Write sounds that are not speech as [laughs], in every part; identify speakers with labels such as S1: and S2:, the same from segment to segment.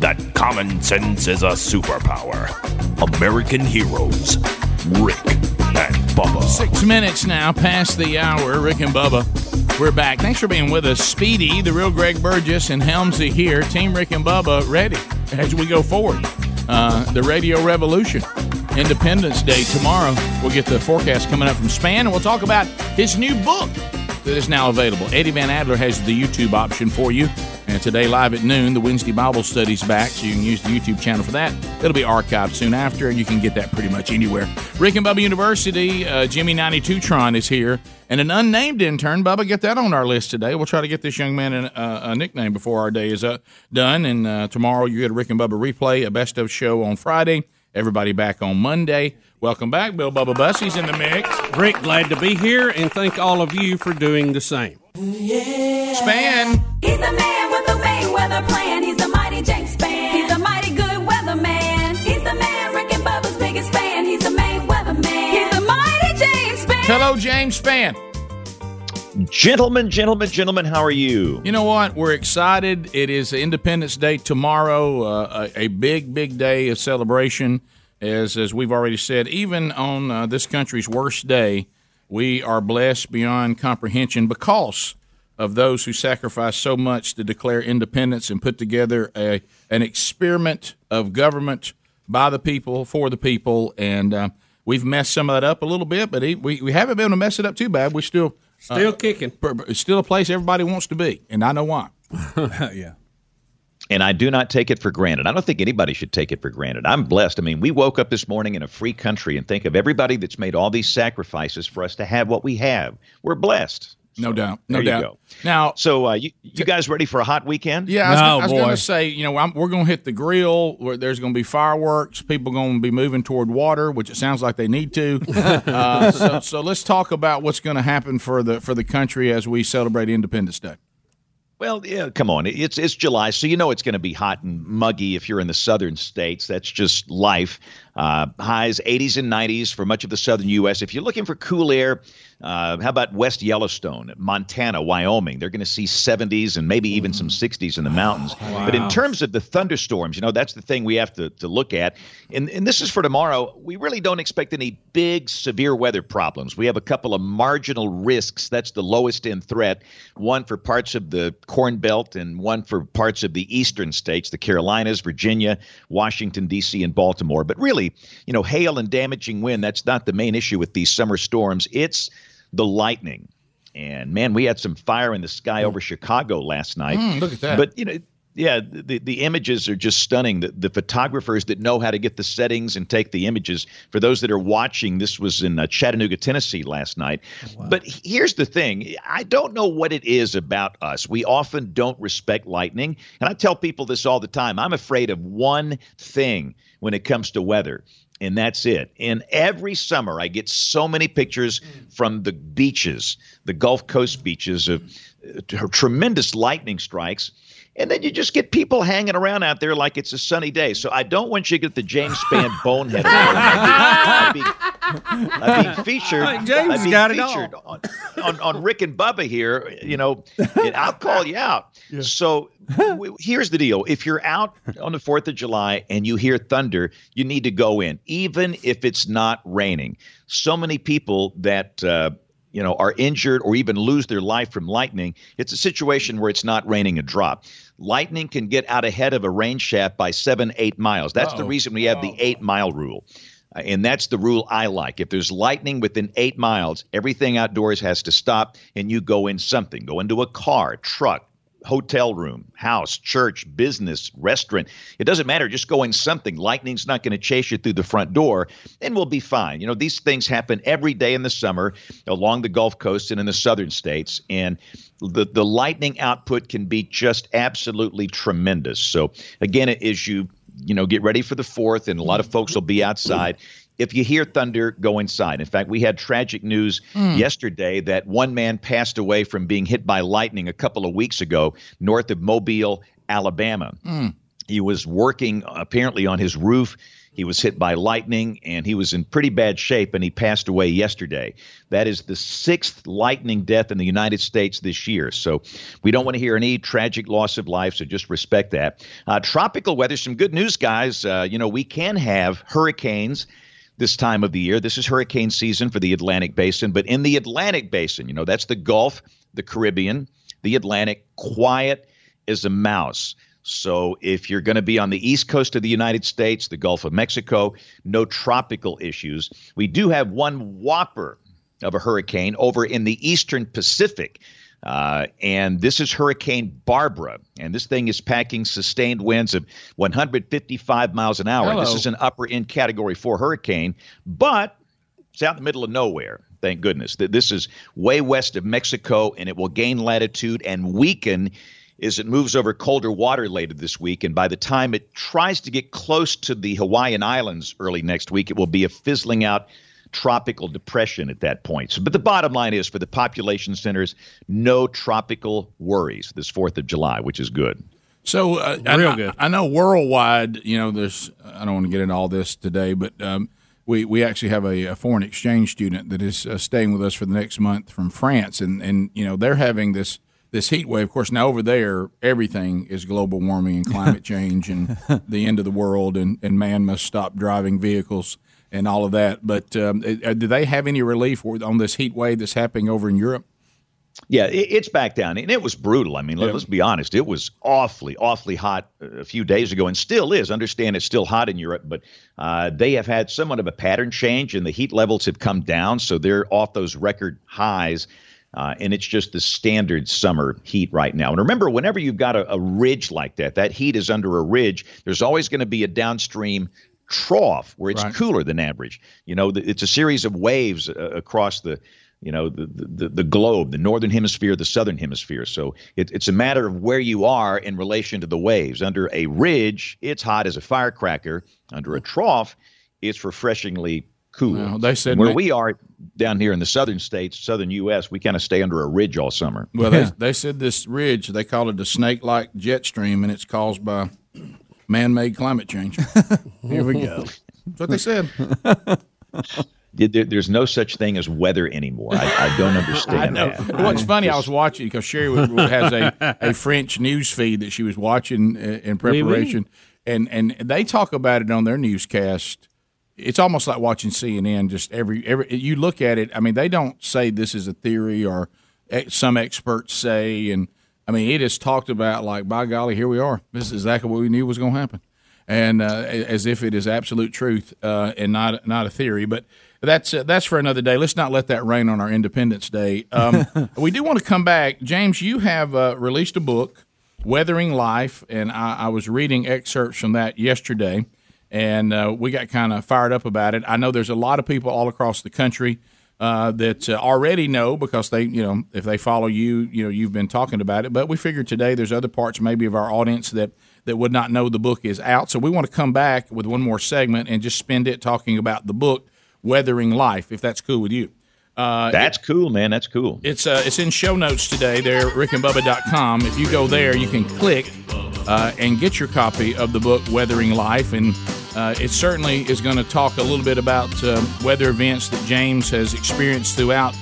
S1: that common sense is a superpower. American heroes, Rick and Bubba.
S2: Six minutes now past the hour. Rick and Bubba, we're back. Thanks for being with us. Speedy, the real Greg Burgess, and Helmsy here. Team Rick and Bubba ready as we go forward. Uh, the radio revolution. Independence Day tomorrow. We'll get the forecast coming up from Span, and we'll talk about his new book that is now available. Eddie Van Adler has the YouTube option for you. And today, live at noon, the Wednesday Bible study's back, so you can use the YouTube channel for that. It'll be archived soon after, and you can get that pretty much anywhere. Rick and Bubba University, uh, Jimmy 92tron is here, and an unnamed intern. Bubba, get that on our list today. We'll try to get this young man an, uh, a nickname before our day is uh, done. And uh, tomorrow, you get a Rick and Bubba replay, a best of show on Friday. Everybody back on Monday. Welcome back, Bill Bubba Bussy's in the mix.
S3: Rick, glad to be here and thank all of you for doing the same.
S2: Span.
S4: He's a man with a Mayweather plan. He's a mighty Jake Span. He's a mighty good weatherman. He's the man, Rick and Bubba's biggest fan. He's a Mayweather man. He's a mighty James Span.
S2: Hello, James Span.
S5: Gentlemen, gentlemen, gentlemen, how are you?
S2: You know what? We're excited. It is Independence Day tomorrow, uh, a, a big, big day of celebration. As as we've already said, even on uh, this country's worst day, we are blessed beyond comprehension because of those who sacrificed so much to declare independence and put together a an experiment of government by the people for the people. And uh, we've messed some of that up a little bit, but it, we we haven't been able to mess it up too bad. We still uh,
S3: Still kicking.
S2: but- but it's still a place everybody wants to be, and I know why.
S5: And I do not take it for granted. I don't think anybody should take it for granted. I'm blessed. I mean, we woke up this morning in a free country and think of everybody that's made all these sacrifices for us to have what we have. We're blessed.
S2: No doubt, no
S5: there you
S2: doubt.
S5: go.
S2: Now,
S5: So, uh, you, you guys ready for a hot weekend?
S2: yeah, I was,
S6: No,
S2: gonna- I was going
S6: boy.
S2: to say, you know, I'm, we're going to hit the grill. Where there's going to be fireworks. People going to be moving toward water, which it sounds like they
S6: [laughs]
S2: need to. uh, so, so let's talk about what's going to happen for the for the country as we celebrate Independence Day.
S5: Well, yeah, come on. It's it's July, so you know it's going to be hot and muggy if you're in the southern states. That's just life. Uh, highs 80s and 90s for much of the southern U.S. If you're looking for cool air, uh, how about West Yellowstone, Montana, Wyoming? They're going to see 70s and maybe even some 60s in the mountains. But in terms of the thunderstorms, you know that's the thing we have to, to look at. And and this is for tomorrow. We really don't expect any big severe weather problems. We have a couple of marginal risks. That's the lowest end threat. One for parts of the Corn Belt and one for parts of the eastern states, the Carolinas, Virginia, Washington, D.C., and Baltimore. But really, you know, hail and damaging wind, that's not the main issue with these summer storms. It's the lightning. And man, we had some fire in the sky over Chicago last night.
S2: Hmm. look at that.
S5: But, you know, yeah, the, the images are just stunning. The, the photographers that know how to get the settings and take the images. For those that are watching, this was in uh, Chattanooga, Tennessee last night. But here's the thing I don't know what it is about us. We often don't respect lightning. And I tell people this all the time I'm afraid of one thing when it comes to weather and that's it. And every summer, I get so many pictures from the beaches, the Gulf Coast beaches, of uh, t- tremendous lightning strikes. And then you just get people hanging around out there like it's a sunny day. So I don't want you to get the James Spann bonehead. I'd be, I'd be featured.
S3: [laughs] James
S5: I'd be
S3: got it all.
S5: featured on, [laughs] on, on Rick and Bubba here, you know, and I'll call you out. So w- here's the deal. If you're out on the 4th of July and you hear thunder, you need to go in, even if it's not raining. So many people that, uh, you know, are injured or even lose their life from lightning, it's a situation where it's not raining a drop. Lightning can get out ahead of a rain shaft by seven, eight miles. That's the reason we have the eight mile rule. Uh, And that's the rule I like. If there's lightning within eight miles, everything outdoors has to stop and you go in something. Go into a car, truck, hotel room, house, church, business, restaurant. It doesn't matter. Just go in something. Lightning's not going to chase you through the front door and we'll be fine. You know, these things happen every day in the summer along the Gulf Coast and in the southern states. And the, the lightning output can be just absolutely tremendous. So, again, as you you know, get ready for the fourth, and a lot of folks will be outside. If you hear thunder, go inside. In fact, we had tragic news yesterday that one man passed away from being hit by lightning a couple of weeks ago north of Mobile, Alabama. He was working apparently on his roof. He was hit by lightning and he was in pretty bad shape and he passed away yesterday. That is the sixth lightning death in the United States this year. So we don't want to hear any tragic loss of life, so just respect that. Uh, tropical weather, some good news, guys. Uh, you know, we can have hurricanes this time of the year. This is hurricane season for the Atlantic Basin, but in the Atlantic Basin, you know, that's the Gulf, the Caribbean, the Atlantic, quiet as a mouse. So if you're going to be on the east coast of the United States, the Gulf of Mexico, no tropical issues. We do have one whopper of a hurricane over in the eastern Pacific. Uh, and this is Hurricane Barbara, and this thing is packing sustained winds of 155 miles an hour.
S2: Hello.
S5: This is an upper end Category 4 hurricane, but it's out in the middle of nowhere. Thank goodness. Th- This is way west of Mexico, and it will gain latitude and weaken as it moves over colder water later this week. And by the time it tries to get close to the Hawaiian Islands early next week, it will be a fizzling out tropical depression at that point. So, but the bottom line is for the population centers, no tropical worries this 4th of July, which is good.
S2: So uh, I-
S3: Real
S2: I,
S3: good.
S2: I know worldwide, you know, there's. I don't want to get into all this today, but um, we we actually have a, a foreign exchange student that is uh, staying with us for the next month from France, and and you know they're having this this heat wave. Of course, now over there, everything is global warming
S3: [laughs]
S2: and climate change and the end of the world, and and man must stop driving vehicles and all of that. But um, uh, do they have any relief on this heat wave that's happening over in Europe?
S5: Yeah, it, it's back down, and it was brutal. I mean, let, us be honest; it was awfully, awfully hot uh, a few days ago, and still is. Understand, it's still hot in Europe, but uh, they have had somewhat of a pattern change, and the heat levels have come down, so they're off those record highs. Uh, and it's just the standard summer heat right now. And remember, whenever you've got a, a ridge like that, that heat is under a ridge. There's always going to be a downstream trough where it's
S2: Right.
S5: cooler than average. You know, th- it's a series of waves uh, across the you know the, the the globe, the northern hemisphere, the southern hemisphere. So it, it's a matter of where you are in relation to the waves. Under a ridge, it's hot as a firecracker. Under a trough, it's refreshingly cool.
S2: Well, they said
S5: where
S2: ma-
S5: we are down here in the southern states, southern U.S., we kind of stay under a ridge all summer.
S2: Well, they, they said this ridge, they call it a snake like jet stream, and it's caused by man made climate change. That's
S6: [laughs] Here we go.
S2: what
S6: [laughs]
S2: they said.
S5: There- there's no such thing as weather anymore. I, I
S2: [laughs]
S5: don't understand that.
S2: What's funny, I was watching because Sherry was, has a, a French news feed that she was watching uh, in preparation, and, and they talk about it on their newscast. It's almost like watching CNN. Just every every you look at it, I mean, they don't say this is a theory or eh, some experts say, and I mean, it is talked about like by golly, here we are. This is exactly what we knew was going to happen. and uh, as if it is absolute truth uh, and not not a theory. But that's uh, that's for another day. Let's not let that rain on our Independence Day. Um, we do want to come back, James. You have uh, released a book, "Weathering Life," and I, I was reading excerpts from that yesterday, and uh, we got kind of fired up about it. I know there's a lot of people all across the country. Uh, that uh, already know because they, you know, if they follow you, you know, you've been talking about it. But we figured today there's other parts maybe of our audience that that would not know the book is out. So we want to come back with one more segment and just spend it talking about the book Weathering Life, if that's cool with you.
S5: That's cool, man. That's cool.
S2: Uh, It's uh, it's in show notes today. There, rickandbubba.com. If you go there, you can click uh, and get your copy of the book Weathering Life, and uh, it certainly is going to talk a little bit about um, weather events that James has experienced throughout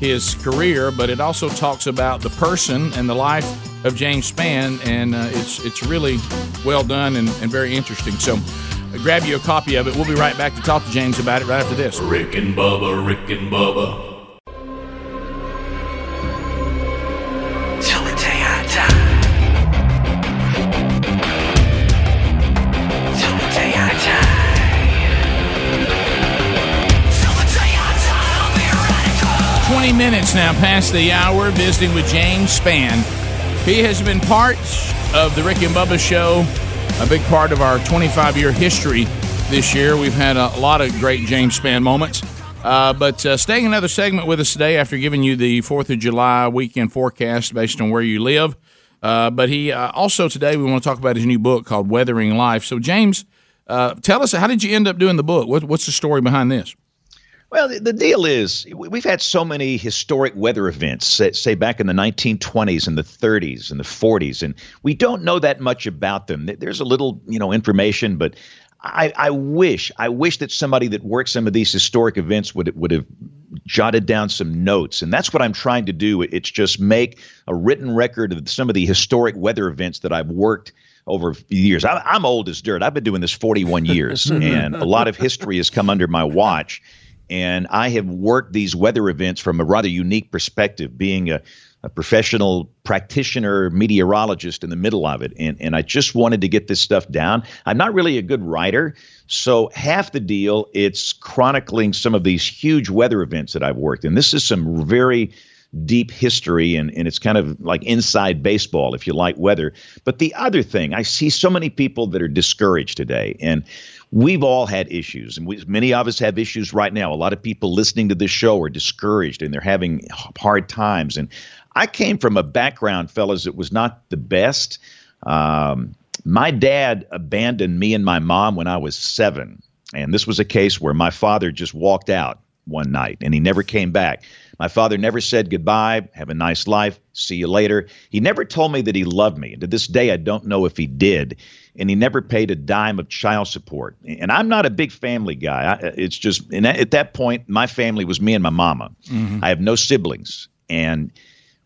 S2: his career. But it also talks about the person and the life of James Spann, and uh, it's it's really well done and, and very interesting. So. uh, Grab you a copy of it. We'll be right back to talk to James about it right after this.
S7: Rick and Bubba, Rick and Bubba.
S8: Till the day I die. Till the day I die. Till the day I die, I'll be radical.
S2: 20 minutes now past the hour, visiting with James Spann. He has been part of the Rick and Bubba Show, a big part of our 25 year history this year. We've had a lot of great James Spann moments. Uh, but uh, staying another segment with us today after giving you the 4th of July weekend forecast based on where you live. Uh, but he uh, also today we want to talk about his new book called Weathering Life. So, James, uh, tell us how did you end up doing the book? What, what's the story behind this?
S5: Well, the, the deal is we- we've had so many historic weather events, say, say back in the 1920s and the 30s and the 40s, and we don't know that much about them. There- There's a little, you know, information, but I, I wish, I wish that somebody that worked some of these historic events would would have jotted down some notes, and that's what I'm trying to do. It's just make a written record of some of the historic weather events that I've worked over years. I, I'm old as dirt. I've been doing this 41 years, and a lot of history has come under my watch. And I have worked these weather events from a rather unique perspective, being a, a professional practitioner meteorologist in the middle of it. And, and I just wanted to get this stuff down. I'm not really a good writer. So, half the deal, it's chronicling some of these huge weather events that I've worked. And this is some very deep history and, and it's kind of like inside baseball if you like weather but the other thing i see so many people that are discouraged today and we've all had issues and we, many of us have issues right now a lot of people listening to this show are discouraged and they're having h- hard times and i came from a background fellas that was not the best um, my dad abandoned me and my mom when i was seven and this was a case where my father just walked out one night and he never came back. My father never said goodbye, have a nice life, see you later. He never told me that he loved me. And to this day, I don't know if he did. And he never paid a dime of child support. And I'm not a big family guy. I, it's just, and at that point, my family was me and my mama.
S2: Mm-hmm.
S5: I have no siblings. And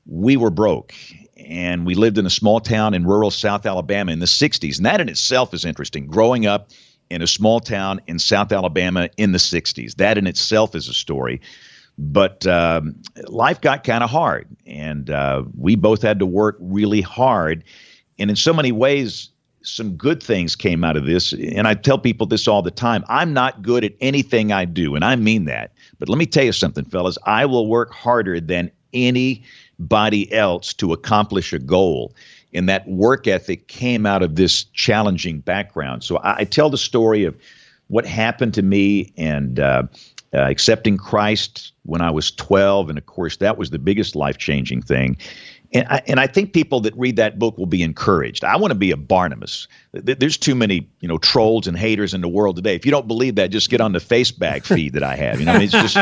S5: we were broke and we lived in a small town in rural South Alabama in the 60s. And that in itself is interesting. Growing up in a small town in South Alabama in the 60s, that in itself is a story. But um, life got kind of hard, and uh, we both had to work really hard. And in so many ways, some good things came out of this. And I tell people this all the time I'm not good at anything I do, and I mean that. But let me tell you something, fellas I will work harder than anybody else to accomplish a goal. And that work ethic came out of this challenging background. So I, I tell the story of what happened to me and uh, uh, accepting Christ when I was 12. And of course, that was the biggest life changing thing. And I, and I think people that read that book will be encouraged. I want to be a Barnabas. Th- There's too many, you know, trolls and haters in the world today. If you don't believe that, just get on the Facebook feed that I have. You know, I mean, it's just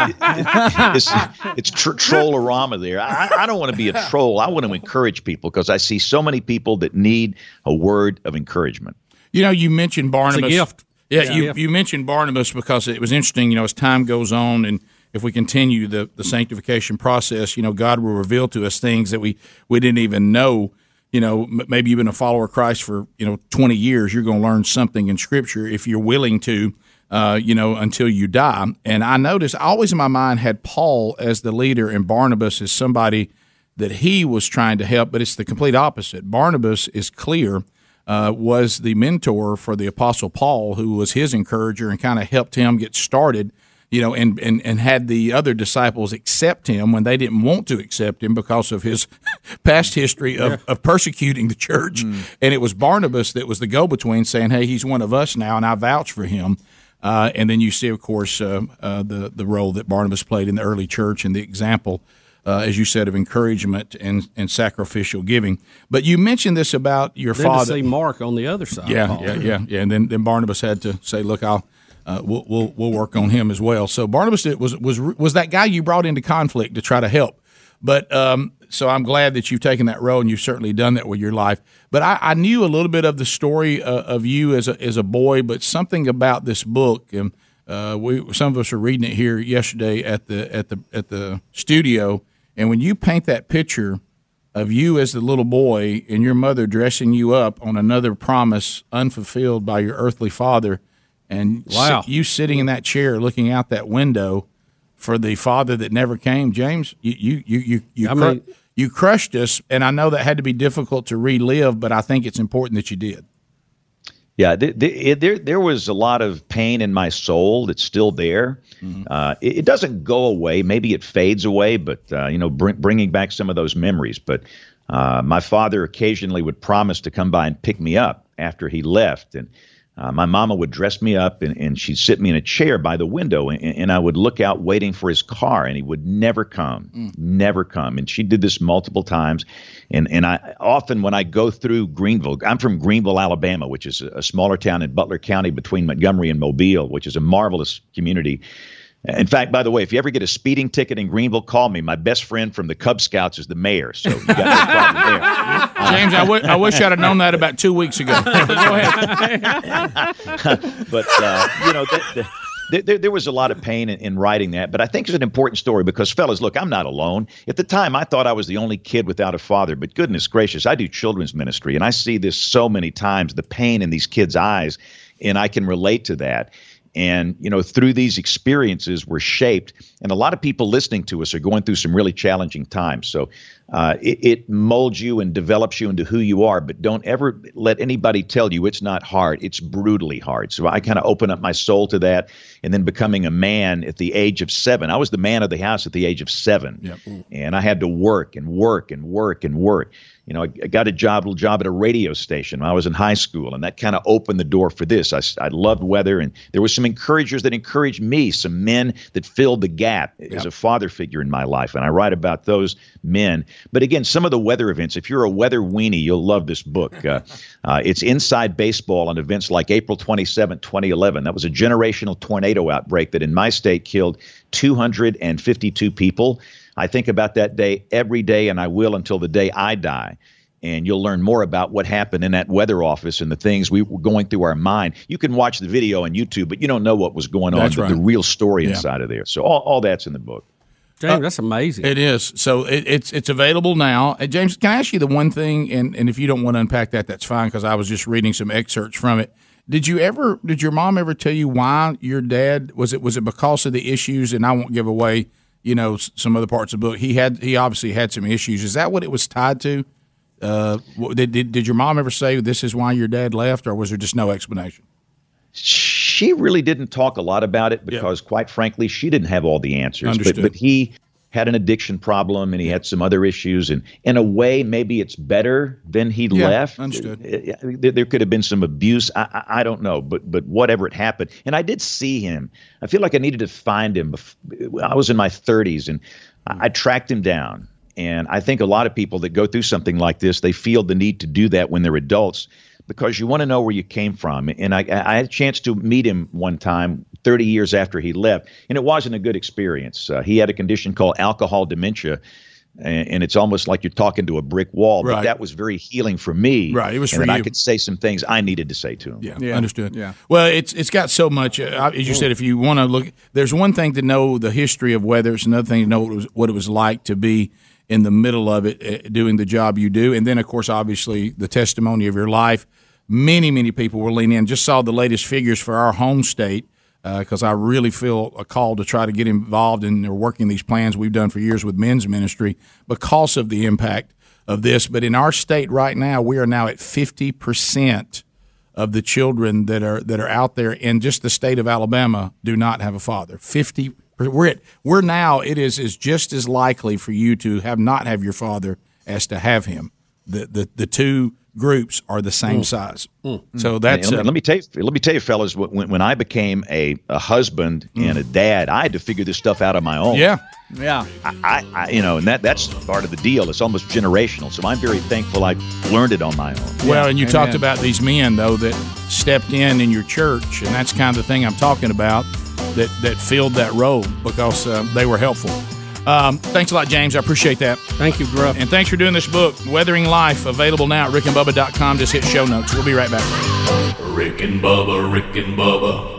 S5: [laughs] it's it's tr- trollorama there. I, I don't want to be a troll. I want to encourage people because I see so many people that need a word of encouragement.
S2: You know, you mentioned Barnabas.
S3: gift.
S2: Yeah,
S3: It's a
S2: you,
S3: gift.
S2: you mentioned Barnabas because it was interesting. You know, as time goes on, and if we continue the, the sanctification process, you know, God will reveal to us things that we we didn't even know. You know, m- maybe you've been a follower of Christ for you know twenty years. You're going to learn something in Scripture if you're willing to. Uh, you know, until you die. And I noticed I always in my mind had Paul as the leader and Barnabas as somebody that he was trying to help, but it's the complete opposite. Barnabas is clear uh, was the mentor for the apostle paul who was his encourager and kind of helped him get started you know and, and and had the other disciples accept him when they didn't want to accept him because of his [laughs] past history of, of persecuting the church and it was barnabas that was the go-between saying hey he's one of us now and i vouch for him uh, and then you see, of course, uh, uh, the the role that Barnabas played in the early church and the example, uh, as you said, of encouragement and, and sacrificial giving. But you mentioned this about your
S3: Then to
S2: father.
S3: see Mark on the other side.
S2: yeah,
S3: Paul.
S2: yeah, yeah, yeah. And then, then Barnabas had to say, "Look, I'll." Uh, we'll, we'll we'll work on him as well. So Barnabas did- was was was that guy you brought into conflict to try to help, but um, so I'm glad that you've taken that role and you've certainly done that with your life. But I, I knew a little bit of the story uh, of you as a as a boy, but something about this book and uh, we some of us are reading it here yesterday at the at the at the studio, and when you paint that picture of you as the little boy and your mother dressing you up on another promise unfulfilled by your earthly father, and si-
S3: Wow.
S2: you sitting in that chair looking out that window for the father that never came, James, you you you you you,
S3: I
S2: cru-
S3: mean-
S2: you crushed us, and I know that had to be difficult to relive, but I think it's important that you did.
S5: Yeah, th- th- it, there there was a lot of pain in my soul that's still there. Uh, it, it doesn't go away. Maybe it fades away, but uh, you know, bring, bringing back some of those memories. But uh, my father occasionally would promise to come by and pick me up after he left, and uh, my mama would dress me up and, and she'd sit me in a chair by the window, and, and I would look out waiting for his car, and he would never come, never come. And she did this multiple times. And, and I often, when I go through Greenville, I'm from Greenville, Alabama, which is a a smaller town in Butler County between Montgomery and Mobile, which is a marvelous community. In fact, by the way, if you ever get a speeding ticket in Greenville, call me. My best friend from the Cub Scouts is the mayor, so you got no problem there.
S2: [laughs] James, I, w- I wish I'd have known that about two weeks
S5: [laughs]
S2: ago. But go ahead.
S5: but uh, you know that, that- there- there, there was a lot of pain in, in writing that, but I think it's an important story because, fellas, look, I'm not alone. At the time, I thought I was the only kid without a father, but goodness gracious, I do children's ministry, and I see this so many times the pain in these kids' eyes, and I can relate to that. And, you know, through these experiences, we're shaped. And a lot of people listening to us are going through some really challenging times. So uh, it, it molds you and develops you into who you are. But don't ever let anybody tell you it's not hard. It's brutally hard. So I kind of open up my soul to that. And then becoming a man at the age of seven, I was the man of the house at the age of seven. And I had to work and work and work and work. You know, I, I got a job, little job at a radio station when I was in high school, and that kind of opened the door for this. I, s- I loved weather, and there were some encouragers that encouraged me, some men that filled the gap as a father figure in my life, and I write about those men. But again, some of the weather events. If you're a weather weenie, you'll love this book. Uh, uh, it's Inside Baseball on events like April 27, 2011. That was a generational tornado outbreak that in my state killed 252 people. I think about that day every day, and I will until the day I die. And you'll learn more about what happened in that weather office and the things we were going through our mind. You can watch the video on YouTube, but you don't know what was going on,
S2: That's
S5: the-
S2: right.
S5: the real story inside of there. So all, all that's in the book.
S3: James, that's amazing.
S2: Uh, It is. So it, it's it's available now. Uh, James, can I ask you the one thing? And, and if you don't want to unpack that, that's fine because I was just reading some excerpts from it. Did you ever? Did your mom ever tell you why your dad was it? Was it because of the issues? And I won't give away, you know, s- some other parts of the book. He had he obviously had some issues. Is that what it was tied to? Uh, wh- did, did did your mom ever say this is why your dad left, or was there just no explanation?
S5: she really didn't talk a lot about it because, quite frankly, she didn't have all the answers. But,
S2: Understood.
S5: but he had an addiction problem and he had some other issues. And in a way, maybe it's better than he
S2: Yeah,
S5: left.
S2: understood.
S5: Uh, uh, There, there could have been some abuse. I, I, I don't know. But but whatever it happened, and I did see him. I feel like I needed to find him. Before, I was in my 30s and I, I tracked him down. And I think a lot of people that go through something like this, they feel the need to do that when they're adults because you want to know where you came from. And I, I had a chance to meet him one time, 30 years after he left, and it wasn't a good experience. Uh, he had a condition called alcohol dementia, and, and it's almost like you're talking to a brick wall.
S2: Right.
S5: But that was very healing for me.
S2: Right, it was
S5: and
S2: for
S5: then I
S2: you.
S5: could say some things I needed to say to him.
S2: Yeah, understood. Yeah. Well, it's it's got so much. Uh, I- as you said, if you want to look, there's one thing to know the history of weather. It's another thing to know what it was, what it was like to be in the middle of it, uh, doing the job you do, and then of course, obviously, the testimony of your life. Many many people will lean in. Just saw the latest figures for our home state because Uh, I really feel a call to try to get involved in or working these plans we've done for years with men's ministry because of the impact of this. But in our state right now, we are now at fifty percent of the children that are that are out there in just the state of Alabama do not have a father. Fifty. We're at, we're now. It is is just as likely for you to have not have your father as to have him. The the, the two groups are the same size. So
S5: And
S2: that's
S5: Mm. let,
S2: uh,
S5: me, let me tell you, let me tell you, fellas. wh- When, when I became a, a husband and a dad, I had to figure this stuff out on my own.
S2: Hmm. yeah.
S6: Yeah.
S5: I, I you know, and that that's part of the deal. It's almost generational. So I'm very thankful I learned it on my own.
S2: Well, and you
S6: Amen.
S2: talked about these men though that stepped in in your church, and that's kind of the thing I'm talking about that that filled that role because uh, they were helpful. Um, thanks a lot, James. I appreciate that.
S3: Thank you, Gruff.
S2: And thanks for doing this book, Weathering Life, available now at rickandbubba.com. Just hit show notes. We'll be right back.
S7: Rick and Bubba, Rick and Bubba,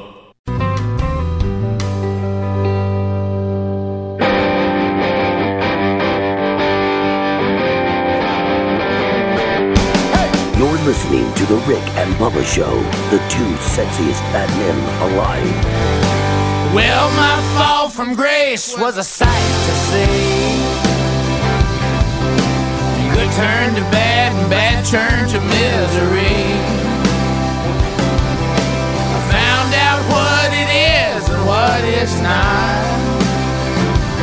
S9: You're listening to The Rick and Bubba Show, the two sexiest fat men alive.
S2: [laughs] Well, my fall from grace was a sight to see. Good turn to bad and bad turn to misery. I found out what it is and what it's not.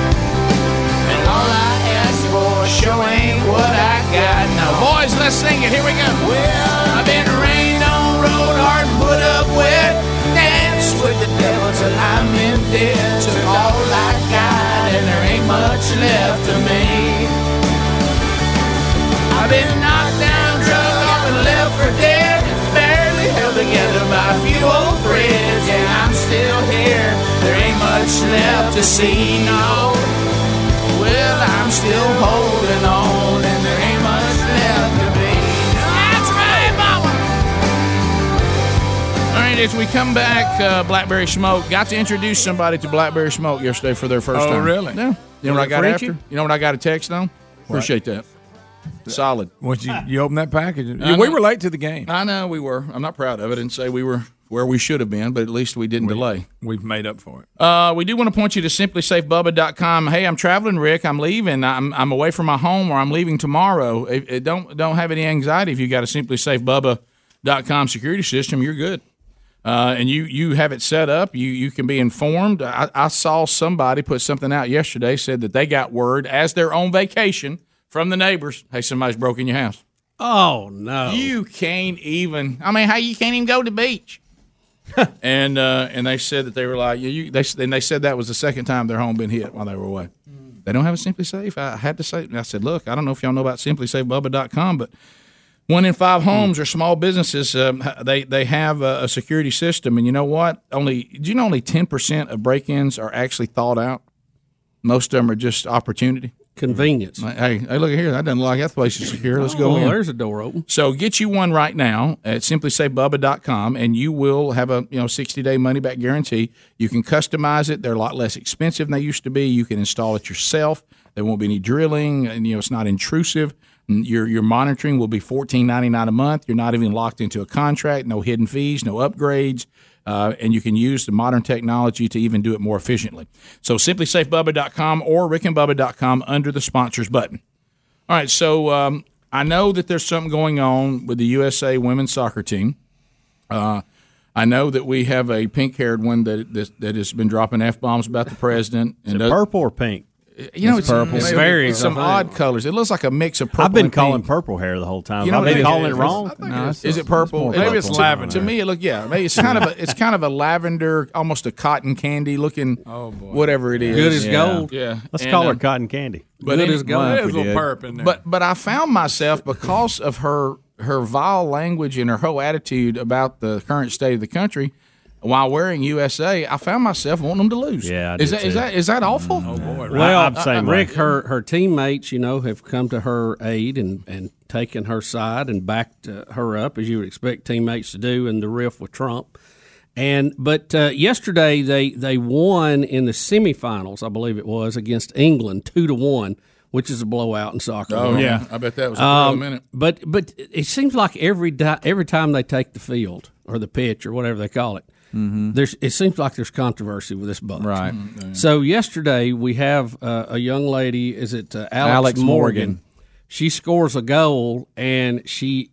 S2: And all I ask for sure ain't what I got. Now, boys, let's sing it. Here we go. Well, I've been rained on, road hard, and put up wet. Dance with the devil till I'm in debt. Took all I got, and there ain't much left of me. I've been knocked down, drug off, and left for dead. Barely held together by a few old friends, and I'm still here. There ain't much much left to see, no. Well, I'm still holding on, and there ain't much left to be. That's right, Mama. All right, as we come back, uh, Blackberry Smoke got to introduce somebody to Blackberry Smoke yesterday for their first
S6: Oh,
S2: time.
S6: really?
S2: Yeah. You know what I got
S6: Frenchy?
S2: after? You know what I got a text on? Appreciate that. Solid.
S6: Once you, you open that package,
S2: I
S6: we
S2: know.
S6: were late to the game.
S2: I know we were. I'm not proud of it and say we were where we should have been, but at least we didn't delay.
S6: We've made up for it.
S2: Uh, we do want to point you to simplysafebubba.com. Hey, I'm traveling, Rick. I'm leaving. I'm, I'm away from my home or I'm leaving tomorrow. It, it don't don't have any anxiety if you got a simplysafebubba.com security system. You're good. Uh, and you you have it set up. You you can be informed. I, I saw somebody put something out yesterday said that they got word as they're on vacation from the neighbors. Hey, somebody's broken your house.
S3: Oh no!
S2: You can't even. I mean, how you can't even go to the beach. and uh, and they said that they were like you. you they and they said that was the second time their home been hit while they were away. They don't have a Simply Safe. I had to say, I said, look, I don't know if y'all know about SimplySafeBubba.com, but one in five homes or small businesses, um, h- they they have a, a security system. And you know what? Only do you know only ten percent of break-ins are actually thought out. Most of them are just opportunity.
S3: Convenience.
S2: Like, hey, hey, look at here. That doesn't look like that place is secure. Let's go
S3: Oh,
S2: in.
S3: there's a door open.
S2: So get you one right now at simplysafebubba.com and you will have a you know 60 day money back guarantee. You can customize it. They're a lot less expensive than they used to be. You can install it yourself. There won't be any drilling and you know it's not intrusive. And Your your monitoring will be $14.99 a month. You're not even locked into a contract, no hidden fees, no upgrades. Uh, and you can use the modern technology to even do it more efficiently. So simplysafebubba.com or rickandbubba.com under the sponsors button. All right, so um, I know that there's something going on with the USA women's soccer team. Uh, I know that we have a pink-haired one that that, that has been dropping f bombs about the president. And does-
S10: Purple or pink?
S2: you know, it's,
S10: purple.
S2: It's,
S10: It
S3: varies,
S2: some
S3: I
S2: odd colors. It looks like a mix of purple.
S10: I've been
S2: and
S10: calling
S2: pink.
S10: purple hair the whole time.
S2: You know
S10: I've
S2: what
S10: been
S2: it
S10: calling
S2: is?
S10: it wrong.
S2: No, is it purple?
S6: Maybe it's
S2: To-
S6: lavender.
S2: To me, it look yeah. Maybe it's kind of a it's kind of a lavender, almost a cotton candy looking. Oh boy. Whatever it is.
S3: Good as gold.
S2: Yeah.
S10: Let's
S2: And,
S10: call her
S2: um,
S10: cotton candy.
S2: But
S3: Good
S2: any-
S3: as gold.
S6: There's a
S10: we
S6: little
S10: did.
S6: perp in there.
S2: But but I found myself because of her her vile language and her whole attitude about the current state of the country. While wearing USA, I found myself wanting them to lose.
S10: Yeah, I
S2: is
S10: did
S2: that is
S10: too.
S2: that is that awful?
S3: Well,
S10: I'm saying
S3: Rick,
S10: like-
S3: her her teammates, you know, have come to her aid and and taken her side and backed uh, her up as you would expect teammates to do in the riff with Trump. And but uh, yesterday they they won in the semifinals, I believe it was against England, two to one, which is a blowout in soccer.
S2: Oh, yeah, I bet that was a minute.
S3: Um, But but it seems like every di- every time they take the field or the pitch or whatever they call it,
S10: Mm-hmm.
S3: there's it seems like there's controversy with this bunch. Right.
S2: Mm,
S3: So yesterday we have uh, a young lady. Is it uh, Alex,
S10: Alex
S3: Morgan.
S10: Morgan.
S3: She scores a goal and she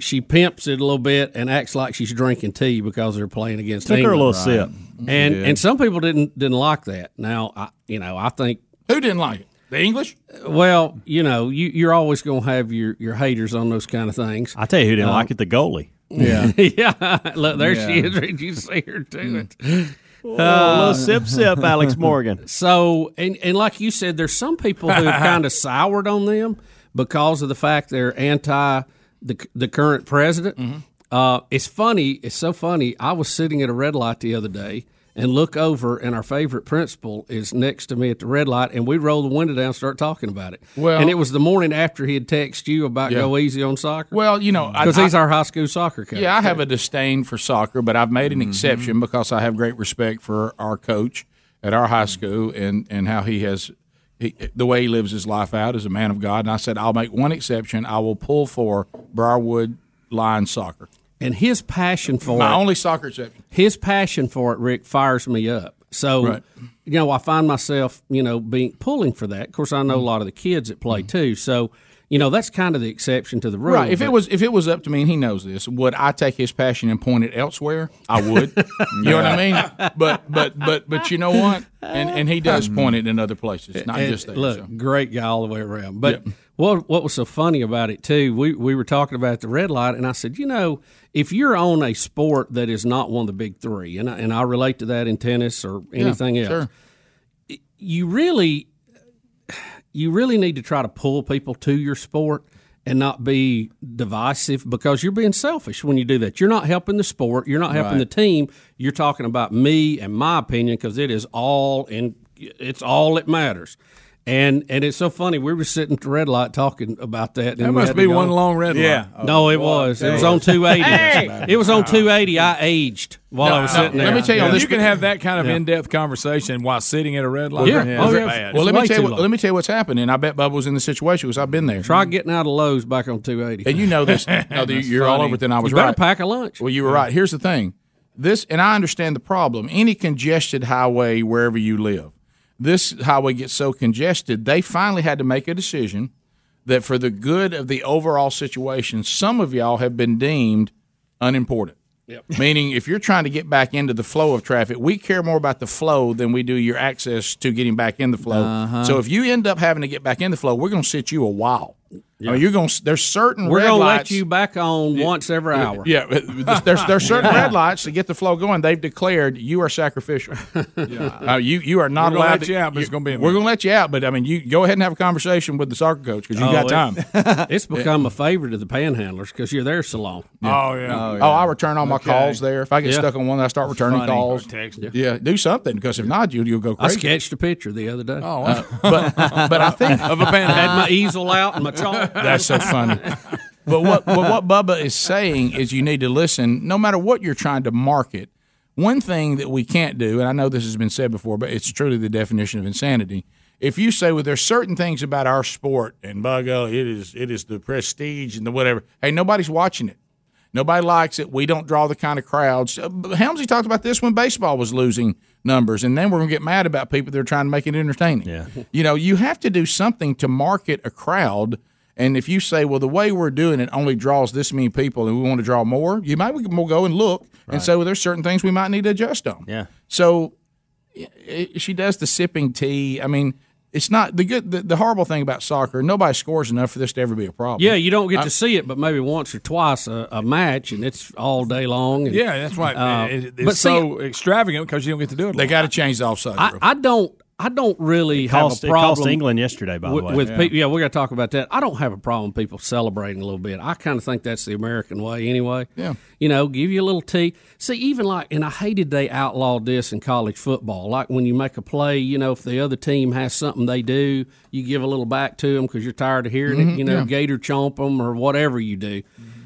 S3: she pimps it a little bit and acts like she's drinking tea because they're playing against
S10: Took her a
S3: England.
S10: little sip.
S3: and and some people didn't didn't like that. Now I you know I think
S2: Who didn't like it? The English?
S3: well you know you, you're always going to have your your haters on those kind of things. Um,
S10: I tell you who didn't like it, the goalie. [laughs]
S3: yeah, [laughs] look, there she is. Did you see her
S11: Mm.
S3: do it?
S2: Uh,
S11: Uh,
S3: Uh,
S10: a little sip sip,
S3: [laughs]
S10: Alex Morgan.
S3: So, and, and like you said, there's some people who have
S2: [laughs]
S3: kind of soured on them because of the fact they're anti the, the current president.
S2: Mm-hmm.
S3: Uh, it's funny. It's so funny. I was sitting at a red light the other day and look over, and our favorite principal is next to me at the red light, and we roll the window down and start talking about it.
S2: Well-
S3: and it was the morning after he had texted you about
S2: Yeah.
S3: go easy on soccer.
S2: Well, you know, I-
S3: because
S2: I-
S3: he's our high school soccer coach.
S2: Yeah, I have a disdain for soccer, but I've made an
S3: Mm-hmm.
S2: exception because I have great respect for our coach at our
S3: Mm-hmm.
S2: high school and, and how he has he, the way he lives his life out as a man of God. And I said, I'll make one exception. I will pull for Briarwood Lions soccer.
S3: and his passion for
S2: My
S3: it-
S2: only soccer exception.
S3: his passion for it, Rick, fires me up. So,
S2: Right.
S3: you know, I find myself, you know, being pulling for that. Of course, I know a lot of the kids that play too. So, you know, that's kind of the exception to the rule.
S2: Mm-hmm. Right. If it
S3: but-
S2: was if it was up to me, and he knows this, would I take his passion and point it elsewhere? I would.
S3: [laughs]
S2: you know what I mean? But but but but you know what? And and he does point it in other places, not
S3: Mm-hmm. and
S2: just there.
S3: look,
S2: so.
S3: great guy all the way around. But what what was so funny about it too? We we were talking about the red light, and I said, you know, if you're on a sport that is not one of the big three, and I, and I relate to that in tennis or anything else,
S2: sure.
S3: you really you really need to try to pull people to your sport and not be divisive because you're being selfish when you do that. You're not helping the sport. You're not helping
S2: Right.
S3: the team. You're talking about me and my opinion because it is all in. It's all that matters. And and it's so funny. We were sitting at the red light talking about that. and
S6: That
S3: we
S6: must
S3: had
S6: be
S3: to go-
S6: one long red light.
S3: Yeah. no,
S6: Oh,
S3: it was. It was on two eighty. It was on two eighty. I aged while I was sitting there.
S6: Let me tell you,
S3: Yeah.
S6: you can have that kind of
S3: Yeah.
S6: in-depth conversation while sitting at a red light.
S3: Yeah. Oh,
S6: It's
S3: yeah.
S6: bad.
S2: Well, let me
S3: way
S2: tell
S3: too
S2: you. What,
S3: long.
S2: let me tell you what's happening. I bet Bubba was in the situation because I've been there.
S3: Try getting out of Lowe's back on two eighty.
S2: And you
S3: [laughs]
S2: know this. No, the- you're all over it. Then I was
S3: You better
S2: right.
S3: pack a lunch.
S2: Well, you were right. Here's the thing. This, and I understand the problem. Any congested highway, wherever you live, this highway gets so congested. They finally had to make a decision that, for the good of the overall situation, some of y'all have been deemed unimportant. Meaning, if you're trying to get back into the flow of traffic, we care more about the flow than we do your access to getting back in the flow.
S3: Uh-huh.
S2: So if you end up having to get back in the flow, we're going to sit you a while. I mean, you're going to. There's certain
S3: We're
S2: red
S3: gonna
S2: lights.
S3: let you back on once every hour.
S2: Yeah, but there's there's
S6: [laughs]
S2: certain red lights to get the flow going. They've declared you
S6: [laughs]
S2: are sacrificial. Uh, you you are not
S6: We're gonna
S2: allowed
S6: let
S2: to.
S6: you out, but it's gonna be a
S2: we're
S6: minute.
S2: going to let you out, but I mean, you go ahead and have a conversation with the soccer coach because you got time.
S3: Oh, [laughs] It's become a favorite of the panhandlers because you're there so long.
S6: Oh, yeah.
S2: Oh, I return all my calls there. If I get
S3: Yeah.
S2: stuck on one, I start returning calls.
S6: Text.
S2: Yeah, do something because if not, you you'll go
S3: I
S2: crazy.
S3: sketched a picture the other day. Oh,
S2: but but
S3: [laughs]
S2: I think
S6: Of a pan.
S3: had my easel out and my chalk.
S2: [laughs] That's so funny. But what, but what Bubba is saying is you need to listen, no matter what you're trying to market. One thing that we can't do, and I know this has been said before, but it's truly the definition of insanity. If you say, well, there's certain things about our sport, and by golly, it is, it is the prestige and the whatever. Hey, nobody's watching it. Nobody likes it. We don't draw the kind of crowds. Uh, but Helmsley talked about this when baseball was losing numbers, and then we're going to get mad about people that are trying to make it entertaining. Yeah. You know, you have to do something to market a crowd. And if you say, well, the way we're doing it only draws this many people and we want to draw more, you might we'll go and look and say, well, there's certain things we might need to adjust on.
S10: Yeah.
S2: So it, she does the sipping tea. I mean, it's not the good, the, the horrible thing about soccer, nobody scores enough for this to ever be a problem.
S3: Yeah, you don't get to see it, but maybe once or twice a, a match, and it's all day long. and-
S6: Yeah, that's right.
S3: Uh,
S6: It- it's
S3: but see-
S6: so extravagant because you don't get to do it.
S2: They got to change the offside
S3: I,
S2: rule.
S3: I don't. I don't really have
S10: Cost,
S3: a
S10: it cost
S3: problem
S10: England yesterday, by the
S3: with,
S10: way.
S3: with people. Yeah, we're going to talk about that. I don't have a problem with people celebrating a little bit. I kind of think that's the American way anyway.
S2: Yeah.
S3: You know, give you a little tea. See, even like, and I hated they outlawed this in college football. Like when you make a play, you know, if the other team has something they do, you give a little back to them because you're tired of hearing it. You know, gator chomp them or whatever you do.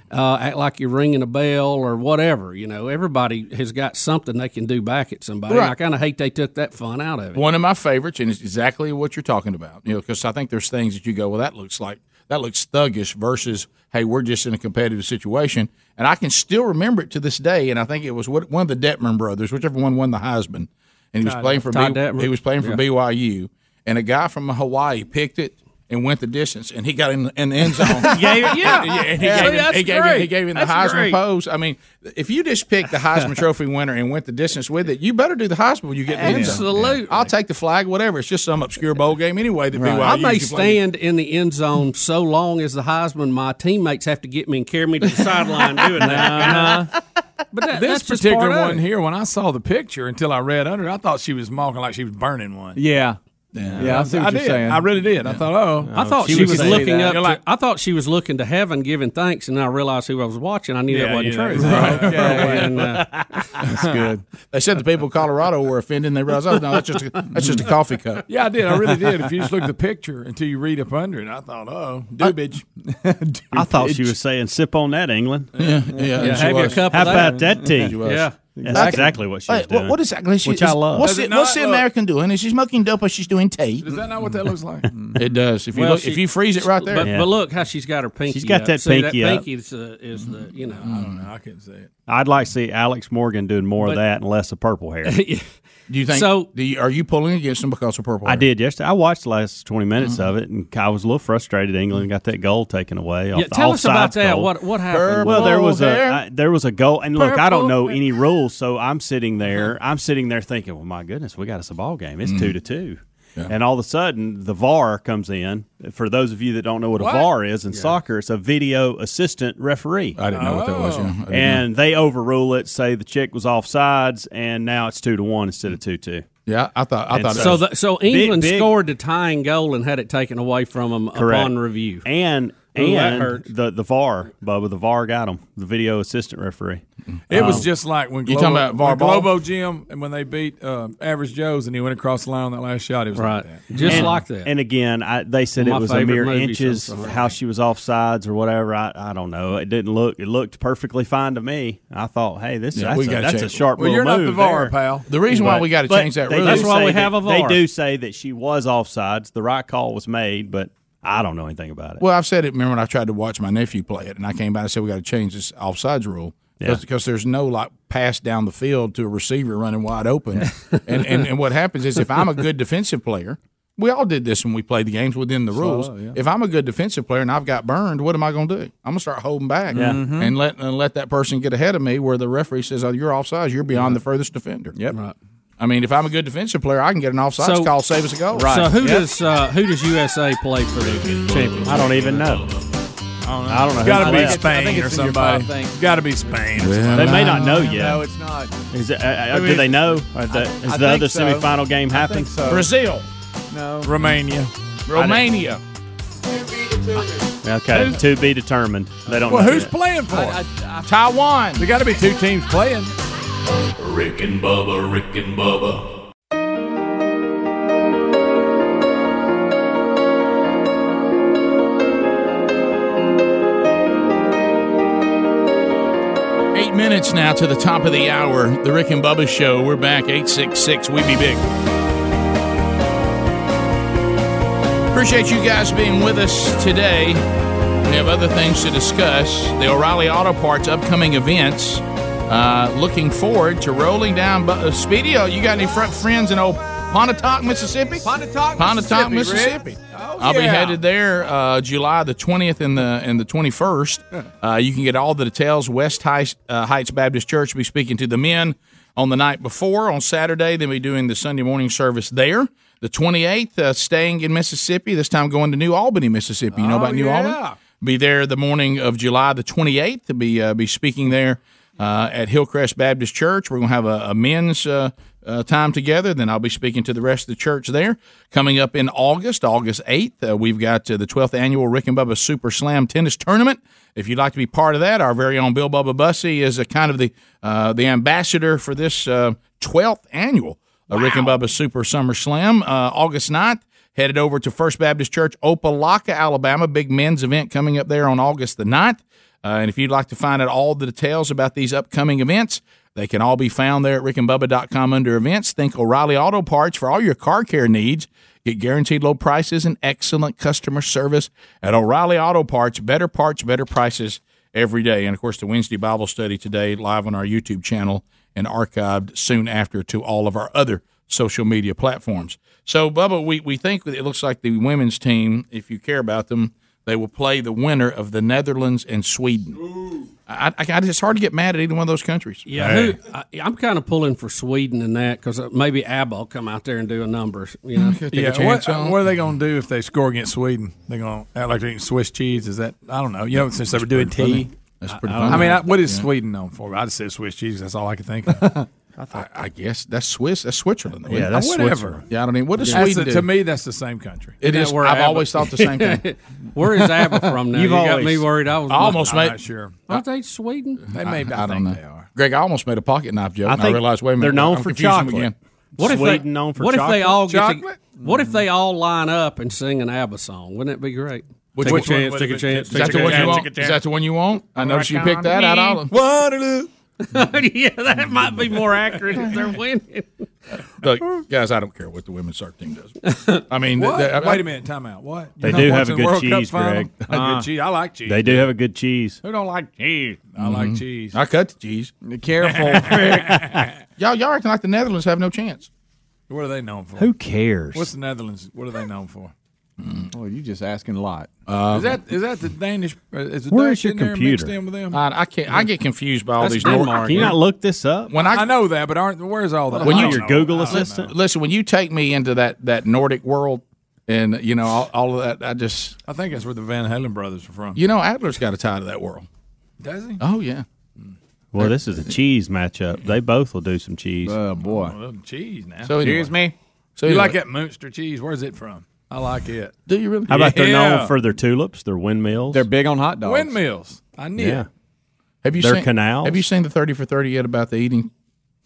S3: Uh, act like you're ringing a bell or whatever. You know, everybody has got something they can do back at somebody. And I
S2: Right.
S3: kind of hate they took that fun out of it.
S2: one of my favorites, and it's exactly what you're talking about. You know, because I think there's things that you go, well, that looks like that looks thuggish versus, hey, we're just in a competitive situation. And I can still remember it to this day. And I think it was what, one of the Detman brothers, whichever one won the Heisman, and he was playing for
S3: Todd
S2: B-
S3: Detmer.
S2: he was playing for BYU, and a guy from Hawaii picked it. And went the distance, and he got in, in the
S3: [laughs]
S2: end zone.
S3: Yeah,
S2: [laughs]
S3: yeah.
S2: and he
S3: See,
S2: gave, him,
S3: that's
S2: he, gave him, he
S3: great.
S2: gave him the
S3: That's
S2: Heisman
S3: great.
S2: pose. I mean, if you just pick the Heisman [laughs] Trophy winner and went the distance with it, you better do the Heisman when you get in the end zone.
S3: Absolutely.
S2: I'll take the flag, whatever. It's just some obscure bowl game anyway. That BYU
S3: I may
S2: can play.
S3: stand in the end zone so long as the Heisman, my teammates have to get me and carry me to the sideline doing
S6: [laughs] Uh-huh.
S3: that. But that,
S6: This
S3: that's just
S6: particular
S3: part of
S6: one
S3: it.
S6: here, when I saw the picture until I read under it, I thought she was mocking like she was burning one.
S11: Yeah. Yeah, I see what
S6: I
S11: you're
S6: did.
S11: saying.
S6: I really did. I thought, oh,
S3: I thought
S11: she
S3: she,
S11: would
S3: was
S11: say
S3: looking
S11: that.
S3: up.
S6: You're like-
S3: to, I thought she was looking to heaven, giving thanks, and then I realized who I was watching. I knew that
S6: Yeah,
S3: wasn't
S6: yeah,
S3: true.
S6: that's [laughs]
S2: [laughs]
S6: right.
S3: And, uh,
S10: [laughs]
S11: That's good.
S2: They said the people of Colorado were offended. and They realized, oh no, that's just a, that's [laughs] just a coffee cup.
S6: yeah, I did. I really did. If you just look at the [laughs] picture until you read up under it, I thought, oh, doobage.
S10: I thought she was saying, sip on that, England.
S2: Yeah, yeah. and she
S3: have you a
S2: was.
S3: cup
S10: How
S3: of that?
S10: about that tea?
S2: She was.
S3: Yeah.
S10: That's exactly what she was
S2: Hey, what,
S10: doing.
S2: what exactly? She,
S10: Which I
S2: is-
S10: love.
S2: What's,
S6: Does
S2: the,
S6: it
S2: what's
S6: not
S2: the
S6: look-
S2: American doing? Is she smoking dope or she's doing tea?
S6: Is that not what that looks like?
S2: It does. If you
S3: Well,
S2: look, if
S3: she-
S2: you freeze it right there,
S3: But,
S10: Yeah.
S3: but look how she's got her pinky.
S10: She's got
S3: up.
S10: that
S3: See,
S10: pinky
S3: That
S10: up.
S3: pinky is, uh, is the you know.
S6: I couldn't see it.
S10: I'd like to see Alex Morgan doing more of that and less of purple
S3: [laughs]
S10: hair.
S2: do you think?
S3: So-
S2: do you, are you pulling against them because of purple?
S10: I
S2: hair? Mm-hmm.
S10: did yesterday. I watched the last 20 minutes of it, and I was a little frustrated. England got that goal taken away. Off
S3: Yeah,
S10: the
S3: tell us about
S10: offsides
S3: that.
S10: goal.
S3: What what happened?
S10: Well, there was
S2: hair.
S10: a I, there was a goal, and look, I
S2: Purple
S10: don't know any rules, so I'm sitting there.
S3: Uh-huh.
S10: I'm sitting there thinking, well, my goodness, we got us a ball game.
S2: Mm-hmm.
S10: It's two to two, and all of a sudden the VAR comes in. For those of you that don't know what, a VAR is in soccer, it's a video assistant referee,
S2: I didn't know what that was. Yeah. I didn't
S10: and they overrule it, say the chick was off sides, and now it's two to one instead of two two.
S2: know. yeah, I thought I
S10: And
S2: thought it
S3: So
S2: was,
S3: the, so England
S10: big-
S3: scored the tying goal and had it taken away from them
S10: Correct.
S3: upon review.
S10: And
S3: Ooh, that
S10: and
S3: hurts.
S10: the the VAR, Bubba, the VAR got him. The video assistant referee.
S2: Mm-hmm.
S6: It
S10: Um,
S6: was just like when
S10: You
S6: Globo,
S10: talking about VAR
S6: when
S10: ball?
S6: Globo Jim and when they beat uh, Average Joe's and he went across the line on that last shot. It was like that.
S10: And- And again, I, they said
S6: My
S10: it was a
S6: favorite
S10: mere
S6: movie
S10: inches
S6: sometimes.
S10: how she was off sides or whatever. I, I don't know. It didn't look. It looked perfectly fine to me. I thought, hey, this
S2: Yeah,
S10: that's,
S2: we
S10: a,
S2: gotta
S10: that's a
S2: change-
S10: sharp.
S2: Well, you're
S10: little
S2: not the
S10: move
S2: VAR,
S10: there.
S2: pal. The reason why we gotta
S10: but
S2: change that
S10: they
S2: rule-
S10: do
S2: That's why
S10: say
S2: we have
S10: that-
S2: a VAR.
S10: They do say that she was off sides. The right call was made, but I don't know anything about it.
S2: Well, I've said it. Remember when I tried to watch my nephew play it, and I came by and said we got to change this offsides rule because there's no like pass down the field to a receiver running wide open. and, and and what happens is if I'm a good defensive player, we all did this when we played the games within the
S6: Slow,
S2: rules.
S6: yeah.
S2: If I'm a good defensive player and I've got burned, what am I going to do? I'm going to start holding back
S6: Yeah.
S3: Mm-hmm.
S6: Mhm.
S2: and let and let that person get ahead of me where the referee says, "Oh, you're offsides. You're beyond the furthest defender." Yep.
S3: Right.
S2: I mean, if I'm a good defensive player, I can get an offsides
S3: So-
S2: call, save us a goal.
S3: So who
S2: Yep.
S3: does uh, who does USA play for the championship?
S10: I don't even know. I don't know.
S6: Got to
S10: who's
S6: be
S10: left.
S6: Spain
S10: I think
S6: or
S10: it's in your
S6: somebody.
S10: five things.
S6: Got to be Spain. or
S10: Well,
S6: somebody.
S10: They may not know yet.
S11: No, it's not.
S10: Is it, uh, uh,
S11: I
S10: do
S11: mean,
S10: they know? Or the,
S11: I
S10: is the
S11: think
S10: other
S11: so.
S10: semifinal game
S11: I think
S10: happening?
S11: so.
S2: Brazil.
S11: No.
S6: Romania.
S2: Romania.
S10: Okay,
S6: Who-
S10: to be determined. They don't.
S6: Well,
S10: know
S6: who's
S10: yet.
S6: playing for?
S2: I- Taiwan.
S6: There got to be two teams playing.
S7: Rick and Bubba, Rick and Bubba,
S2: Eight minutes now to the top of the hour. The Rick and Bubba Show. We're back. 866 We Be Big. Appreciate you guys being with us today. We have other things to discuss. The O'Reilly Auto Parts upcoming events. Uh, looking forward to rolling down. Bu- uh, Speedy, oh, you got any front friends in old Pontotoc, Mississippi?
S11: Pontotoc, Mississippi,
S2: Pontotoc, Mississippi.
S11: Rick.
S2: I'll be
S11: yeah.
S2: headed there uh, July the 20th and the and the 21st. Uh, you can get all the details. West Heights, uh, Heights Baptist Church will be speaking to the men on the night before on Saturday. They'll be doing the Sunday morning service there. The 28th, uh, staying in Mississippi, this time going to New Albany, Mississippi. You know about New
S6: Oh, yeah.
S2: Albany? Be there the morning of July the 28th. They'll be, uh, be speaking there uh, at Hillcrest Baptist Church. We're going to have a, a men's uh, uh, time together. Then I'll be speaking to the rest of the church there. Coming up in August, August 8th, uh, we've got uh, the 12th annual Rick and Bubba Super Slam Tennis Tournament. If you'd like to be part of that, our very own Bill Bubba Bussey is a kind of the, uh, the ambassador for this uh, 12th annual uh, Rick and Bubba Super Summer Slam. Uh, August 9th, headed over to First Baptist Church, Opelika, Alabama. Big men's event coming up there on August the 9th. Uh, and if you'd like to find out all the details about these upcoming events, they can all be found there at rickandbubba.com under events. Think O'Reilly Auto Parts for all your car care needs. Get guaranteed low prices and excellent customer service at O'Reilly Auto Parts. Better parts, better prices every day. And of course, the Wednesday Bible study today, live on our YouTube channel and archived soon after to all of our other social media platforms. So, Bubba, we, we think that it looks like the women's team, if you care about them, they will play the winner of the Netherlands and Sweden. I, I, I- it's hard to get mad at either one of those countries.
S3: Yeah, who, I, I'm kind of pulling for Sweden in that because maybe Abba will come out there and do a number.
S10: [laughs]
S3: You know,
S6: Yeah, what, what are they going to do if they score against Sweden? They're going to act like they're eating Swiss cheese. Is that I
S3: Oh,
S6: don't know. You know, since they were doing
S3: pretty
S6: tea,
S3: funny. That's
S6: I-
S3: pretty
S6: I, don't- I
S3: funny.
S6: mean, I, what is
S3: Yeah.
S6: Sweden known for? I just said Swiss cheese. That's all I
S3: [laughs]
S6: could think of.
S2: I, I guess that's Swiss. That's Switzerland. though,
S6: Yeah,
S2: isn't it?
S6: that's
S2: Whatever.
S6: Switzerland.
S2: Yeah, I don't mean what does
S6: That's
S2: Sweden
S6: the-
S2: do?
S6: to me, that's the same country.
S2: It
S6: Isn't
S2: is.
S6: that where
S2: I've
S6: Abba-
S2: always thought the same thing.
S3: [laughs] Where is Abba
S6: [laughs]
S3: from now?
S2: [laughs] You've
S3: you got
S2: always-
S3: me worried. I was
S2: I almost
S3: I'm not
S2: made-
S3: sure. Aren't they Sweden?
S6: They may be.
S2: I, don't know. Greg, I almost made a pocket knife joke.
S10: I
S2: and I
S10: think
S2: realized. Wait a minute.
S10: they're known
S2: I'm
S10: for
S2: confusing them
S10: chocolate.
S2: Again.
S3: What if
S10: Sweden
S3: they,
S10: known for
S3: what if they
S10: chocolate?
S3: all get
S10: Chocolate?
S3: To, what if
S2: Mm-hmm.
S3: they all line up and sing an ABBA song? Wouldn't that be great?
S2: Which
S3: take
S2: one-
S3: a chance,
S2: which
S3: take a
S2: one-
S3: chance.
S2: Is that
S3: take
S2: the
S3: a
S2: one you
S3: chance.
S2: want? Is that the one you want? I noticed you picked that out. Alan.
S3: Waterloo. [laughs] yeah, that might be more accurate if they're winning.
S2: Look, guys, I don't care what the women's soccer team does. I mean,
S6: What?
S2: th- th- I-
S6: Wait a minute. Time out. What?
S10: They
S6: You're
S10: do
S6: not
S10: have a
S6: watching the
S10: good
S6: World Cup
S10: cheese,
S6: final?
S10: Greg. Uh-huh.
S6: A good cheese. I like cheese.
S10: They do have a good cheese. Mm-hmm.
S6: Who don't like cheese? I like cheese.
S2: I cut the cheese. [laughs]
S6: Careful, [laughs]
S2: y'all, y'all acting like the Netherlands have no chance.
S6: What are they known for?
S2: Who cares?
S6: What's the Netherlands? What are they known
S2: [clears throat]
S6: for?
S11: Oh, you just asking a lot.
S2: Uh,
S6: is that is that the Danish? uh, Is the
S11: Where
S6: Dutch
S11: is your
S6: in there
S11: computer?
S6: Mixed in with them?
S2: I, I can't. I get confused by all
S6: That's
S2: these.
S6: Denmark.
S2: Nor-
S6: Can you not
S10: look this up?
S2: When I,
S6: know that, but aren't where's all that?
S2: When you-
S6: I don't know. I don't know.
S2: Listen, when you take me into that that Nordic world, and you know all, all of that, I just
S6: I think that's where the Van Halen brothers are from.
S2: you know Adler's got a tie to that world.
S6: Does he?
S2: Oh yeah.
S10: Well, this is a cheese matchup. They both will do some cheese.
S11: Oh boy.
S6: Oh, cheese now.
S10: So anyway.
S6: Excuse me.
S10: So
S6: you
S10: anyway.
S6: like that Munster cheese? Where's it from? I like it.
S2: Do you really?
S10: How about they're
S6: Yeah.
S10: known for their tulips, their windmills? They're
S11: big on hot
S6: Windmills. I knew.
S10: Yeah.
S6: it.
S2: Have you
S10: Their
S2: seen,
S10: canals?
S2: Have you seen the thirty for thirty yet about the eating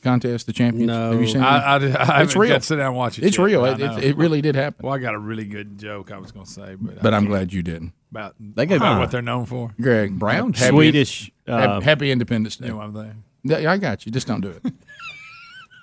S2: contest, the championship? No, have you seen
S6: I, I,
S2: that?
S6: I
S2: it's
S6: haven't
S2: real.
S6: got to sit down and watch it.
S2: It's
S6: yet,
S2: real.
S6: but I
S2: It,
S6: know.
S2: it, it really did happen.
S6: Well, I got a really good joke I was going to say, but,
S2: But
S6: I
S2: I'm
S6: can't.
S2: glad you didn't.
S6: about
S2: They gave-
S6: about
S2: Huh.
S6: what they're known for.
S2: Greg Brown, happy,
S10: Swedish,
S2: hap-
S10: uh,
S2: Happy Independence Day.
S6: You know, I'm there.
S2: Yeah, I got you. Just don't do it.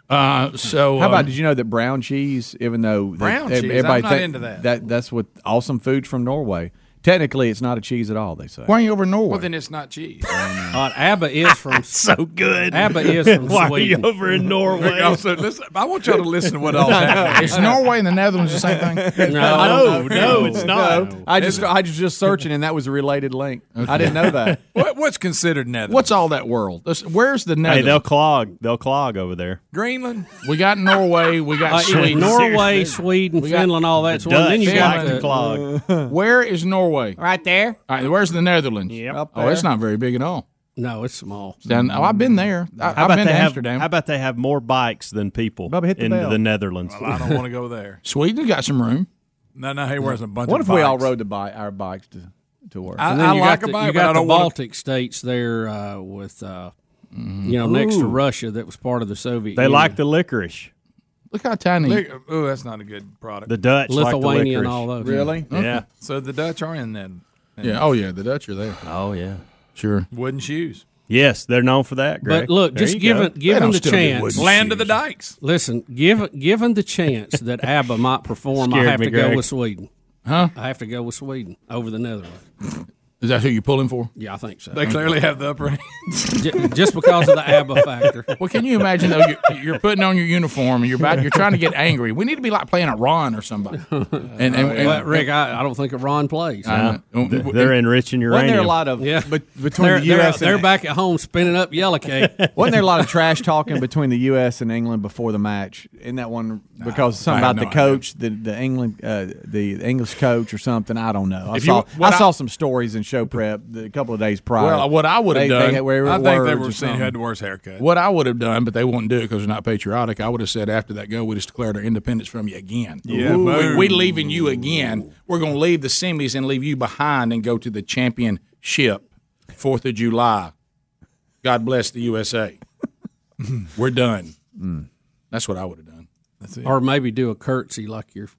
S2: uh, so
S11: How
S2: um,
S11: about did you know that brown cheese, even though that
S2: Brown
S11: ev-
S2: cheese?
S11: everybody
S2: I'm not
S11: thi-
S2: into that.
S11: that's what awesome foods from Norway. Technically, it's not a cheese at all. They say.
S2: Why are you over Norway?
S6: Well, then it's not cheese.
S2: Oh,
S3: Uh, ABBA
S11: [laughs]
S3: is from
S6: So good.
S3: ABBA is
S2: [laughs]
S3: from
S6: Why are you
S3: Sweden.
S10: over
S6: [laughs]
S10: in Norway?
S6: also, listen, I want y'all to listen
S2: [laughs]
S6: to what all happened. [laughs]
S2: Is Norway and the Netherlands the same thing?
S11: [laughs] No,
S10: no, it's not.
S11: I just I was just searching, and that was a related link. I didn't know
S2: [laughs]
S11: that.
S6: [laughs] What, what's considered Netherlands?
S2: What's all that world? This- Where's the
S10: Hey,
S2: Netherlands?
S10: they'll clog. They'll clog over there.
S6: Greenland?
S2: we got Norway. We got
S3: Uh, yeah,
S2: Sweden.
S3: Norway, Sweden,
S2: got
S3: Finland, all that's
S10: The
S3: one. Then you
S10: Dutch
S3: got
S10: like to
S3: the-
S10: clog.
S2: Where is Norway? All
S11: Right there.
S2: right, where's the Netherlands?
S10: Yep.
S2: Oh, it's not very big at all.
S3: no, it's small.
S2: It's down- oh, I've been there. I,
S10: How
S2: have
S10: about
S2: been
S10: they
S2: to
S10: have?
S2: Amsterdam.
S10: How about they have more bikes than people
S11: Bubba, hit the
S10: in
S11: bell.
S10: the Netherlands?
S6: I don't want to go
S2: [laughs]
S6: there.
S2: Sweden got some room.
S6: No, no, he wears a bunch
S11: What
S6: of
S11: if we all
S6: bikes.
S11: rode the bi- our bikes to to work?
S6: I,
S3: And then
S6: I
S3: you
S6: like
S3: got
S6: a
S3: the,
S6: bike,
S3: you
S6: but I
S3: got the
S6: don't want to.
S3: Baltic states there uh, with, uh, you know, next to Russia that was part of the Soviet
S10: They
S3: Union.
S10: like the licorice.
S2: Look how tiny.
S6: Oh, that's not a good product.
S10: The Dutch like the
S3: Lithuania
S10: licorice.
S3: and all those.
S11: really?
S10: Yeah.
S6: so the Dutch are in then
S2: yeah. Oh yeah, the Dutch are there.
S10: Oh yeah.
S2: Sure.
S6: wooden shoes.
S10: Yes, they're known for that. Greg.
S3: But look,
S10: There
S3: just
S10: you go.
S3: given given
S2: don't
S3: the
S2: still do
S3: chance,
S2: wooden
S6: Land of the Dykes.
S3: listen, given given the chance that ABBA might perform, I
S10: Scared
S3: have
S10: me,
S3: to go
S10: Greg.
S3: with Sweden.
S2: Huh?
S3: I have to go with Sweden over the Netherlands.
S2: Is that who you're pulling for?
S3: Yeah, I think so.
S6: They clearly have
S3: [laughs]
S6: the upper hand.
S3: J- just because of the ABBA factor.
S2: Well, can you imagine
S3: [laughs]
S2: though? You're, you're putting on your uniform and you're about, you're trying to get angry. We need to be like playing a Ron
S3: [laughs]
S2: or somebody. And, and, and-
S3: Well, Oh, Rick, I, I don't think Iran plays.
S10: Uh,
S2: I know.
S10: Th- they're enriching
S11: Wasn't
S10: uranium.
S11: there a lot of
S3: Yeah.
S11: bet- between
S3: they're,
S11: the
S3: they're,
S11: U.S.
S3: they're
S11: and
S3: back at home spinning up yellow cake.
S11: [laughs] Wasn't there a lot of trash talking
S3: [laughs]
S11: between the U.S. and England before the match? In that one, because something
S6: I have
S11: about the
S6: no idea.
S11: coach, the the England, uh, the English coach or something. I don't know. I
S2: If you-
S11: saw
S2: what
S11: I
S2: I-
S11: saw some stories in show prep the, a couple of days prior.
S2: Well, what I would've
S11: They-
S2: done-
S11: they were
S6: I think they
S11: words
S6: were
S11: or
S6: saying
S11: something.
S6: who had the worst haircut.
S2: [laughs] what I would have done, but they wouldn't do it because they're not patriotic. I would have said after that go, we just declared our independence from you again.
S6: Yeah,
S2: we,
S6: boom.
S2: we leaving you again. We're going to leave the semis and leave you behind and go to the championship, Fourth of July. God bless the USA. We're done.
S11: Mm.
S2: That's what I would have done.
S3: or maybe do a curtsy like you're,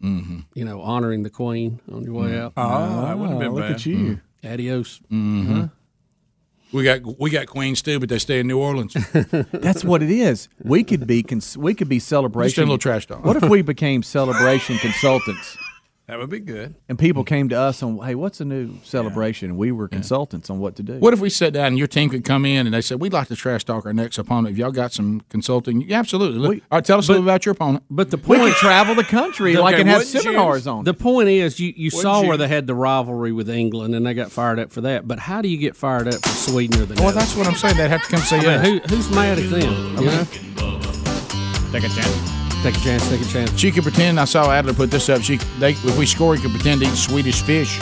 S3: you know, honoring the queen on your way out.
S6: Oh, that wouldn't have
S11: Mm.
S6: been
S11: Ah, Look
S6: bad.
S11: at you.
S3: Adios.
S2: We got we got Queens too, but they stay in New [laughs] Orleans.
S11: That's what it is. We could be cons- we could be
S2: Just a
S11: celebration.
S2: little trash talk.
S11: What if we became celebration consultants?
S6: That would be good.
S11: And people came to us on, hey, what's a new celebration? And we were consultants on what to do.
S2: What if we sat down and your team could come in and they said, We'd like to trash talk our next opponent. If y'all got some consulting, yeah, absolutely. Look-
S11: We-
S2: all right, tell us a little about your opponent.
S3: But the
S11: we could
S3: point,
S11: travel the country like
S6: Okay,
S11: and have
S6: wouldn't you-
S11: seminars on. it.
S3: the point is, you, you saw
S6: you-
S3: where they had the rivalry with England, and they got fired up for that. But how do you get fired up for Sweden or the
S2: Well,
S3: Netherlands?
S2: that's what I'm saying. They'd have to come say
S3: I
S2: yes.
S3: mean, who, who's mad at them? You know?
S10: Take a chance.
S3: Take a chance. Take a chance.
S2: She could pretend. I saw Adler put this up. She, they, if we score, he could pretend to eat Swedish fish.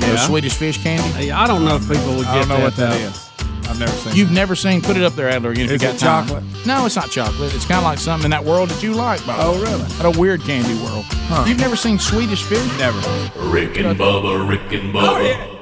S2: Yeah. Swedish fish candy.
S3: Hey, I don't know if people would get
S6: I don't know
S3: that.
S6: what that
S3: though.
S6: is. I've never seen.
S2: You've never seen. Put it up there, Adler. Again, if
S6: Is
S2: you got
S6: it
S2: time.
S6: chocolate?
S2: No, it's not chocolate. It's kind of like something in that world that you like. By the way.
S6: Oh, really?
S2: At a weird candy world. You've never seen Swedish fish?
S6: never.
S7: Rick and Bubba, Rick and Bubba.
S11: Oh,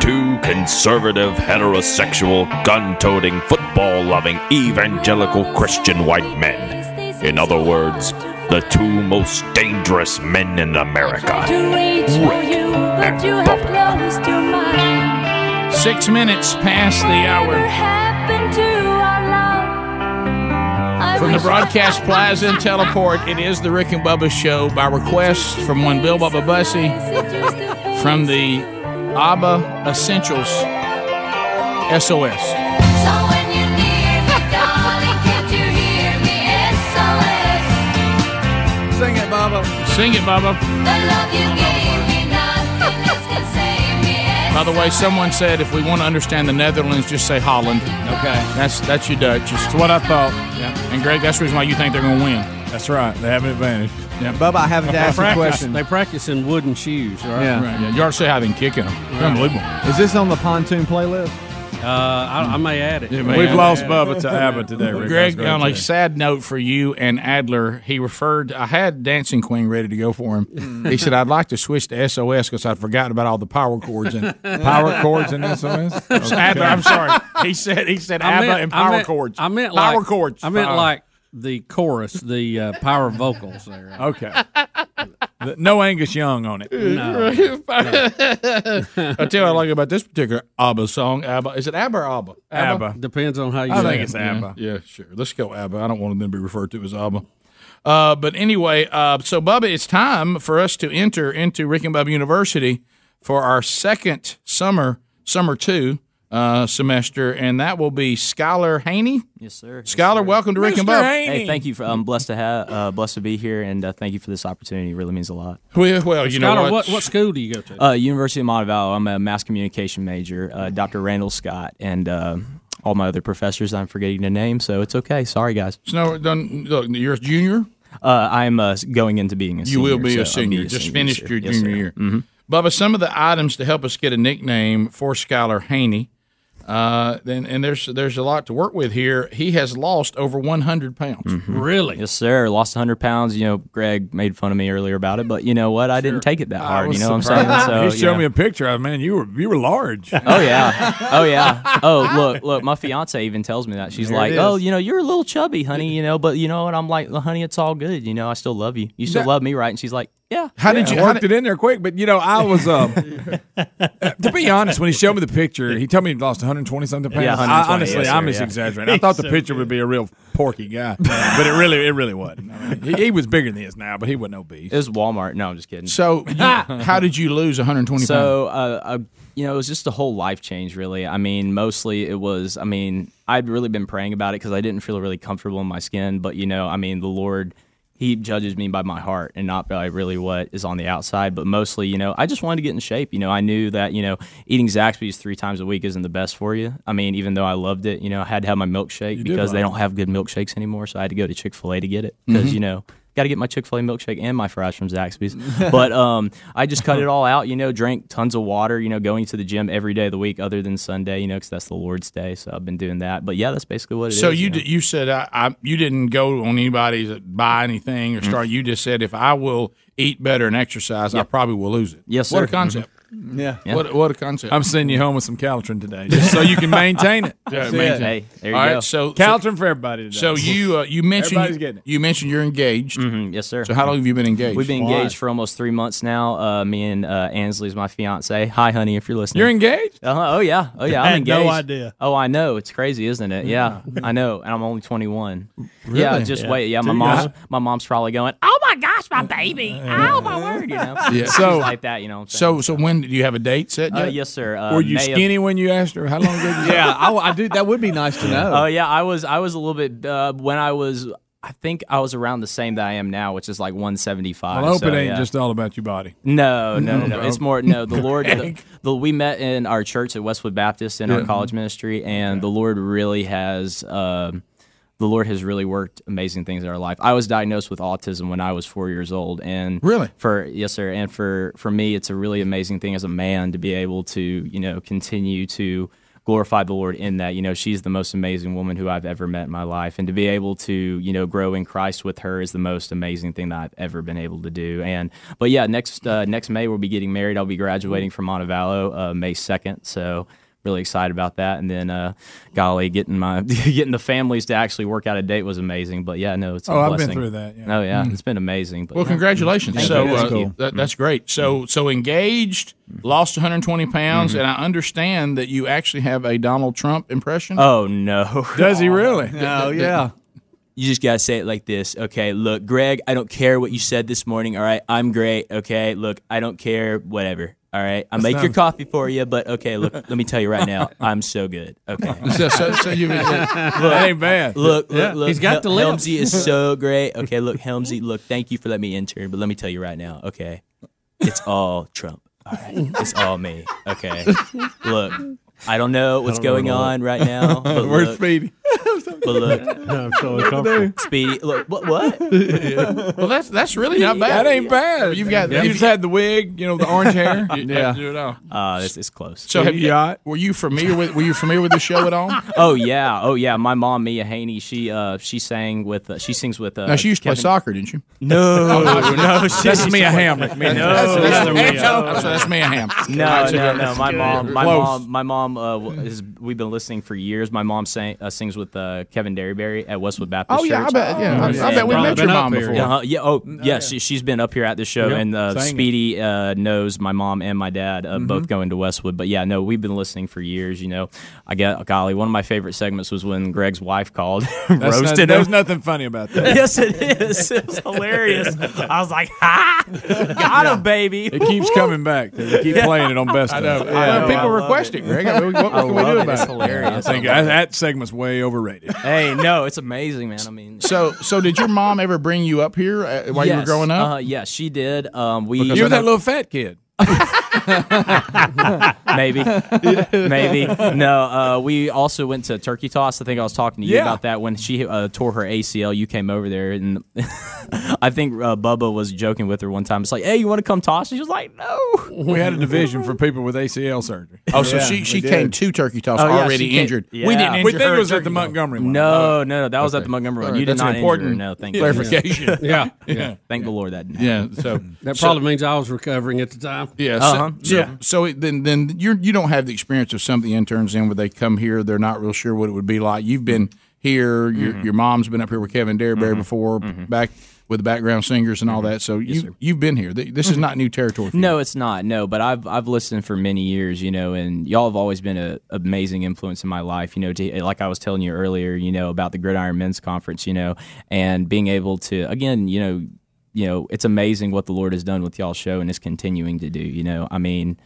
S1: Two conservative, heterosexual, gun toting, football loving, evangelical Christian white men. In other words, the two most dangerous men in America.
S4: To reach for you, but you have closed your mind.
S2: Six minutes past the
S4: Whatever
S2: hour.
S4: happened to our love? I
S2: From the
S4: wish-
S2: broadcast plaza and teleport, it is the Rick and Bubba show by request from one Bill Bubba Bussy
S4: It used to be
S2: from the
S4: so-
S2: ABBA Essentials SOS.
S4: So when you need me, darling, can't you hear me? SOS.
S11: Sing it, Baba.
S2: Sing it, Bubba.
S4: The love you gave me, nothing else can save me.
S2: By the way, someone said if we want to understand the Netherlands, just say Holland.
S6: Okay.
S2: That's that's your Dutch. It's-
S6: What I thought.
S2: yeah. And Greg, that's the reason why you think they're going to win.
S6: That's right. They have an advantage.
S11: Bubba, I haven't asked a question.
S3: They practice in wooden shoes, right?
S11: Yeah.
S2: Right. Yeah. You ought to say how they can kick them. Unbelievable.
S11: Is this on the pontoon playlist?
S3: Uh, I, I may add it.
S2: You may
S6: We've
S2: add
S6: lost
S2: it.
S6: Bubba to Abba today, Rick. That's
S2: Greg,
S6: great
S2: on a
S6: today.
S2: sad note for you and Adler, he referred. I had Dancing Queen ready to go for him. he said, "I'd like to switch to SOS because I'd forgotten about all the power chords [laughs] and
S6: Power chords and SOS?
S2: [laughs]
S6: Okay.
S2: Adler, I'm sorry. [laughs] He said he said
S3: I
S2: ABBA
S3: meant-
S2: and
S3: I
S2: power
S3: meant-
S2: chords.
S3: I meant
S2: power
S3: like,
S2: chords.
S3: I meant
S6: Uh.
S2: Power.
S3: like the chorus, the uh, power vocals there.
S6: Okay. The- no Angus Young on it.
S2: [laughs] No. I tell you, what
S3: [laughs]
S2: I like about this particular ABBA song. ABBA is it ABBA or ABBA?
S6: ABBA.
S3: Depends on how you.
S2: I
S3: say
S2: think
S3: it.
S2: it's ABBA. Yeah, sure. Let's go ABBA. I don't want them to be referred to as ABBA. Uh, but anyway, uh, so Bubba, it's time for us to enter into Rick and Bubba University for our second summer, summer two uh, semester, and that will be Skylar Haney.
S12: [laughs] Yes, sir.
S2: Skylar, welcome to Rick and Bubba.
S12: Hey, thank you for um, blessed to have uh, blessed to be here, and uh, thank you for this opportunity. It really means a lot.
S2: Well, well you know
S12: Skylar,
S2: what?
S12: what-
S3: What school do you go to?
S12: Uh, University of Montevallo. I'm a mass communication major. Uh, Dr. Randall Scott and uh, all my other professors. I'm forgetting their name, so it's okay. Sorry, guys.
S2: No, done. Look, you're a junior.
S12: Uh, I'm uh, going into being a.
S2: You will be
S12: so
S2: a
S12: I'll
S2: senior. Just finished
S12: this
S2: your
S12: Yes,
S2: junior
S12: sir. Mm-hmm.
S2: year. Bubba, some of the items to help us get a nickname for Skylar Haney. Uh, and, and there's there's a lot to work with here. He has lost over 100 pounds.
S3: Really?
S12: Mm-hmm. Yes, sir. Lost 100 pounds. You know, Greg made fun of me earlier about it, but you know what? I didn't take it that hard. You know what I'm saying? So,
S6: he
S12: you
S6: showed
S12: know.
S6: me a picture of man. You were you were large.
S12: Oh yeah. Oh yeah. Oh look, look. My fiance even tells me that she's
S6: There it
S12: like,
S6: is.
S12: "Oh, you know, you're a little chubby, honey. You know, but you know what? I'm like, well, honey, it's all good. You know, I still love you. You still
S6: That-
S12: love me, right?" And she's like, "Yeah."
S6: How did
S12: Yeah.
S6: you worked it in there quick? But you know, I was um, to be honest. When he showed me the picture, he told me he lost 120 something pounds.
S12: Yeah,
S6: I,
S12: 120,
S6: honestly,
S12: yes,
S6: I
S12: sir,
S6: mis
S12: yeah.
S6: exaggerated. I thought the
S12: So
S6: picture would be a real porky
S2: [laughs]
S6: guy, but it really, [laughs] it really wasn't. I mean, he, he was bigger than he is now, but he wasn't obese.
S12: It was Walmart. No, I'm just kidding.
S2: So,
S12: [laughs]
S2: you, how did you lose 120 pounds?
S12: So, uh, uh, you know, it was just a whole life change, really. I mean, mostly it was, I mean, I'd really been praying about it because I didn't feel really comfortable in my skin. But, you know, I mean, the Lord, He judges me by my heart and not by really what is on the outside. But mostly, you know, I just wanted to get in shape. You know, I knew that, you know, eating Zaxby's three times a week isn't the best for you. I mean, even though I loved it, you know, I had to have my milkshake
S2: did
S12: because they
S2: love it.
S12: don't have good milkshakes anymore. So I had to go to Chick fil A to get it because,
S2: Mhm.
S12: you know, Got to get my Chick Fil A milkshake and my fries from Zaxby's,
S2: [laughs]
S12: but um, I just cut it all out. You know, drank tons of water. You know, going to the gym every day of the week, other than Sunday. You know, because that's the Lord's day, so I've been doing that. But yeah, that's basically what it is.
S2: So you
S12: know.
S2: did, you said I, I you didn't go on anybody's uh, buy anything or
S12: Mhm.
S2: start. You just said if I will eat better and exercise, I
S12: Yep.
S2: probably will lose it.
S12: Yes,
S2: What
S12: sir.
S2: a concept.
S6: Mm-hmm. Yeah.
S2: What, what a concept.
S6: I'm sending you home with some Caltrin today,
S2: [laughs]
S6: just so you can maintain it.
S2: Yeah,
S6: That's it.
S2: maintain it. Hey, there you All right, go. so-
S6: Caltrin for everybody. Today.
S2: So you uh, you
S6: Everybody's
S2: mentioned
S6: getting
S2: you,
S6: it.
S2: mentioned you're engaged.
S12: Mm-hmm. Yes, sir.
S2: So
S12: [laughs]
S2: how long have you been engaged?
S12: We've been
S2: Why?
S12: engaged for almost three months now. Uh, me and uh, Ansley's my fiance. Hi, honey, if you're listening.
S6: You're engaged?
S12: Uh-huh. Oh yeah. Oh yeah.
S6: I
S12: I'm
S6: had no
S12: engaged.
S6: idea.
S12: Oh, I know. It's crazy, isn't it? Yeah, I know. And I'm only 21. Yeah.
S6: Really?
S12: Just
S6: Yeah.
S12: wait. Yeah. My
S6: Dude,
S12: mom's
S6: I-
S12: my mom's probably going. Oh my gosh, my
S2: [laughs]
S12: baby. Oh my [laughs] word. You know. She's
S2: So
S12: like that. You know. What I'm saying?
S2: So so when do you have a date set?
S12: Uh,
S2: yet?
S12: yes, sir. Uh,
S6: Were you
S12: May of-
S6: skinny when you asked her? How long ago? Did you
S11: Yeah, I, I do. That would be nice to know.
S12: Oh yeah, I was I was a little bit uh, when I was I think I was around the same that I am now, which is like 175.
S6: Well, I hope
S12: so,
S6: it ain't
S12: yeah.
S6: just Mm-hmm. all about your body.
S2: [laughs]
S12: No, no, no,
S6: No,
S12: no.
S6: bro.
S12: It's more no.
S6: [laughs]
S12: The Lord, the,
S6: Heck.
S12: the- we met in our church at Westwood Baptist in
S6: Yeah.
S12: our college ministry, and the Lord really has. um the Lord has really worked amazing things in our life. I was diagnosed with autism when I was four years old, and
S2: Really?
S12: for yes, sir. And for for me, it's a really amazing thing as a man to be able to you know continue to glorify the Lord in that. You know, she's the most amazing woman who I've ever met in my life, and to be able to you know grow in Christ with her is the most amazing thing that I've ever been able to do. And but yeah, next uh, next May we'll be getting married. I'll be graduating from Montevallo uh, May second, so really excited about that. And then, uh, golly, getting my [laughs] getting the families to actually work out a date was amazing. But yeah, no, it's a
S6: Oh, I've been
S12: blessing.
S6: through that, yeah.
S12: Oh yeah,
S6: Mm.
S12: it's been amazing. But
S2: Well,
S12: yeah.
S2: congratulations.
S12: Thank
S2: so
S12: you. Mm-hmm.
S2: uh,
S12: Thank you.
S2: that, that's great. So so engaged, lost 120 pounds,
S12: Mm-hmm.
S2: and I understand that you actually have a Donald Trump impression.
S12: Oh no,
S6: [laughs] Does he
S2: [laughs]
S6: really? Oh,
S12: No, yeah. You just gotta say it like this, okay? Look, Greg, I don't care what you said this morning. All right, I'm great. Okay, look, I don't care. Whatever. All right, I
S2: That's
S12: make
S2: not-
S12: your coffee for you, but okay, look, [laughs] let me tell you right now, I'm so good. Okay,
S2: [laughs] So- so- so
S12: [laughs]
S2: you- That ain't bad.
S12: Look,
S2: Yeah.
S12: look, look,
S2: He's got
S12: Hel-
S2: the lips.
S12: Helmsy is so great. Okay, look, Helmsy, look, thank you for letting me intern, but let me tell you right now, okay, it's all Trump. All right, it's all me. Okay, look, I don't know what's
S6: I don't know
S12: going
S6: what all-
S12: on right now. But
S2: [laughs]
S6: Where's
S12: look,
S6: Speedy?
S12: [laughs] But look,
S2: I'm so uncomfortable.
S12: Speedy, look, what?
S2: [laughs]
S12: what?
S2: well, that's that's really not bad.
S6: That ain't bad.
S2: You've got-
S6: you just had the wig, you know, the orange
S2: [laughs]
S6: hair.
S2: You- you have to do it all.
S12: Uh, it's, it's close.
S2: So, have you, were you familiar with were you familiar with the show at all?
S12: Oh yeah, oh yeah. My mom, Mia Haney, she uh, she sang with uh, she sings with. Uh,
S2: now she Oh, used to play
S12: Kevin-
S2: soccer, didn't you? [laughs]
S12: No, Oh, no, she
S2: that's
S12: used
S2: Mia
S12: to play-
S2: Hamrick.
S12: No, that's
S2: that's, that's,
S12: the
S2: that's,
S12: real-
S2: I'm sorry, that's Mia Ham.
S12: [laughs] No, no, no. My mom, my
S2: Close.
S12: mom, my mom. Uh, w- is, we've been listening for years. My mom sang, uh, sings with uh, Kevin Derryberry at Westwood Baptist
S2: Oh,
S12: Church.
S2: yeah, I bet- yeah, I- I bet
S12: And- uh,
S2: we met your Been up mom here, before. yeah.
S12: Uh-huh, yeah, oh, yeah. She, she's been up here at the show,
S2: Yep,
S12: and uh,
S2: sang it.
S12: Speedy uh, knows my mom and my dad uh,
S2: Mm-hmm.
S12: both going to Westwood. But yeah, no, we've been listening for years. You know, I got golly, one of my favorite segments was when Greg's wife called, [laughs]
S6: That's not-
S12: roasted
S6: there's
S12: him.
S6: nothing funny about that.
S12: [laughs] yes, it is. It was hilarious. I was like, ha, got him, baby.
S6: It keeps coming back. They keep playing it on best.
S12: I know.
S6: Of.
S12: I know.
S6: People
S12: I love
S6: request it,
S12: it.
S6: Greg. I mean, what, what
S12: I
S6: can we
S12: love
S6: do
S12: it.
S6: about
S12: It's
S6: it?
S12: hilarious.
S6: I think
S12: I love
S6: that,
S12: it.
S6: that segment's way overrated.
S12: Hey, no, it's amazing, man. I mean,
S2: So, so did your mom ever bring you up here uh, while you were
S12: Yes,
S2: growing up?
S12: Uh, yeah, she did. Um, we
S2: Because I know-
S6: fat kid.
S12: [laughs] maybe,
S6: [laughs]
S12: maybe. No, uh, we also went to Turkey Toss. I think I was talking to you
S6: Yeah.
S12: about that when she uh, tore her ACL. You came over there, and [laughs] I think uh, Bubba was joking with her one time. It's like, hey, you want to come toss? She was like, no.
S6: We had a division for people with ACL surgery.
S2: Oh, so she she came to Turkey Toss
S6: Oh, yeah,
S2: already
S6: she came-
S2: injured.
S6: yeah. We didn't injure
S2: think
S6: her
S2: it was
S6: at
S2: at the
S6: Turkey Toss.
S2: Montgomery one.
S12: No, no, no, that was at the Montgomery one.
S2: All
S12: You
S2: right,
S12: did
S2: that's an
S12: not injure her.
S2: important
S12: No, thank
S2: clarification.
S3: [laughs]
S12: You.
S2: [laughs] Yeah, yeah.
S12: Thank the Lord that. Didn't
S2: Yeah,
S12: happen.
S2: so
S3: That
S2: so-
S3: probably means I was recovering at the time.
S2: Yeah. So,
S3: Uh-huh.
S2: so,
S3: Yeah.
S2: so it, then then you you don't have the experience of some of the interns in where they come here, they're not real sure what it would be like. You've been
S3: Mm-hmm.
S2: here, your
S6: Mhm.
S2: your mom's been up here with Kevin Derryberry before, back with the background singers and all
S3: Mm-hmm.
S2: that. So you you've been here. Th- This is
S3: [laughs]
S2: not new territory. For you.
S12: No, it's not. No, but I've I've listened for many years, you know, and y'all have always been a amazing influence in my life, you know. To, like I was telling you earlier, you know, about the Gridiron Men's Conference, you know, and being able to again, you know, you know, it's amazing what the Lord has done with y'all's show and is continuing to do. You know, I mean.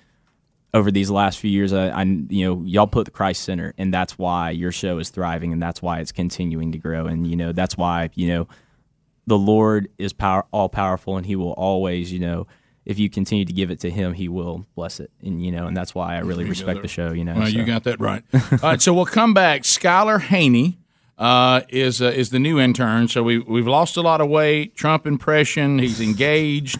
S12: Over these last few years, I, I, you know, y'all put the Christ Center, and that's why your show is thriving, and that's why it's continuing to grow, and you know, that's why you know the Lord is power, all powerful, and He will always, you know, if you continue to give it to Him, He will bless it, and you know, and that's why I really
S2: You
S12: respect the
S2: got that-
S12: show. You know,
S2: Well,
S12: so.
S2: you got that
S11: [laughs]
S2: right. All right, so we'll come back. Skylar Haney uh, is uh, is the new intern. So we we've lost a lot of weight. Trump impression. He's
S3: [laughs]
S2: engaged.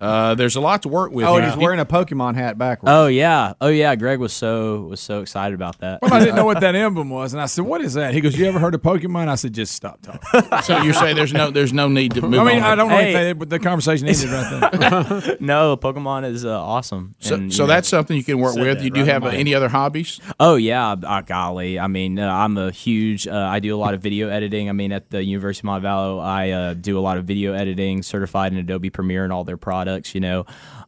S2: Uh, there's a lot to work with.
S11: Oh, and
S2: here.
S11: he's wearing a Pokemon hat backwards.
S12: Oh yeah, oh yeah. Greg was so was so excited about that.
S6: Well, I didn't know what that emblem was, and I said, "What is that?" He goes, "You ever heard of Pokemon?" I said, "Just stop talking."
S2: [laughs] So you say there's no there's no need to move.
S6: I mean,
S2: on.
S6: I don't know
S12: Hey.
S6: anything, but the conversation ended
S12: [laughs]
S6: right there.
S12: no, Pokemon is uh, awesome.
S2: So,
S12: and, you
S2: so
S12: know.
S2: that's something you can work
S12: Said
S2: with.
S12: that
S2: you do
S12: right
S2: have
S12: in
S2: uh,
S12: my-
S2: any other hobbies?
S12: Oh yeah, uh, golly. I mean, uh, I'm a huge. Uh, I do a lot of video editing. I mean, at the University of Montevallo, I uh, do a lot of video editing, certified in Adobe Premiere and all their products. You know,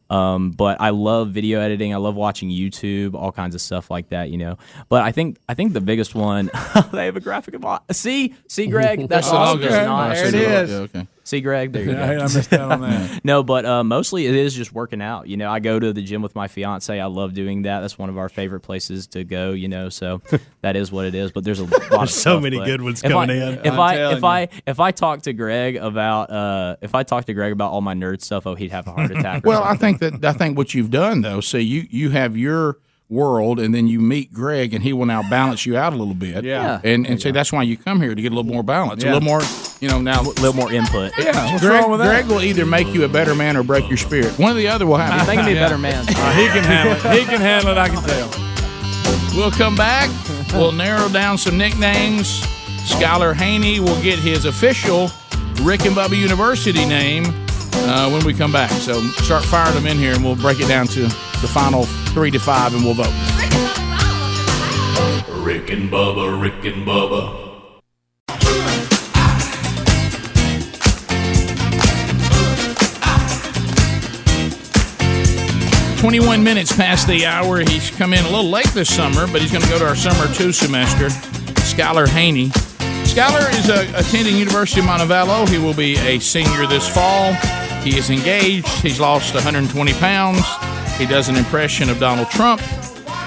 S12: um, but I love video editing. I love watching YouTube, all kinds of stuff like that. You know, but I think I think the biggest one. [laughs] they have a graphic of all. [laughs] See,
S13: [laughs]
S12: see,
S2: [laughs]
S12: Greg. That's
S2: That's the
S12: awesome.
S2: logo.
S12: It's not-
S2: Oh,
S12: there it
S2: see the logo.
S12: is.
S2: Yeah, okay.
S12: See, Greg. There you
S6: Yeah,
S12: go.
S6: I missed out on that.
S12: [laughs] No, but uh, mostly it is just working out. You know, I go to the gym with my fiance. I love doing that. That's one of our favorite places to go. You
S13: [laughs]
S12: know, so that is what it is. But there's a lot of
S13: There's so
S12: stuff,
S13: many
S12: but
S13: good ones
S12: if
S13: coming
S12: I,
S13: in.
S12: If
S13: I'm
S12: I
S13: telling
S12: if
S13: you.
S12: I if I talk to Greg about uh, if I talk to Greg about all my nerd stuff, oh, he'd have a heart attack.
S13: [laughs]
S12: or
S2: Well, I think that I think what you've done though, see, you you have your world, and then you meet Greg, and he will now balance you out a little bit.
S12: Yeah.
S2: and and see, that's why you come here to get a little more balance, a
S12: Yeah.
S2: little more, you know, now a
S12: little more input.
S2: Yeah,
S12: What's
S2: Greg,
S12: wrong with that?
S2: Greg will either make you a better man or break your spirit. One or the other will happen.
S12: I think he'd be a better man.
S6: Uh, he can handle it. He can handle it. I can tell.
S2: We'll come back. We'll narrow down some nicknames. Skylar Haney will get his official Rick and Bubba University name uh, when we come back. So start firing them in here, and we'll break it down to the final three to five, and we'll vote.
S7: Rick and Bubba, Rick and Bubba,
S2: Twenty-one minutes past the hour. He's come in a little late this summer, but he's going to go to our summer two semester. Skylar Haney. Skylar is uh, attending University of Montevallo. He will be a senior this fall. He is engaged. He's lost 120 pounds. He does an impression of Donald Trump.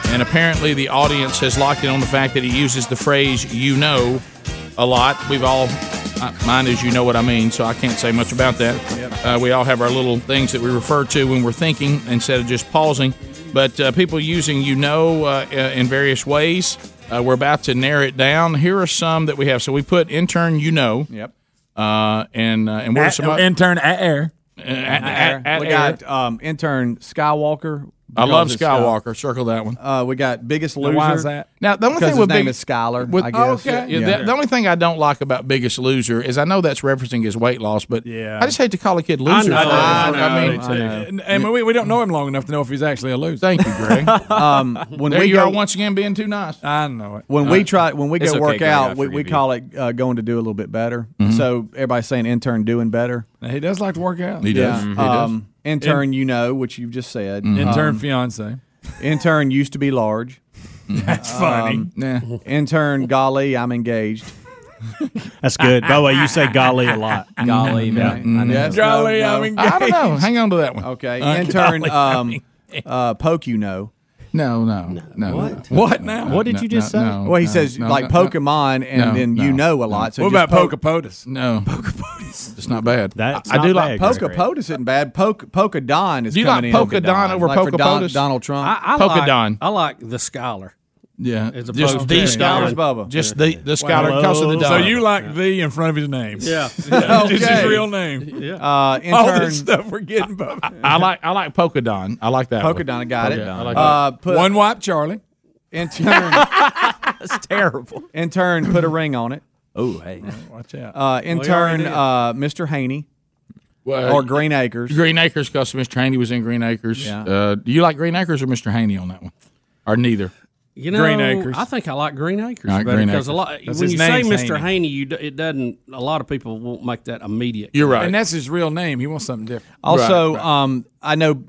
S2: And apparently, the audience has locked in on the fact that he uses the phrase you know a lot. We've all, uh, mine is you know what I mean, so I can't say much about that. Uh, we all have our little things that we refer to when we're thinking instead of just pausing. But uh, people using you know uh, uh, in various ways. Uh, we're about to narrow it down. Here are some that we have. So we put intern, you know.
S11: Yep.
S2: Uh, and uh, and what are
S11: At- oh,
S2: some oth-
S6: intern at air.
S2: at- Uh, at- at
S11: we
S2: air.
S11: got um, intern Skywalker.
S2: I love
S11: because it's, uh,
S2: Skywalker. Circle that one.
S11: Uh, we got biggest
S2: Now,
S11: loser.
S2: why is that? Now, the only
S11: Because
S2: thing
S11: his
S2: with
S11: name
S2: Big-
S11: is Skyler.
S2: With-
S11: I guess.
S2: Okay. Yeah, The, the only thing I don't like about Biggest Loser is I know that's referencing his weight loss, but yeah. I just hate to call a kid loser.
S6: I know.
S2: I, mean, uh,
S6: and, and we, we don't know him long enough to know if he's actually a loser.
S2: Thank you,
S6: [laughs]
S2: Greg.
S11: um, when
S2: there
S11: we
S2: you
S11: go,
S2: are once again being too nice.
S6: I know it.
S11: when we try when we go
S2: Uh, It's okay,
S11: work
S2: Greg, I
S11: out, we, we
S2: forgive you. Mm-hmm.
S11: call it uh, going to do a little bit better.
S6: Mhm.
S11: So everybody's saying intern doing better.
S6: Now, he does like to work out.
S2: Mm-hmm.
S11: Um, intern, you know, which you've just said.
S6: Mhm. Intern
S11: Um,
S6: fiance.
S11: Intern used to be
S2: [laughs]
S11: large. Um,
S6: That's funny. Nah.
S11: [laughs] Intern, golly, I'm
S2: [laughs]
S11: engaged.
S10: That's good. By the way, you say golly a lot.
S11: Golly,
S10: Yeah. Mm-hmm.
S11: man. I know.
S10: Yes.
S2: Golly, I'm I don't know. Hang on to that one.
S11: Okay.
S2: Mm-hmm. Uh,
S11: intern,
S2: golly, I'm
S11: um, uh, poke you know.
S2: No, no, no.
S11: What?
S2: What now?
S11: What did
S2: No,
S11: you just
S2: no,
S11: say?
S2: no,
S11: well, he
S2: no,
S11: says
S2: no,
S11: like
S2: no, no.
S11: Pokemon, and
S2: No,
S11: then you
S2: no,
S11: know a
S2: no.
S11: lot. So
S2: What
S11: just
S2: about
S11: poke-
S6: Pokepotus?
S2: No, Pokepotus. It's not bad. I, I do like
S11: Polka Potus isn't bad. Polka Polka Don is
S2: Do you like
S11: coming
S2: Polka
S11: in.
S2: Don over
S11: like for
S2: Polka
S11: Don-
S2: Potus?
S11: Donald Trump. [laughs]
S2: I- I Polka like- Don.
S3: I like the scholar.
S2: Yeah,
S3: As
S2: Just
S3: opposed
S2: the
S3: to-
S2: scholar.
S11: Bubba.
S2: Just the the scholar because of the
S6: So
S2: dog.
S6: you like the in front of his name? [laughs]
S2: Yeah.
S6: It's his
S2: Okay.
S6: real name.
S11: Yeah. Uh,
S6: [laughs] All
S11: intern-
S6: this stuff we're getting, Bubba.
S2: I like I like Polka Don. I like that.
S11: Polka
S2: one.
S11: Don, I got
S2: Polka
S11: it.
S2: Don. I like
S11: Uh,
S2: that.
S11: put-
S6: One wipe, Charlie.
S11: Intern.
S10: That's terrible.
S11: Intern, put a ring on it.
S10: Oh, hey.
S6: Watch out.
S11: Uh, intern, uh, Mr. Haney.
S2: Well,
S11: Uh, or Green Acres.
S2: Green Acres because Mr. Haney was in Green Acres. Uh, do you like Green Acres or Mr. Haney on that one, or neither?
S3: You know,
S2: Green Acres.
S3: I think I like Green Acres
S2: Like
S3: better
S2: Green
S3: because a
S2: Acres.
S3: lot
S2: That's
S3: when
S2: his
S3: you say
S2: name's
S3: Mr.
S2: Haney.
S3: Haney, you d- it doesn't. A lot of people won't make that immediate.
S6: And that's his real name. He wants something different.
S11: Also, um, I know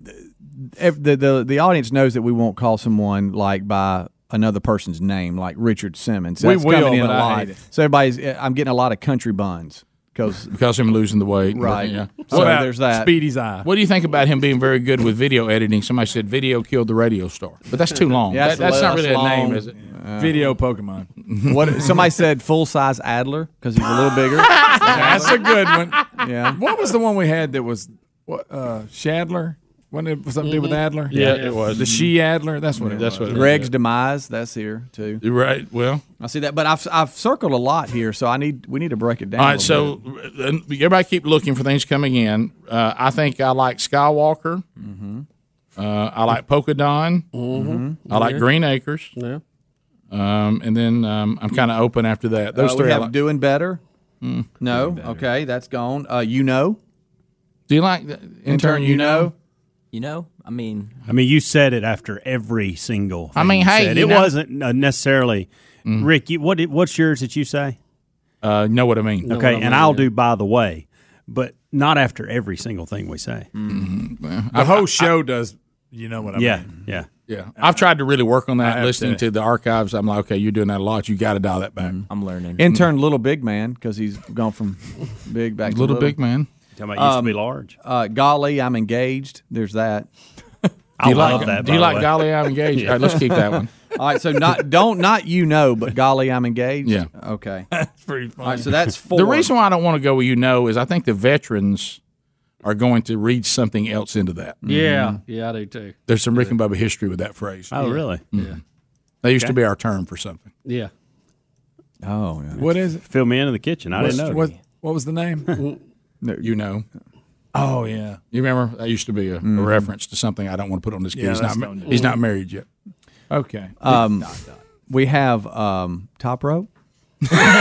S11: if the, the the audience knows that we won't call someone like by another person's name, like Richard Simmons.
S2: We
S11: That's
S2: will,
S11: coming in
S2: but
S11: a
S2: I
S11: lot.
S2: hate it.
S11: So everybody's, eh, I'm getting a lot of country buns because
S2: [laughs] Because him losing the weight,
S11: Right.
S2: Yeah.
S11: So there's that. Speedy's eye.
S2: What do you think about him being very good with video editing? Somebody said video killed the radio star, but that's too long.
S11: Yeah,
S2: That- that's,
S11: that's
S2: not
S11: lo-
S2: really
S11: that's
S2: a name,
S11: long.
S2: is it?
S11: Uh,
S6: Video Pokemon.
S11: what somebody said full size Adler because he's a little
S2: [laughs]
S11: bigger.
S6: That's a good one.
S11: Yeah.
S6: What was the one we had that was what, uh, Shadler? Wasn't it something to do with
S11: Mhm.
S6: Adler?
S11: Yeah, it was.
S6: The She Adler. That's what it
S11: That's
S6: was.
S11: what Greg's demise. That's here too.
S2: Right. Well,
S11: I see that, but I've I've circled a lot here, so I need we need to break it down.
S2: All
S11: a
S2: right,
S11: little
S2: so uh, everybody keep looking for things coming in. Uh, I think I like Skywalker. Uh, I like Polka Don.
S11: Mhm.
S2: I like
S11: Yeah.
S2: Green Acres.
S3: Yeah.
S2: Um, and then um, I'm kind of open after that. Those
S11: Uh,
S2: three
S11: we
S2: I
S11: have
S2: like.
S11: doing better.
S2: Mm.
S11: No, okay, that's gone. Uh, you know.
S2: Do you like the
S11: intern? You know.
S12: You know, I mean,
S10: I mean, you said it after every single. Thing
S12: I mean,
S10: you
S12: hey,
S10: said.
S12: you
S10: it
S12: know-
S10: wasn't uh, necessarily. Rick, you, what did- what's yours that you say?
S2: Mm. Uh, know what I mean.
S10: Okay, and I'll do by the way, but not after every single thing we say.
S2: Mm-hmm.
S12: Mm-hmm.
S6: The whole show does. You know what I
S10: yeah,
S6: mean?
S10: yeah,
S2: yeah. I've tried to really work on that. Mm-hmm.
S6: have
S2: Listening to the archives, I'm like, okay, you're doing that a lot. You got to dial that back.
S12: I'm learning.
S11: Intern, little big man, because he's gone from big back to
S2: Little
S11: little,
S2: big man.
S10: Talking about used to be large.
S11: Uh, golly, I'm engaged. There's that.
S10: [laughs] I Do you love like- that,
S2: do you by the like way. golly, I'm engaged? All right, let's keep that one.
S11: [laughs] All right, so not don't not you know, but golly, I'm engaged.
S2: Yeah. [laughs]
S11: Okay.
S6: That's pretty funny.
S11: All right, so that's four.
S2: The reason why I don't want to go where you know is I think the veterans are going to read something else into that.
S11: Mm-hmm.
S3: Yeah, yeah, I do too.
S2: There's some Rick and Bubba history with that phrase.
S3: Oh, Yeah. really?
S2: Yeah.
S11: Hmm.
S2: That used to
S10: Okay.
S2: be our term for something.
S3: Yeah.
S11: Oh, yeah.
S6: What is it?
S10: Fill me in in the kitchen. I
S6: What's-
S10: didn't know.
S6: What, what was the
S2: [laughs]
S6: name?
S2: You know.
S6: oh yeah.
S2: You remember that used to be a, a
S11: Mm-hmm.
S6: Mhm.
S2: reference to something I don't want to put on this kid.
S6: Yeah,
S2: he's
S6: that's
S2: not ma-
S6: not new.
S2: he's not married yet.
S6: Okay.
S11: Um, we have um, top
S2: [laughs]
S11: rope.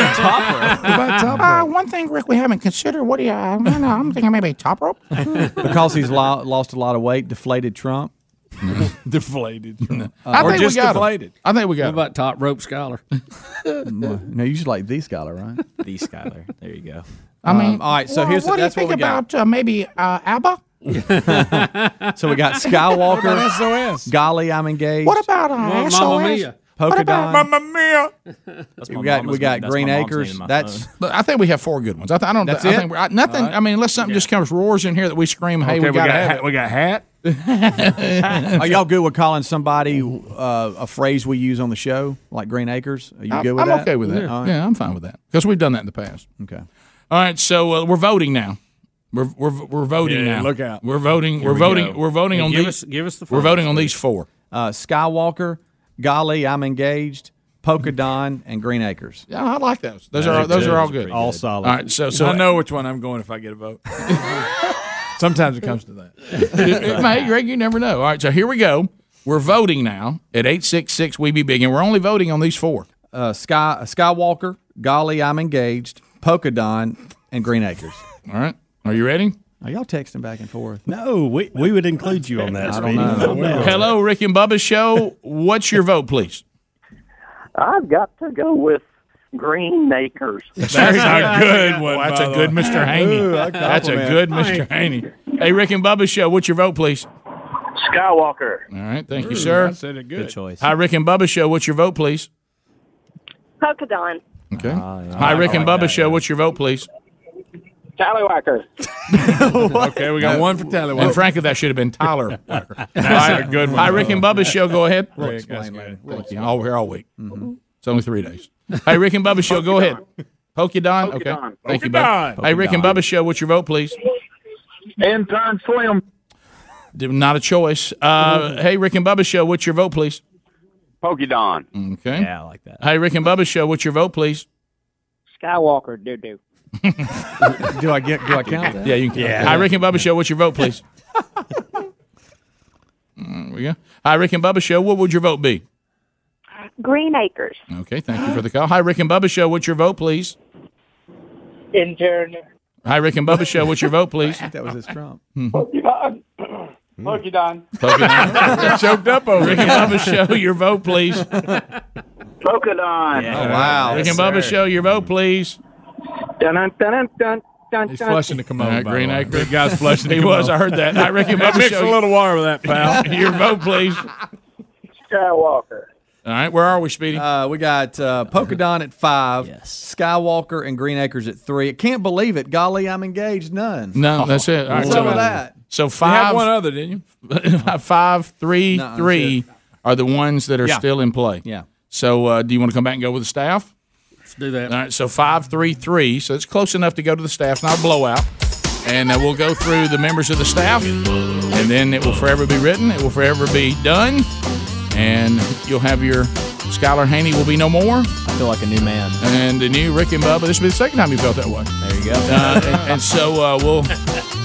S11: [laughs]
S2: Uh, one thing, Rick, we haven't considered. What do you? I don't know, I'm thinking maybe top rope.
S11: [laughs] because he's lo- lost a lot of weight. Deflated Trump. [laughs] Uh,
S6: deflated. Trump.
S11: I
S6: or
S11: think we
S6: just
S11: got 'em.
S6: deflated.
S2: I think we got.
S3: What about top rope scholar?
S11: [laughs] no, you should like [laughs] the scholar, right?
S12: the scholar. There you go.
S11: I mean, Um, all right. So here's that's what we got.
S2: uh, maybe uh, ABBA?
S11: [laughs] So we got
S2: What about
S11: Skywalker. Golly, I'm engaged.
S2: What about uh,
S11: Mamma
S2: SOS?
S11: Mia. Polka
S2: What about
S11: Dot.
S2: Mamma Mia?
S11: my We got- mama's we got name. That's Green my mom's name Acres. in my That's- phone.
S2: But I think we have four good ones. I, th- I don't.
S11: That's
S2: I
S11: it?
S2: think we're, I, nothing. I mean, unless something just comes roars in here that we scream, "Hey,
S11: Okay,
S2: we,
S11: we
S2: gotta
S11: got
S2: have
S11: ha-
S2: it.
S6: we got hat.
S11: Are y'all good with calling somebody uh, a phrase we use on the show, like Green Acres? Are you
S2: I'm,
S11: good with
S2: I'm
S11: that?
S2: okay with that.
S11: All
S2: Yeah,
S11: right.
S2: I'm fine with that because we've done that in the past.
S11: Okay.
S2: All right, so uh, we're voting now. We're we're, we're voting
S11: Yeah,
S2: now.
S11: look out.
S2: We're voting.
S11: Here
S2: we're
S11: we
S2: voting.
S11: go.
S2: We're voting
S11: Hey,
S2: on
S11: give us-
S2: these.
S11: give us the
S2: We're
S11: final
S2: voting on these four.
S11: Uh, Skywalker, golly, I'm engaged. Polka Don, and Green Acres.
S2: Yeah, I like those. Those are those are all good.
S11: All solid.
S2: All right, so so
S6: I know which one I'm going if I get a
S2: [laughs]
S6: vote. Sometimes it comes to that.
S2: it, [laughs] it may, Greg. You never know. All right, so here we go. We're voting now at eight six six. We be big, and we're only voting on these four.
S11: Uh, Sky Skywalker, Golly, I'm engaged, Polka Don, and Green Acres.
S2: [laughs] All right, are you ready?
S11: Are y'all texting back and forth?
S10: No, we, we would include you on that.
S11: I don't know. I don't know.
S2: Hello, Rick and Bubba show. What's your vote, please?
S13: I've got to go with Green Acres.
S2: [laughs] That's a good one. that's a good Mr. Haney.
S13: Ooh, a
S2: that's a
S13: compliment.
S2: good Mr. Haney. Hey, Rick and Bubba show. What's your vote, please?
S13: Skywalker.
S2: All right, thank you, sir.
S13: I said it good. Good choice.
S2: Hi, Rick and Bubba show. What's your vote, please?
S14: Polka Don.
S13: Uh,
S2: Okay. Hi, Rick and Bubba show. What's your vote, please?
S13: Tallywhacker.
S2: okay, we got one for Tyler. And frankly, that should have been Tyler. That's
S6: a good one.
S2: Hi, Rick and Bubba show. Go ahead.
S6: We'll explain later. We'll
S2: Yeah, all, we're all week. It's only three days. Hey, Rick and Bubba show. Go ahead. Pokey Don. Okay.
S13: Don.
S2: Thank
S13: Pokey
S2: you, bud.
S13: Don.
S2: Hey, Rick and Bubba show. What's your vote, please?
S13: Anton Slim.
S2: Not a choice. Uh, hey, Rick and Bubba show. What's your vote, please?
S13: Pokey Don.
S2: Okay. Yeah, I like that. Hey, Rick and Bubba show. What's your vote, please?
S13: Skywalker. Doo doo.
S11: do I get? Do I count? That?
S2: [laughs] Yeah, you can. Hi, Rick and Bubba show. What's your
S11: [laughs]
S2: vote, please? There we go. Hi, Rick and Bubba show. What would your vote be?
S14: Green Acres.
S2: Okay, thank you for the call. Hi, Rick and Bubba show. What's your vote, please?
S13: Intern.
S2: Hi, Rick and Bubba show. What's your vote, please?
S11: [laughs]
S2: Hmm.
S11: That was his trump.
S13: Pokey Don.
S3: [laughs]
S13: Pokey Don. [laughs]
S2: [laughs] Choked up
S13: over
S2: Rick
S13: it.
S2: and Bubba show. Your
S13: [laughs]
S2: vote, please.
S13: Polka Don.
S2: Rick and Bubba show. Your vote, please.
S13: Dun, dun, dun, dun, dun,
S6: He's flushing the commode.
S2: All right,
S6: by
S2: Green
S6: the way.
S2: Acre.
S6: Big guy's flushing. The
S2: [laughs] He
S6: commode.
S2: was. I heard that.
S6: [laughs]
S2: I reckon Bubba
S6: mixed
S2: show-
S6: a little water with that, pal.
S2: [laughs] Your vote, please.
S13: Skywalker.
S2: All right, where are we, Speedy?
S11: Uh, we got uh, Polka Don at five, Skywalker and Green Acres at three. I can't believe it. Golly, I'm engaged. None.
S2: No, that's it. All right,
S11: What's up with that?
S2: So
S11: You
S2: five.
S11: had one
S6: other, didn't
S2: you? [laughs] five, three,
S11: No, that's
S2: three are the ones that are
S11: Yeah.
S2: still in play.
S11: Yeah.
S2: So uh, do you want to come back and go with the staff?
S3: Let's do that.
S2: All right. So five, three, three. So it's close enough to go to the staff, not a blowout. And uh, we'll go through the members of the staff, and then it will forever be written. It will forever be done, and you'll have your Skylar Haney will be no more. I
S12: feel like a new man.
S2: And the new Rick and Bubba. This will be the second time you felt that way.
S12: There you go.
S2: Uh, and, and so uh, we'll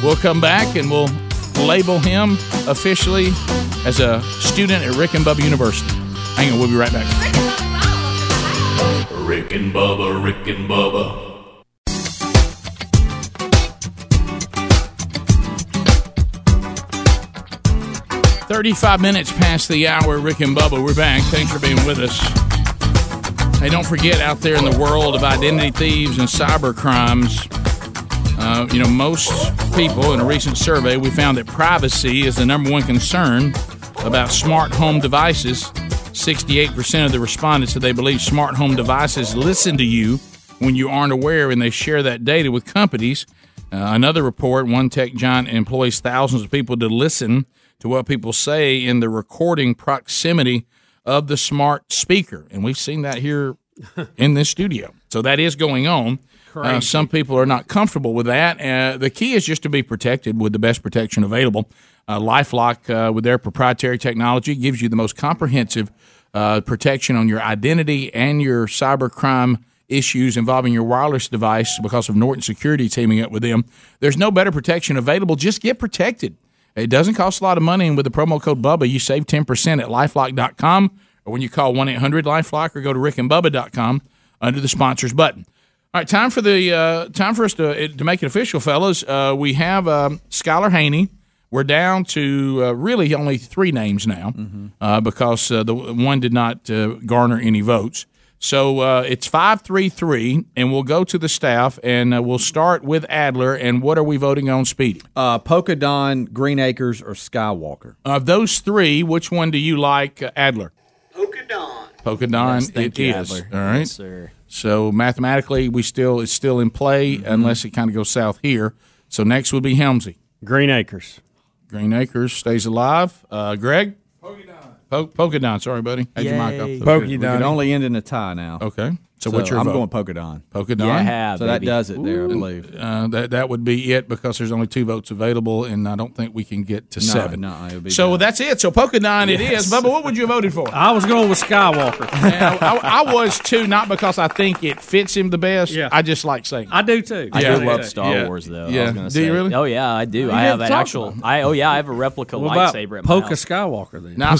S2: we'll come back and we'll label him officially as a student at Rick and Bubba University. Hang on, we'll be right back.
S7: Rick and Bubba, Rick and Bubba,
S2: Thirty-five minutes past the hour. Rick and Bubba, we're back. Thanks for being with us. Hey, don't forget out there in the world of identity thieves and cyber crimes. Uh, you know, most people in a recent survey, we found that privacy is the number one concern about smart home devices. 68% of the respondents said they believe smart home devices listen to you when you aren't aware and they share that data with companies. Uh, another report one tech giant employs thousands of people to listen to what people say in the recording proximity of the smart speaker. And we've seen that here [laughs] in this studio. So that is going on. Uh,
S3: Crazy.
S2: some people are not comfortable with that. Uh, the key is just to be protected with the best protection available. Uh, Lifelock, uh, with their proprietary technology, gives you the most comprehensive uh, protection on your identity and your cybercrime issues involving your wireless device because of Norton Security teaming up with them. There's no better protection available. Just get protected. It doesn't cost a lot of money, and with the promo code Bubba, you save 10% at lifelock.com or when you call 1 800 Lifelock or go to rickandbubba.com under the sponsors button. All right, time for the uh, time for us to it- to make it official, fellas. Uh, we have um, Skylar Haney. We're down to uh, really only three names now uh, because uh, the one did not uh, garner any votes. So uh, it's five three three, and we'll go to the staff, and uh, we'll start with Adler. And what are we voting on, Speedy?
S11: Uh, Polka Don, Green Acres, or Skywalker.
S2: Of those three, which one do you like, uh, Adler? Polka Don.
S12: Yes,
S2: Polka Don.
S12: thank
S2: It is
S12: you, Adler.
S2: All right.
S12: Yes, sir. Mm-hmm.
S2: So mathematically, we still it's still in play unless it kind of goes south here. So next would be Helmsy.
S10: Green Acres.
S2: Green Acres stays alive. Uh, Greg. Polka Don. Polka Don. Sorry, buddy. Had your mic up.
S11: Polka Don. We could only end in a tie now.
S2: Okay. So, what's your
S11: I'm
S2: vote?
S11: going polka don.
S2: Polka Don.
S11: so that does it there, I
S2: Ooh.
S11: believe.
S2: Uh, that that would be it because there's only two votes available, and I don't think we can get to
S11: No,
S2: seven.
S11: no, it'll be
S2: so that's it. So polka nine it
S11: Yes.
S2: is. Bubba, what would you have voted for? I
S3: was going with Skywalker.
S2: I, I was too, not because I think it fits him the best. Yeah. I just like saying.
S3: I do too.
S12: I
S2: Yeah.
S12: do love Star
S2: Yeah.
S12: Wars, though. I was
S2: Yeah.
S12: gonna
S2: Do you
S12: say.
S2: really?
S12: Oh yeah, I do.
S2: You
S12: I have
S2: didn't
S12: an
S2: talk
S12: actual.
S2: about it.
S12: I oh yeah, I have a replica
S3: What about
S12: lightsaber at my
S3: Polka
S12: house.
S3: Skywalker then?
S2: Now,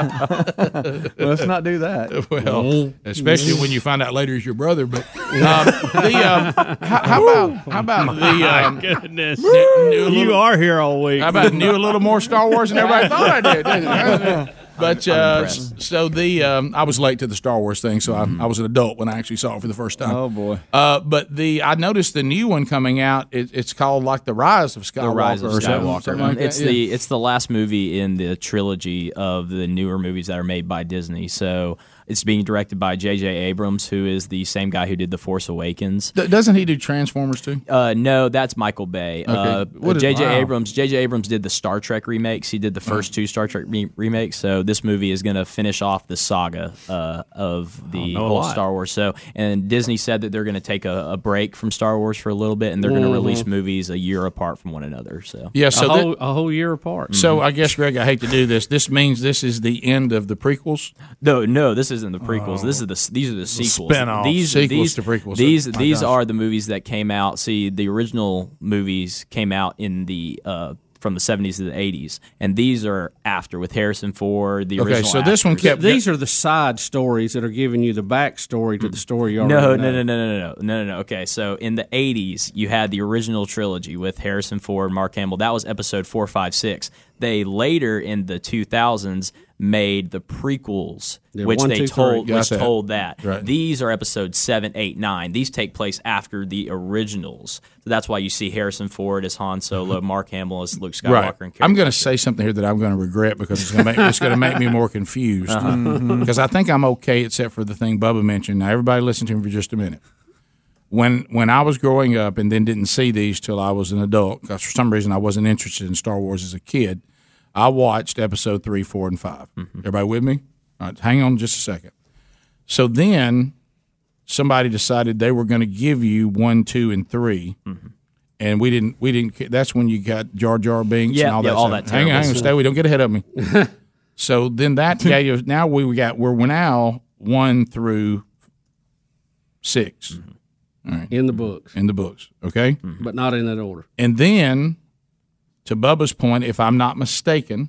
S2: I-
S12: [laughs]
S11: Let's not do that.
S2: [laughs] Well,
S3: Mm-hmm.
S2: especially when you find out later he's your
S3: [laughs]
S2: brother. But um, the um, how, how about how about the
S10: My
S2: um,
S10: goodness.
S2: new- new
S10: you
S2: little-
S10: are here all week.
S2: How about knew a little more Star Wars than
S15: [laughs]
S2: everybody thought I did? didn't I? But uh, s- so the um, I was late to the Star Wars thing, so I, I was an adult when I actually saw it for the first time.
S11: Oh boy!
S2: Uh, but the I noticed the new one coming out. It, it's called like the Rise of Skywalker.
S12: The Rise of
S2: or something-
S12: Skywalker. Mm-hmm.
S2: something like
S12: it's
S2: that, yeah.
S12: the it's the last movie in the trilogy of the newer movies that are made by Disney. So it's being directed by J.J. Abrams, who is the same guy who did The Force Awakens.
S2: D- doesn't he do Transformers too?
S12: Uh, no, that's Michael Bay.
S2: Okay.
S12: Uh,
S2: What is-
S12: J.J.
S2: wow.
S12: Abrams. J.J. Abrams did the Star Trek remakes. He did the first two Star Trek re- remakes. So this movie is going to finish off the saga uh, of the
S10: know a
S12: whole
S10: lot.
S12: Star Wars. So and Disney said that they're going to take a, a break from Star Wars for a little bit, and they're going
S2: Mhm.
S12: to release movies a year apart from one another. So
S2: Yeah, so
S12: A
S2: thi-
S12: whole-
S3: a whole year apart.
S12: Mm-hmm.
S3: Mm-hmm.
S2: So I guess Greg, I hate to do this. This means this is the end of the prequels.
S12: No, no, this isn't the prequels. This is the these are the sequels.
S2: spin-off.
S12: These
S2: Sequels
S12: these,
S2: to prequels.
S12: These
S2: My
S12: these
S2: gosh.
S12: are the movies that came out. See, the original movies came out in the uh, from the seventies to the eighties, and these are after with Harrison Ford. The original. actors.
S3: These are the side stories that are giving you the backstory to the story you already
S12: Mm-hmm. No,
S3: know.
S12: no, no, no, no, no, no, no, no. Okay, so in the '80s, you had the original trilogy with Harrison Ford, Mark Hamill. That was episode four, five, six. They later in the 2000s made the prequels,
S10: Yeah,
S12: which
S10: one,
S12: they
S10: two, three.
S12: told,
S10: Got
S12: which
S10: that.
S12: told that.
S10: Right.
S12: These are episodes seven, eight, nine. These take place after the originals. So that's why you see Harrison Ford as Han Solo, Mark Hamill as Luke Skywalker,
S2: Right.
S12: and Carrie
S2: I'm going to say something here that I'm going to regret because it's going to make it's going to make me more confused.
S12: Uh-huh. Mhm.
S2: Because I think I'm okay except for the thing Bubba mentioned. Now everybody listen to me for just a minute. When when I was growing up and then didn't see these till I was an adult because for some reason I wasn't interested in Star Wars as a kid. I watched episode three, four, and 5
S12: Mm-hmm.
S2: Everybody with me? All right, hang on just a second. So then somebody decided they were going to give you one, two, and 3
S12: Mm-hmm.
S2: and we didn't. We didn't. ca- That's when you got Jar Jar Binks
S12: Yeah,
S2: and all
S12: yeah,
S2: that.
S12: all
S2: stuff.
S12: that
S2: Hang on, hang on,
S12: terrible
S2: stay. We don't get ahead
S12: [laughs]
S2: of me. so then that gave us. Now we got. We're now one through 6
S12: Mm-hmm.
S2: All right.
S3: In the books.
S2: In the books. Okay.
S3: But not in that order.
S2: And then, to Bubba's point, if I'm not mistaken,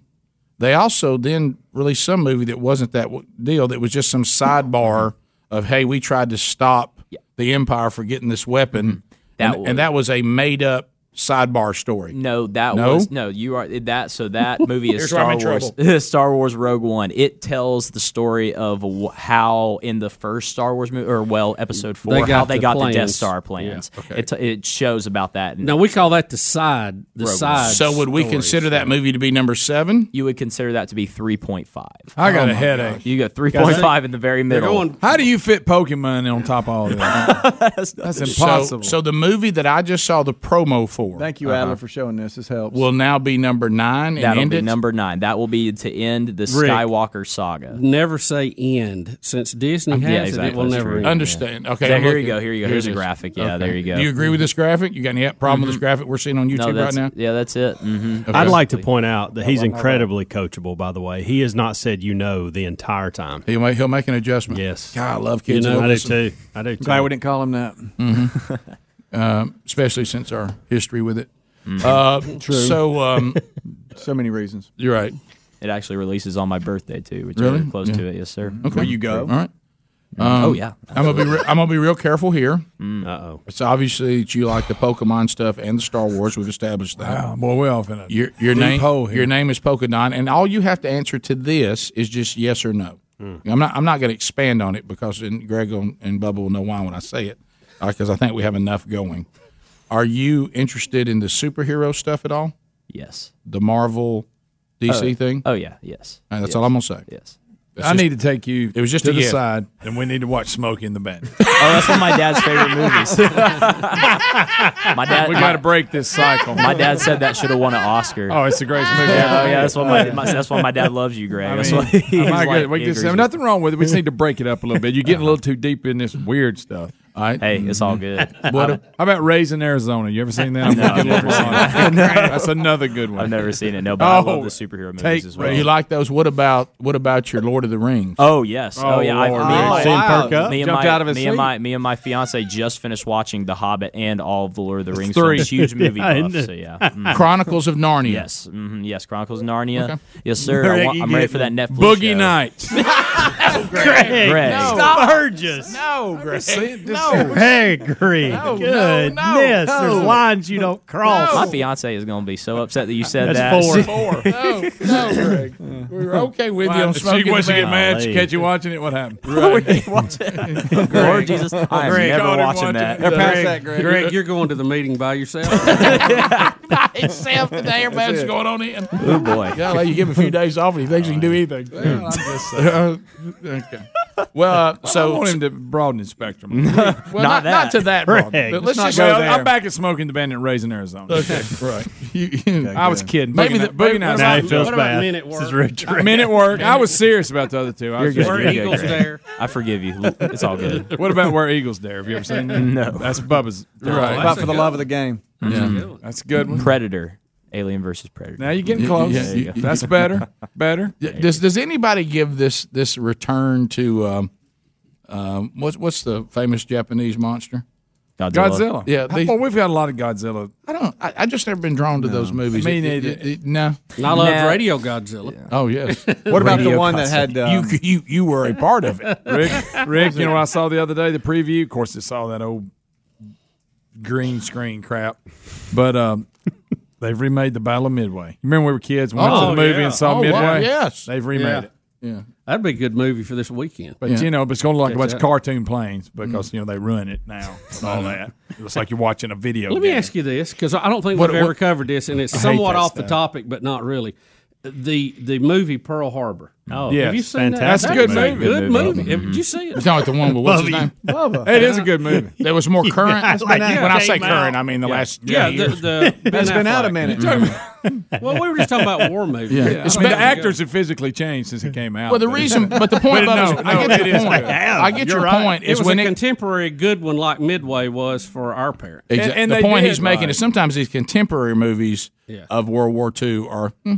S2: they also then released some movie that wasn't that w- deal. That was just some sidebar of, hey, we tried to stop the Empire for getting this weapon,
S12: Mm-hmm. That
S2: and,
S12: was-
S2: and that was a made up sidebar story.
S12: No, that
S2: No?
S12: was no. You are that. So
S2: [laughs]
S12: that movie is
S2: Here's where I'm
S12: Star
S2: in
S12: Wars. [laughs] Star Wars Rogue One. It tells the story of wh- how in the first Star Wars movie, or well, Episode Four,
S3: They got
S12: how they
S3: the
S12: got the Death
S3: plans.
S12: Star plans. It t- it shows about that. in
S3: Now we call that the side. The
S12: Rogue One.
S3: side.
S2: So would we
S3: stories.
S2: consider that movie to be number seven? Oh
S12: You would consider that to be three point five.
S6: I got a headache.
S12: You got three point five in the very middle.
S6: How do you fit Pokemon on
S11: [laughs]
S6: top of all that? That's impossible.
S2: So, so the movie that I just saw the promo for.
S11: Thank you,
S2: uh,
S11: Adler, for showing this. This helps.
S2: Will now be number nine and
S12: That'll
S2: end
S12: be
S2: it.
S12: number nine. That will be to end the Skywalker saga.
S3: Never say end. Since Disney has
S12: Um, yeah,
S3: it, it
S12: exactly.
S3: will
S12: That's
S3: never
S12: true.
S3: end.
S2: Understand? Okay.
S12: So
S2: I'm
S12: here you
S2: looking.
S12: go. Here you go.
S2: Here
S12: Here's
S2: it
S12: a
S2: is.
S6: [laughs]
S12: graphic. Yeah,
S2: Okay.
S12: there you go.
S2: Do you Mm-hmm. agree with this graphic? You got any problem with this graphic we're seeing on
S12: No,
S2: YouTube right
S12: that's-
S2: now?
S12: Yeah, that's it. hmm
S10: I'd like to point out that he's
S2: Mm-hmm. Hold on, hold on.
S10: incredibly coachable. By the way, he has not said you know the entire time.
S2: He'll make, he'll make an adjustment.
S10: Yes,
S2: God, I love kids.
S10: You
S2: who
S10: know, I do
S2: listen.
S10: too. I do. Too.
S11: Glad we didn't call him that.
S2: [laughs] Mhm. um, especially since our history with it. Uh,
S12: Mm-hmm.
S2: So [laughs] um,
S11: so many reasons.
S2: You're right.
S12: It actually releases on my birthday too, which
S2: Really?
S12: is close
S2: Yeah.
S12: to it. Yes, sir.
S2: Okay. Where you
S11: go.
S2: all right. Mm-hmm.
S12: oh yeah.
S2: um, I'm gonna be re- I'm gonna be real careful here.
S12: Uh oh.
S2: It's obviously that you like the Pokemon stuff and the Star Wars. We've established that.
S6: Wow, boy, we're off in a
S2: Your, your
S6: deep
S2: name,
S6: hole here.
S2: your name is Polkadon, and all you have to answer to this is just yes or no. I'm not, I'm not going to expand on it because and Greg and and Bubba will know why when I say it, because I think we have enough going. Are you interested in the superhero stuff at all?
S12: Yes.
S2: The Marvel, DC
S12: Oh,
S2: thing.
S12: Oh yeah. Yes.
S2: All right, that's
S12: Yes.
S2: all I'm gonna say.
S12: Yes.
S2: That's
S6: I
S2: just-
S6: need to take you.
S2: It was just
S6: to
S2: a
S6: the
S2: gift.
S6: side, and we need to watch Smokey and the Bandit.
S12: [laughs] Oh, that's one of my dad's favorite movies. [laughs] My dad,
S6: We gotta break this cycle.
S12: My dad said that should have won an Oscar.
S6: [laughs]
S2: [laughs]
S6: Oh, it's the greatest movie
S12: Yeah,
S6: ever.
S12: yeah, that's why my, my that's why my dad loves you, Greg.
S6: I
S12: that's
S6: mean,
S12: why he's
S6: my
S12: like,
S6: goodness, we just,
S12: "Eagers are-
S6: nothing wrong with it. We just need to break it up a little bit.
S12: [laughs]
S6: You're getting a little too deep in this weird stuff.
S12: Hey, it's all good.
S6: What
S12: I've-
S6: [laughs] how about Raising Arizona? You ever seen that?
S12: No, I've never seen
S6: [laughs]
S12: that.
S6: That's another good one.
S12: I've never seen it. No, but I love the superhero movies as well.
S2: Oh, You like those? What about what about your Lord of the Rings?
S12: Oh yes. Oh, yeah. I, me
S2: Lord.
S12: and my,
S2: Seen perk up?
S12: Me and
S2: Jumped
S12: my,
S2: out of his
S12: me and
S2: seat.
S12: my me and my fiance just finished watching The Hobbit and all of the Lord of the Rings.
S2: three.
S12: films.
S2: [laughs]
S12: huge movie
S2: Yeah, I
S12: buff.
S2: knew.
S12: So
S2: [laughs]
S12: yeah. Mm.
S2: Chronicles of Narnia. [laughs]
S12: Yes. hmm Yes. Chronicles of Narnia.
S2: Okay.
S12: Yes, sir. I
S2: Greg,
S12: want,
S2: you
S12: I'm ready
S2: get
S12: for that Netflix.
S2: Boogie
S12: show.
S2: Nights.
S12: [laughs] Greg, Greg.
S2: no.
S12: Stop.
S2: Burgess. No, Greg. No.
S10: Hey, Greg.
S2: No, no,
S11: Oh,
S10: Goodness.
S2: no, no.
S10: There's lines
S11: [laughs]
S10: you don't cross.
S12: My fiance is going to be so upset that you said
S10: That's
S12: that. [laughs]
S10: four.
S2: Four. No, no, Greg. We were okay with
S6: Why,
S2: you on
S6: she
S2: smoking.
S6: wants
S2: the
S6: to get
S2: Bandit.
S6: mad. She catch you watching it.
S12: [laughs]
S6: What happened?
S12: Lord
S3: Greg.
S12: Jesus, I am never
S3: Caught him
S12: watching that.
S3: They're past
S12: Greg.
S3: that, Greg.
S12: Greg,
S3: you're going to the meeting by
S6: [laughs]
S3: yourself.
S2: Itself
S12: [laughs]
S2: today, everybody's going on in.
S12: Oh, boy.
S2: Golly, you give him a few days off and he thinks he can do
S12: [laughs]
S2: anything.
S6: Well, I'm just
S2: [laughs] Uh, okay. Well, uh, so
S6: I want him to broaden his spectrum. [laughs] well,
S2: not not- that. not to that broad, but let's
S6: not
S2: just
S6: go
S2: go
S6: there.
S2: there.
S6: I'm back at smoking the bandit raising Arizona. [laughs]
S2: Okay, right.
S6: I was kidding.
S2: Maybe
S6: Boogie
S2: the-
S6: Night- Boogie Nights.
S2: maybe- what Now about- he feels what about bad. Men at This is Work? real true.
S6: Men at work. I was serious about the other two. I
S12: You're
S6: was
S12: good.
S6: just-
S12: You're good, Greg. I forgive you. It's all
S6: [laughs]
S12: good.
S6: What about where Eagles dare? Have you ever seen that?
S12: No.
S6: That's Bubba's.
S12: No. Right.
S11: About for the love of the game.
S6: That's a good one. That's a good one.
S12: Mm-hmm. Predator. Alien versus Predator.
S6: Now you're getting
S2: Yeah,
S6: close.
S2: yeah, yeah.
S12: [laughs]
S6: That's
S2: [laughs]
S6: better. Better.
S2: Yeah, Does Does anybody give this this return to um, um, what's what's the famous Japanese monster?
S6: Godzilla.
S2: Yeah,
S6: How-
S2: they-
S6: well, we've got a lot of Godzilla.
S2: I don't. I, I just never been drawn to those movies.
S6: Me
S2: It- it-
S6: neither.
S2: it- it- no,
S6: And I loved Nah. Radio
S2: Godzilla.
S6: [laughs]
S2: Oh yes.
S6: What about the Radio one that Godzilla. had, um,
S2: you? You you were a part of it, [laughs]
S6: Rick, Rick, you know what I saw the other day? The preview. Of course, it's all that old green screen crap. But
S2: [laughs]
S6: um, they've remade the Battle of Midway. You remember when we were kids? We went
S3: Oh,
S2: Oh,
S6: to the movie and saw Midway. they've remade
S3: Yeah.
S6: it.
S2: Yeah,
S3: that'd be a good movie for this weekend.
S6: But you know, but it's going to look like a bunch of
S3: Check it out.
S6: cartoon planes because
S2: Mm-hmm.
S6: you know they ruin it now and all that. It's like you're watching a video.
S3: Let me ask you this because I don't think
S6: What-
S3: we've ever
S6: what-
S3: covered this, and it's
S6: I hate
S3: somewhat
S6: that
S3: off
S6: stuff.
S3: the topic, but not really. The the movie Pearl Harbor. Oh,
S6: Yes,
S3: have you seen
S6: fantastic
S3: that?
S6: movie.
S3: That's a
S6: Good
S3: Good
S6: movie.
S3: movie. Have- Did you see it?
S2: Mm-hmm. It's not like the one with what's his name?
S3: Bubba.
S6: It is a good
S3: [laughs]
S6: movie.
S2: There was more current.
S3: Yeah, it's been
S2: when
S3: out.
S2: I say
S3: Came
S2: current,
S3: out.
S2: I mean the
S3: Yeah.
S2: last.
S3: Yeah,
S2: year.
S3: the-
S2: [laughs]
S3: the Uh, Ben It's been out a Affleck. minute.
S6: [laughs]
S3: well, we were just talking about war movies.
S6: Yeah.
S2: It's
S6: I mean, the
S2: better-
S6: actors have physically changed since it came out.
S2: Well, the reason- but the
S6: [laughs]
S2: point
S6: But
S2: about
S6: no,
S2: it is- I
S6: no,
S2: get
S6: it
S2: your
S6: is
S2: point.
S6: good.
S2: I get your point
S3: It
S2: is
S3: was
S2: when
S3: a
S2: it-
S3: contemporary good one like Midway was for our parents.
S2: Exact- the point
S3: uh,
S2: he's making is sometimes these contemporary movies of World War II are, hmm,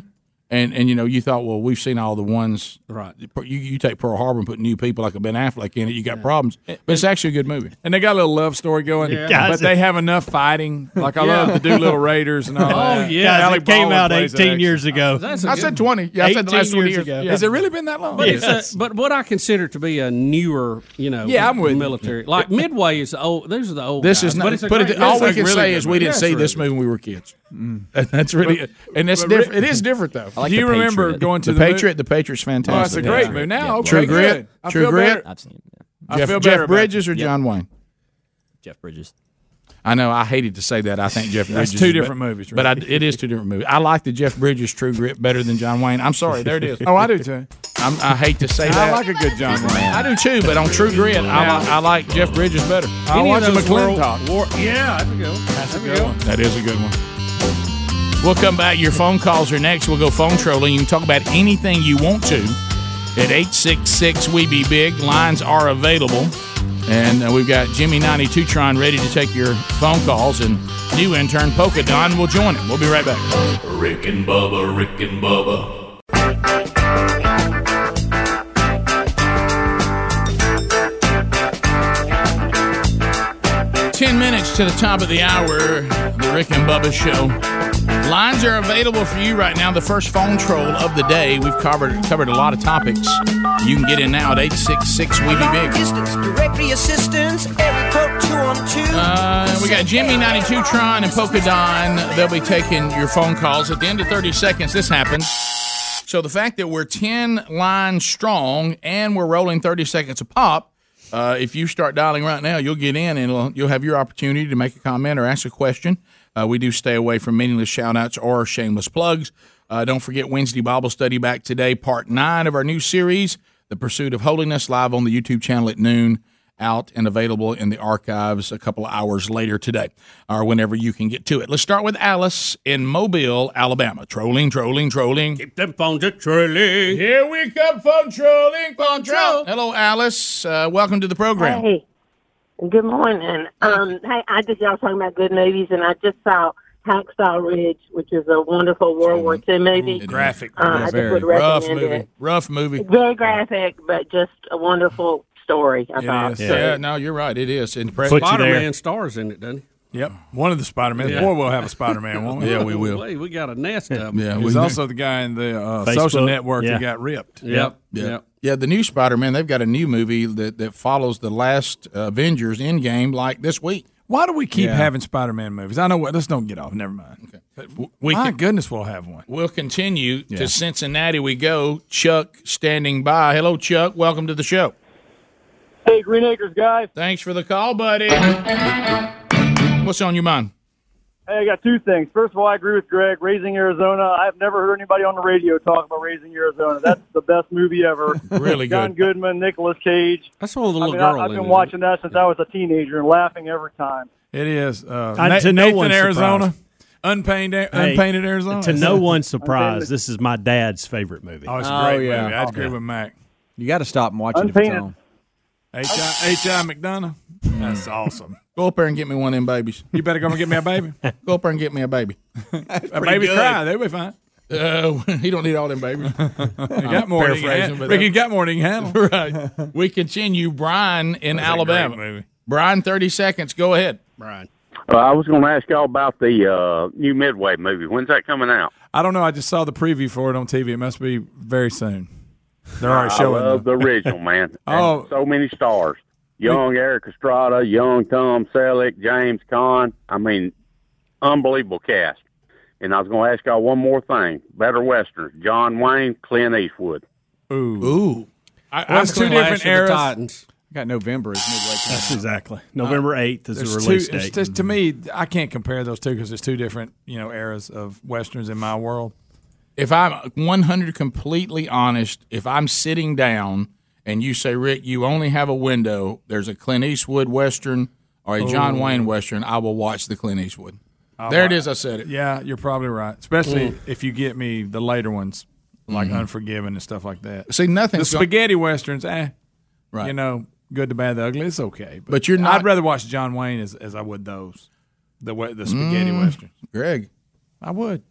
S2: and and you know you thought well we've seen all the ones
S3: right.
S2: You, you take Pearl Harbor and put new people like a Ben Affleck in it, you got problems. But it's actually a good movie.
S6: And they got a little love story going,
S2: Yeah.
S6: but they have enough fighting. Like I
S2: Yeah.
S6: love to do Little Raiders and all
S2: [laughs] Oh,
S6: that.
S2: yeah. Guys,
S6: Alec
S2: it came
S6: Baldwin
S2: out
S6: plays
S2: 18
S6: an
S2: years
S6: extra-
S2: ago. That's a I good said one. 20. Yeah, I said the last 18 20 years years. ago.
S6: Has it really been that long?
S3: But it's a, but what I consider to be a newer, you know,
S6: Yeah, I'm with you.
S3: military. Like Midway is the old. Those are the old.
S2: This
S3: guys,
S2: is not.
S3: Oh, But it's a
S2: put it-
S3: great-
S2: all
S3: it's
S2: we
S3: a
S2: can
S3: really
S2: say
S3: good
S2: is we
S3: movie.
S2: didn't
S3: Yes,
S2: see
S3: really
S2: this movie when we were kids. [laughs] And That's really
S6: But-
S2: and that's
S6: but Rick-
S2: different. It is different though.
S6: I like Do you the remember Patriot. going to
S2: the
S6: the mo-
S2: Patriot? The Patriot's fantastic.
S6: Oh, it's a great movie. Now, okay,
S2: True Grit.
S6: good. I
S2: True
S6: feel
S2: Grit.
S6: better. I've seen it, yeah. I
S2: Jeff,
S6: feel
S2: Jeff
S6: better about
S2: Bridges
S6: it.
S2: or
S6: Yep.
S2: John Wayne.
S12: Jeff Bridges.
S2: I know. I hated to say that. I think Jeff
S6: That's
S2: Bridges.
S6: two
S2: is
S6: different
S2: bet-
S6: movies,
S2: but I,
S6: right?
S2: it is two different movies. I like the Jeff Bridges True Grit better than John Wayne. I'm sorry. There it is.
S6: [laughs] Oh, I do too.
S2: I'm, I hate to say
S6: I
S2: that.
S6: like a good John Wayne.
S2: I do too. But on True Grit, I, li- I like Jeff Bridges better.
S6: I
S2: Any of
S6: watched
S2: those world-
S6: McClintock.
S3: War, yeah, that's a good one.
S6: That's a
S3: good one.
S2: That is a good one. We'll come back. Your phone calls are next. We'll go phone trolling. You can talk about anything you want to at 866 We Be Big. Lines are available. And uh, we've got Jimmy 92 Tron ready to take your phone calls. And new intern Polka Don will join him. We'll be right back.
S7: Rick and Bubba, Rick and Bubba.
S2: Ten minutes to the top of the hour, the Rick and Bubba show. Lines are available for you right now. The first phone troll of the day. We've covered covered a lot of topics. You can get in now at 866 We Be Big.
S16: Directory assistance, every quote two on two.
S2: Uh, we got Jimmy 92 Tron and Polka Don. They'll be taking your phone calls. At the end of 30 seconds, this happens. So the fact that we're 10 lines strong and we're rolling 30 seconds a pop, uh, if you start dialing right now, you'll get in and it'll- you'll have your opportunity to make a comment or ask a question. Uh, we do stay away from meaningless shout outs or shameless plugs. Uh, don't forget Wednesday Bible study back today, part nine of our new series. The Pursuit of Holiness, live on the YouTube channel at noon, out and available in the archives a couple of hours later today or whenever you can get to it. Let's start with Alice in Mobile, Alabama. Trolling, trolling, trolling. Keep them phones a trolling. Here we come, phone trolling, phone troll. Hello, Alice. Uh, welcome to the program.
S17: Hey, good morning. Um, hey, I just y'all talking about good movies, and I just saw Hacksaw Ridge, which is a wonderful World War II movie.
S2: Mm-hmm. Graphic.
S17: Uh, I just would
S2: rough
S17: recommend
S2: movie.
S17: it.
S2: Rough movie.
S17: Very graphic, but just a wonderful story. I thought.
S2: It is. Yeah. no, you're right. It is impressive.
S3: Spider Man stars in it, doesn't he?
S6: Yep. One of the Spider Man.
S3: Yeah.
S6: Boy, we'll have a Spider Man, won't
S3: [laughs]
S6: we?
S3: Yeah, we will. Hey, we got a nest of them.
S6: Yeah, he's also the guy in the uh,
S2: Facebook.
S6: social network
S2: Yeah.
S6: that got ripped.
S2: Yep. Yeah. Yeah, the new Spider Man, they've got a new movie that, that follows the last uh, Avengers Endgame like this week.
S6: Why do we keep
S2: Yeah.
S6: having Spider Man movies? I know what. Let's don't get off. Never mind.
S2: We
S6: My
S2: can-
S6: goodness, we'll have one.
S2: We'll continue to Cincinnati. We go. Chuck standing by. Hello, Chuck. Welcome to the show.
S18: Hey, Green Acres guys.
S2: Thanks for the call, buddy. What's on your mind?
S18: Hey, I got two things. First of all, I agree with Greg. Raising Arizona. I've never heard anybody on the radio talk about Raising Arizona. That's the best movie ever.
S2: [laughs] Really
S18: John Goodman, Nicolas Cage.
S3: That's one of
S18: I
S3: the little
S18: mean,
S3: girl.
S18: I, have
S3: in
S18: been
S3: it.
S18: watching that since I was a teenager and laughing every time.
S6: It is. Uh,
S10: I-
S6: Na-
S10: to no
S6: Nathan,
S10: one's
S6: Arizona.
S10: surprise.
S6: Unpainted,
S10: Hey,
S6: unpainted Arizona.
S10: To
S6: [laughs]
S10: no one's surprise, this is my dad's favorite movie.
S6: Oh, it's a great movie. I'd agree with Mac.
S11: You got to stop and watch it if it's
S6: Unpainted.
S11: on.
S6: H.I. McDonough. That's awesome.
S2: Go up there and get me one of them babies.
S6: You better go and get me a baby.
S2: [laughs] go up there and get me a baby.
S6: [laughs] A baby
S2: [laughs]
S6: cry. They'll be fine.
S2: Uh, [laughs] he don't need all them babies. you
S6: got more than he can handle. Rick, you got more than he can handle.
S2: [laughs] right. We continue. Brian in
S6: That's a
S2: Alabama.
S6: great movie.
S2: Brian, thirty seconds. Go ahead, Brian.
S19: Uh, I was going to ask y'all about the uh, new Midway movie. When's that coming out?
S6: I don't know. I just saw the preview for it on TV. It must be very soon. They're already
S19: I
S6: showing
S19: love
S6: it.
S19: the
S6: [laughs]
S19: original, man.
S6: Oh.
S19: And so many stars. Young Eric Estrada, young Tom Selleck, James Caan. I mean, unbelievable cast. And I was going to ask y'all one more thing. Better Westerns, John Wayne, Clint Eastwood.
S6: Ooh.
S2: Ooh.
S6: I,
S11: Well,
S6: I'm
S11: it's two
S6: Clash
S11: different
S6: of the
S11: eras.
S6: Titans.
S11: I got November as midway. Uh,
S10: That's exactly. November 8th is the
S6: There's
S10: release
S6: two- it's
S10: date.
S6: just- to me, I can't compare those two because there's two different you know eras of westerns in my world.
S2: If I'm one hundred completely honest, if I'm sitting down and you say, Rick, you only have a window. There's a Clint Eastwood western or a John
S6: Ooh.
S2: Wayne western. I will watch the Clint Eastwood. there it is. I said it.
S6: Yeah, you're probably right. Especially
S2: Mm.
S6: if you get me the later ones, like
S2: Mhm.
S6: Unforgiven and stuff like that.
S2: See,
S6: The
S2: nothing's go-
S6: spaghetti westerns, eh?
S2: Right.
S6: You know, good, the bad, the ugly. It's okay.
S2: But you're not-
S6: I'd rather watch John Wayne as, as I would those. The way the spaghetti
S2: Mm.
S6: westerns.
S2: Greg,
S6: I would.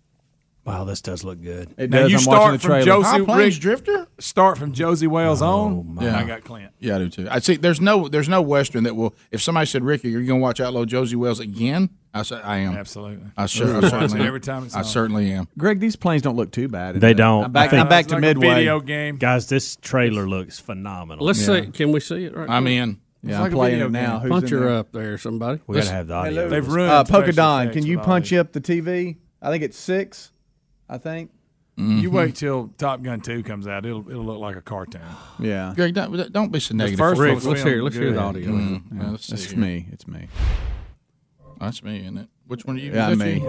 S10: Wow, this does look good.
S6: now you start from Josie
S2: High Plains
S6: Rick-
S2: Drifter.
S6: Start from Josie Wales on.
S2: Oh, my.
S6: I got Clint.
S2: Yeah, I do too. I see. There's no there's no western that will. If somebody said, Ricky, you're going to watch Outlaw Josie Wells again? I say I am.
S6: Absolutely.
S2: I, sure, I
S6: Watch it
S2: certainly.
S6: every time it's
S2: I
S6: on.
S2: certainly am.
S11: Greg, these planes don't look too bad.
S10: They don't.
S11: I'm back,
S10: I think-
S11: I'm back to
S6: It's like a
S11: midway.
S6: video game.
S10: Guys, this trailer looks phenomenal.
S3: Let's see. Can we see it right
S2: I'm
S3: now?
S2: in.
S11: Yeah, I'm playing it now. Who's
S3: Punch
S11: in
S3: her
S11: there?
S3: up there, somebody.
S10: We gotta have the audio. Hello.
S11: They've
S10: They've
S11: ruined
S10: ruined
S11: uh,
S10: special
S11: Polkadon.
S10: effects
S11: Can you
S10: with all
S11: punch up the TV? I think it's six. I think.
S2: Mm-hmm.
S6: You wait till Top Gun Two comes out. It'll it'll look like a cartoon.
S11: Yeah.
S2: Greg, don't, don't be so negative.
S6: first
S2: Rick,
S6: one's
S2: let's
S6: filmed
S2: hear- let's hear
S6: good.
S2: the audio.
S11: Mm-hmm.
S2: Mm. Yeah, let's see
S11: it's
S2: here.
S11: me. It's me.
S2: That's me, isn't it? Which one are you?
S11: Yeah,
S2: is that
S11: me.
S2: you?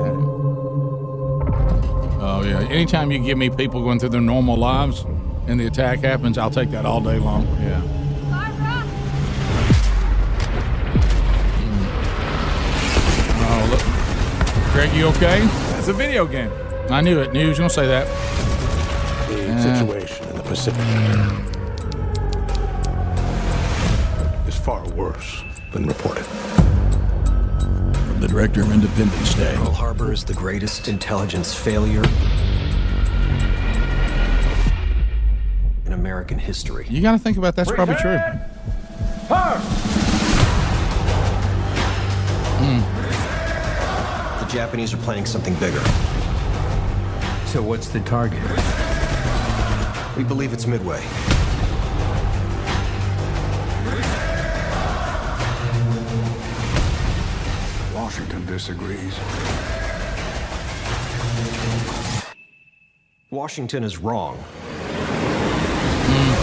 S2: Oh yeah. Anytime you give me people going through their normal lives, and the attack happens, I'll take that all day long.
S11: Yeah.
S2: Oh look, Greg, you okay?
S6: It's a video game.
S2: I knew it. Knew he was going to say that.
S20: situation in the Pacific is far worse than reported.
S21: From the director of Independence Day.
S15: Pearl Harbor is the greatest intelligence failure in American history.
S2: You got to think about that's probably true.
S15: Hmm. The Japanese are planning something bigger. So, what's the target? We believe it's Midway.
S20: Washington disagrees.
S15: Washington is wrong. Hmm.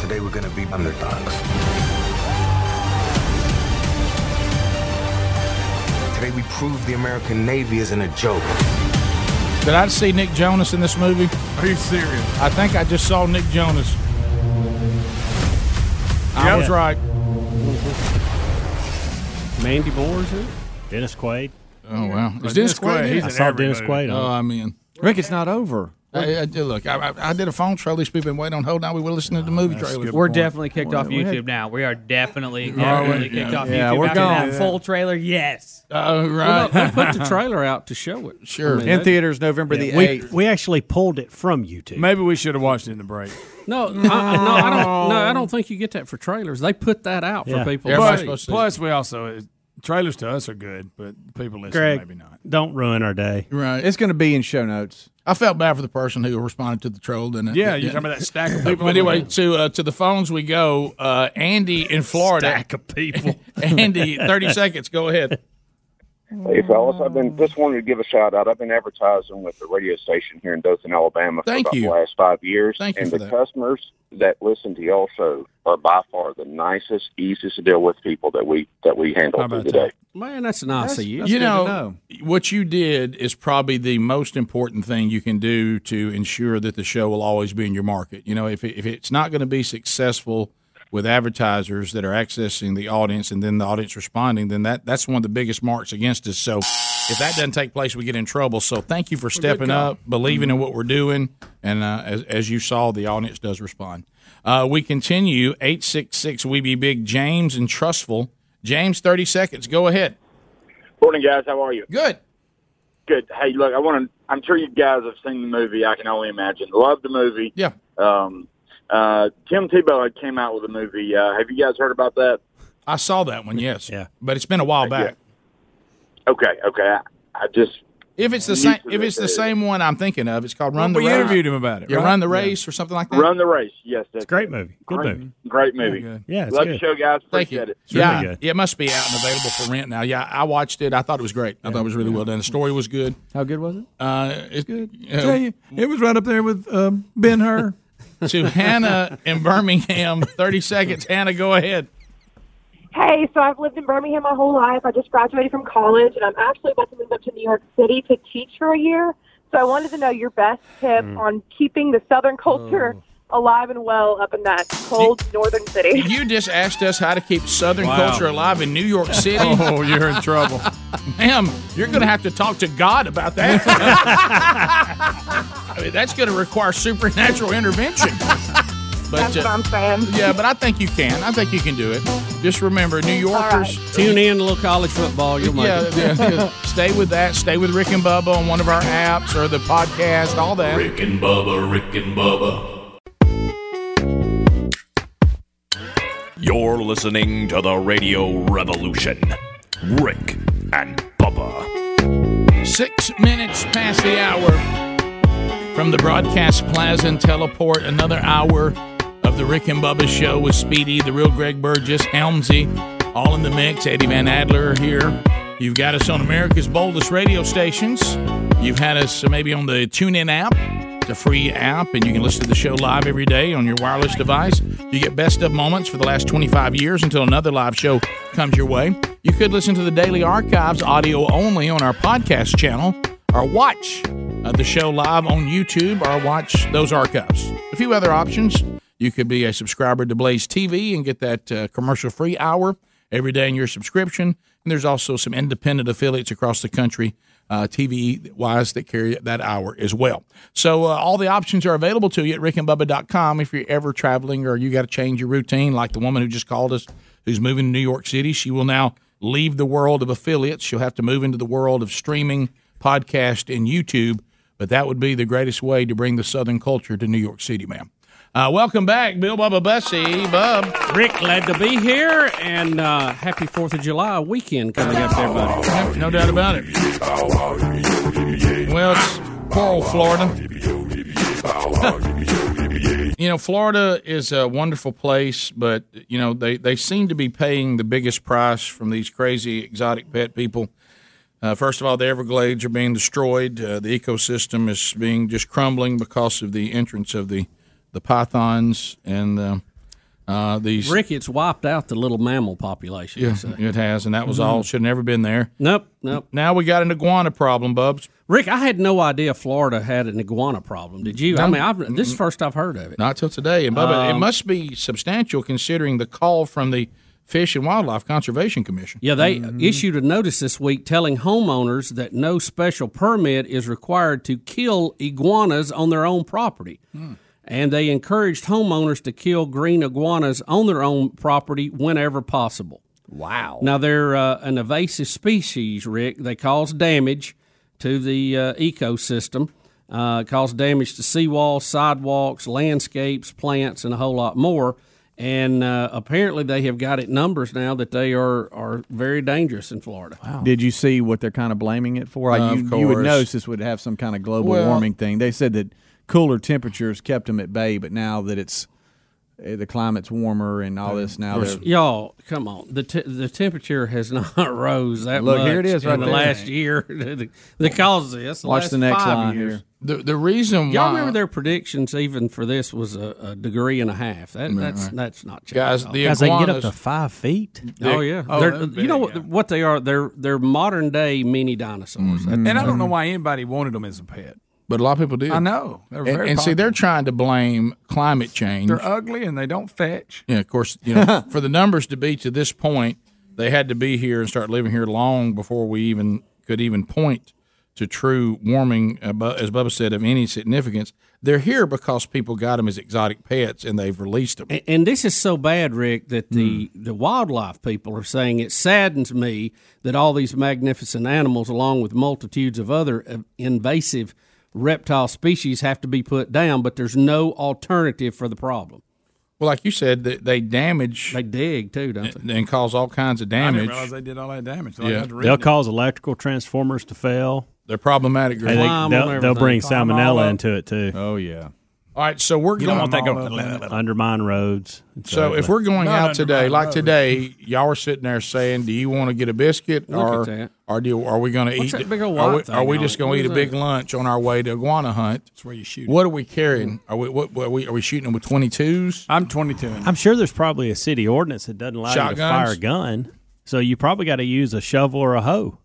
S20: Today we're going to be underdogs.
S15: Today we prove the American Navy isn't a joke.
S2: Did I see Nick Jonas in this movie?
S6: Are you serious?
S2: I think I just saw Nick Jonas. I was
S6: Yeah.
S2: right.
S10: Mandy Moore is it? Dennis Quaid.
S2: Oh wow, is Dennis Quaid? in it?
S10: I saw Dennis Quaid.
S2: Oh,
S10: On.
S2: I'm in.
S6: Rick, it's not over.
S2: I, I did- look, I, I, I did a phone trailer. These people been waiting on hold. Now we were listening to the movie trailers.
S8: We're definitely kicked off
S2: We
S8: YouTube
S2: had-
S8: now. We are definitely,
S2: we?
S8: definitely
S2: Yeah.
S8: kicked off
S2: Yeah,
S8: YouTube.
S2: we're
S8: After
S2: gone.
S8: that full trailer, yes.
S2: Oh,
S3: Well, no, they
S12: [laughs]
S3: put the trailer out to show it. I mean, they-
S11: the
S10: we,
S11: 8th.
S10: We actually pulled it from YouTube.
S6: Maybe we should have watched it in the break.
S3: No, I, no, I don't. No, I don't think you get that for trailers. They put that out for people. to
S6: But,
S3: see.
S6: plus, we also uh, trailers to us are good, but people listen
S10: Greg,
S6: maybe not.
S10: Don't ruin our day.
S2: Right.
S11: It's going to be in show notes.
S2: I felt bad for the person who responded to the troll. Didn't it?
S6: Yeah, you're talking about that stack of people.
S2: But anyway, to uh, to the phones we go. Uh, Andy in Florida.
S6: Stack
S2: of people. [laughs]
S6: [laughs]
S2: Andy, thirty seconds. Go ahead.
S22: Hey fellas, I've been just wanted to give a shout out. I've been advertising with the radio station here in Dothan, Alabama for
S2: Thank
S22: about
S2: you.
S22: the last five years.
S2: Thank you
S22: and
S2: for
S22: the
S2: that.
S22: customers that listen to y'all show are by far the nicest, easiest to deal with people that we that we handle through the day.
S3: Man, that's nice of you.
S2: you know, what you did is probably the most important thing you can do to ensure that the show will always be in your market. You know, if, it, if it's not going to be successful with advertisers that are accessing the audience and then the audience responding, then that, that's one of the biggest marks against us. So if that doesn't take place, we get in trouble. So thank you for stepping
S6: call.
S2: up, believing in what we're doing. And uh, as, as you saw, the audience does respond. Uh, we continue 866 We Be Big, James and Trustful. James, 30 seconds. Go ahead.
S23: Morning, guys. How are you?
S2: Good.
S23: Good. Hey, look, I want to. I'm sure you guys have seen the movie. I can only imagine. Love the movie.
S2: Yeah.
S23: Um, uh, Tim Tebow had came out with a movie. Uh, have you guys heard about that?
S2: I saw that one, yes. Yeah. But it's been a while back.
S23: Okay. Okay. I, I just.
S2: If it's the
S23: Need
S2: same
S23: to
S2: if it's the
S23: reserve.
S2: same one I'm thinking of, it's called Run
S23: Well,
S2: the
S23: we
S2: Race.
S23: interviewed
S6: him about it,
S2: Yeah,
S6: right?
S2: Run the Race or something like that.
S23: Run the race. Yes, that's
S10: great movie. Good
S23: Great-
S10: movie.
S23: Great movie.
S10: Very good. Yeah, it's
S23: Love
S10: good.
S23: the show, guys.
S2: Thank
S23: Appreciate
S2: you.
S23: it.
S2: Yeah,
S10: really good.
S2: it must be out and available for rent now. Yeah, I watched it. I thought it was great. I thought it was really well done. The story was good.
S11: How good was it?
S2: Uh, it's good.
S6: Tell you, it was right up there with um, Ben Hur.
S2: to Hannah in Birmingham, thirty seconds. Hannah, go ahead.
S14: Hey, so I've lived in Birmingham my whole life. I just graduated from college, and I'm actually about to move up to New York City to teach for a year. So I wanted to know your best
S6: [laughs]
S14: tip
S2: Mm.
S14: on keeping the Southern culture alive and well up in that cold northern city.
S2: [laughs] You just asked us how to keep Southern
S6: Wow.
S2: culture alive in
S3: [laughs]
S2: New York City.
S6: Oh, you're in trouble.
S2: Ma'am, you're going to have to talk to God about
S3: [laughs]
S2: that. I mean, that's going to require supernatural intervention. But, uh,
S14: That's what I'm saying.
S2: Yeah, but I think you can. I think you can do it. Just remember, New Yorkers.
S3: Tune in to little college football. You'll make
S2: Yeah,
S3: it. [laughs]
S2: yeah, yeah. stay with that. Stay with Rick and Bubba on one of our apps or the podcast, all that.
S7: Rick and Bubba, Rick and Bubba.
S1: You're listening to the Radio Revolution. Rick and Bubba.
S2: Six minutes past the hour from the broadcast plaza and teleport. Another hour of the Rick and Bubba show with Speedy, the real Greg Burgess, Helmsy, all in the mix. Eddie Van Adler here. You've got us on America's boldest radio stations. You've had us maybe on the TuneIn app. It's a free app, and you can listen to the show live every day on your wireless device. You get best of moments for the last 25 years until another live show comes your way. You could listen to the daily archives, audio only, on our podcast channel, or watch uh, the show live on YouTube, or watch those archives. A few other options. You could be a subscriber to Blaze TV and get that uh, commercial free hour every day in your subscription. And there's also some independent affiliates across the country, uh, TV wise, that carry that hour as well. So uh, all the options are available to you at rickandbubba.com if you're ever traveling or you got to change your routine, like the woman who just called us who's moving to New York City. She will now leave the world of affiliates. She'll have to move into the world of streaming, podcast, and YouTube. But that would be the greatest way to bring the Southern culture to New York City, ma'am. Uh, welcome back, [laughs] Bill Bubba Bussy. Bub.
S3: Rick, glad to be here, and uh, happy Fourth of July weekend coming up, to everybody.
S2: no doubt about it. Well, it's poor old Florida. you know, Florida is a wonderful place, but you know they they seem to be paying the biggest price from these crazy exotic pet people. Uh, first of all, the Everglades are being destroyed. Uh, the ecosystem is being just crumbling because of the entrance of the the pythons and. Uh, Uh, these
S3: Ricky, it's wiped out the little mammal population.
S2: Yeah,
S3: so.
S2: it has, and that was all.
S3: Mhm.
S2: Should have never been there.
S3: Nope, nope.
S2: Now we got an iguana problem, Bubs.
S3: Rick, I had no idea Florida had an iguana problem. Did you? I
S2: No.
S3: mean, I've, this is the
S2: Mm-hmm.
S3: first I've heard of it.
S2: Not till today. And Bubba, it
S3: Um,
S2: must be substantial considering the call from the Fish and Wildlife Conservation Commission.
S3: Yeah, they
S2: Mm-hmm.
S3: issued a notice this week telling homeowners that no special permit is required to kill iguanas on their own property.
S10: Hmm.
S3: And they encouraged homeowners to kill green iguanas on their own property whenever possible.
S2: Wow.
S3: Now, they're uh, an invasive species, Rick. They cause damage to the uh, ecosystem, uh, cause damage to seawalls, sidewalks, landscapes, plants, and a whole lot more. And uh, apparently, they have got it numbers now that they are, are very dangerous in Florida. Wow.
S11: Did you see what they're kind of blaming it for? Like,
S3: Oh. Of
S11: you, you would
S3: course.
S11: notice this would have some kind of global
S3: Well-
S11: warming thing. They said that cooler temperatures kept them at bay, but now that it's eh, the climate's warmer and all this now, they're,
S3: y'all, come on. The te- the temperature has [laughs] not rose that
S11: Look, here it
S3: much
S11: is right
S3: in the
S11: there.
S3: last year [laughs] that that caused this.
S11: Watch the next
S3: five
S11: line
S3: years.
S11: here.
S2: The, the reason
S3: Y'all
S2: why-
S3: remember their predictions even for this was a, a degree and a half. That,
S2: Right,
S3: that's
S2: right.
S3: that's not changed
S2: Guys,
S3: at all.
S2: the Guys, they can get up iguanas- to
S11: five feet.
S3: Oh yeah,
S2: Oh,
S3: They're-
S2: that'd be
S3: you know
S2: big,
S3: what, what they are? They're they're modern day mini dinosaurs.
S2: Mm-hmm.
S6: And I don't know why anybody wanted them as a pet.
S2: But a lot of people do.
S6: I know. They're
S2: And,
S6: very
S2: and see,
S6: popular.
S2: they're trying to blame climate change.
S6: They're ugly and they don't fetch.
S2: Yeah, of course, you
S6: [laughs]
S2: know, for the numbers to be to this point, they had to be here and start living here long before we even could even point to true warming, uh, bu- as Bubba said, of any significance. They're here because people got them as exotic pets and they've released them. Hmm.
S3: And, and this is so bad, Rick, that the, the wildlife people are saying it saddens me that all these magnificent animals, along with multitudes of other uh, invasive reptile species, have to be put down, but there's no alternative for the problem.
S2: Well, like you said, they, they damage. They
S3: dig too, don't
S2: they? And, cause all kinds of
S6: I didn't
S2: damage.
S6: realize they did all that damage. till I
S2: Yeah.
S6: got to reading
S10: They'll
S6: it.
S10: cause electrical transformers to fail.
S2: They're problematic.
S10: And
S2: Climb
S10: They, will
S2: on
S10: they'll
S2: everything.
S10: bring
S2: Climb all
S10: salmonella
S2: up.
S10: into it too.
S11: Oh yeah.
S2: All right, so we're
S10: You don't
S2: going
S10: want that
S2: Climb
S10: going
S2: all up.
S10: undermine roads. It's
S2: So
S10: ugly.
S2: if we're going
S10: Not
S2: out
S10: undermine
S2: today, like
S10: roads.
S2: today, y'all are sitting there saying, "Do you want to get a biscuit,
S10: Look at
S2: or
S10: that.
S2: or do are we going to
S10: What's
S2: eat?
S10: that big old
S2: are
S10: white
S2: we,
S10: thing
S2: are we
S10: on
S2: just
S10: it?
S2: going
S10: What
S2: to eat a
S10: is
S2: big
S10: that?
S2: lunch on our way to iguana hunt? That's
S6: where you shoot.
S2: What are we carrying? Are we what, what are we are we shooting them with twenty twos?
S6: I'm twenty two.
S10: I'm sure there's probably a city ordinance that doesn't allow you to
S2: Shotguns?
S10: fire a gun. So you probably got to use a shovel or a hoe.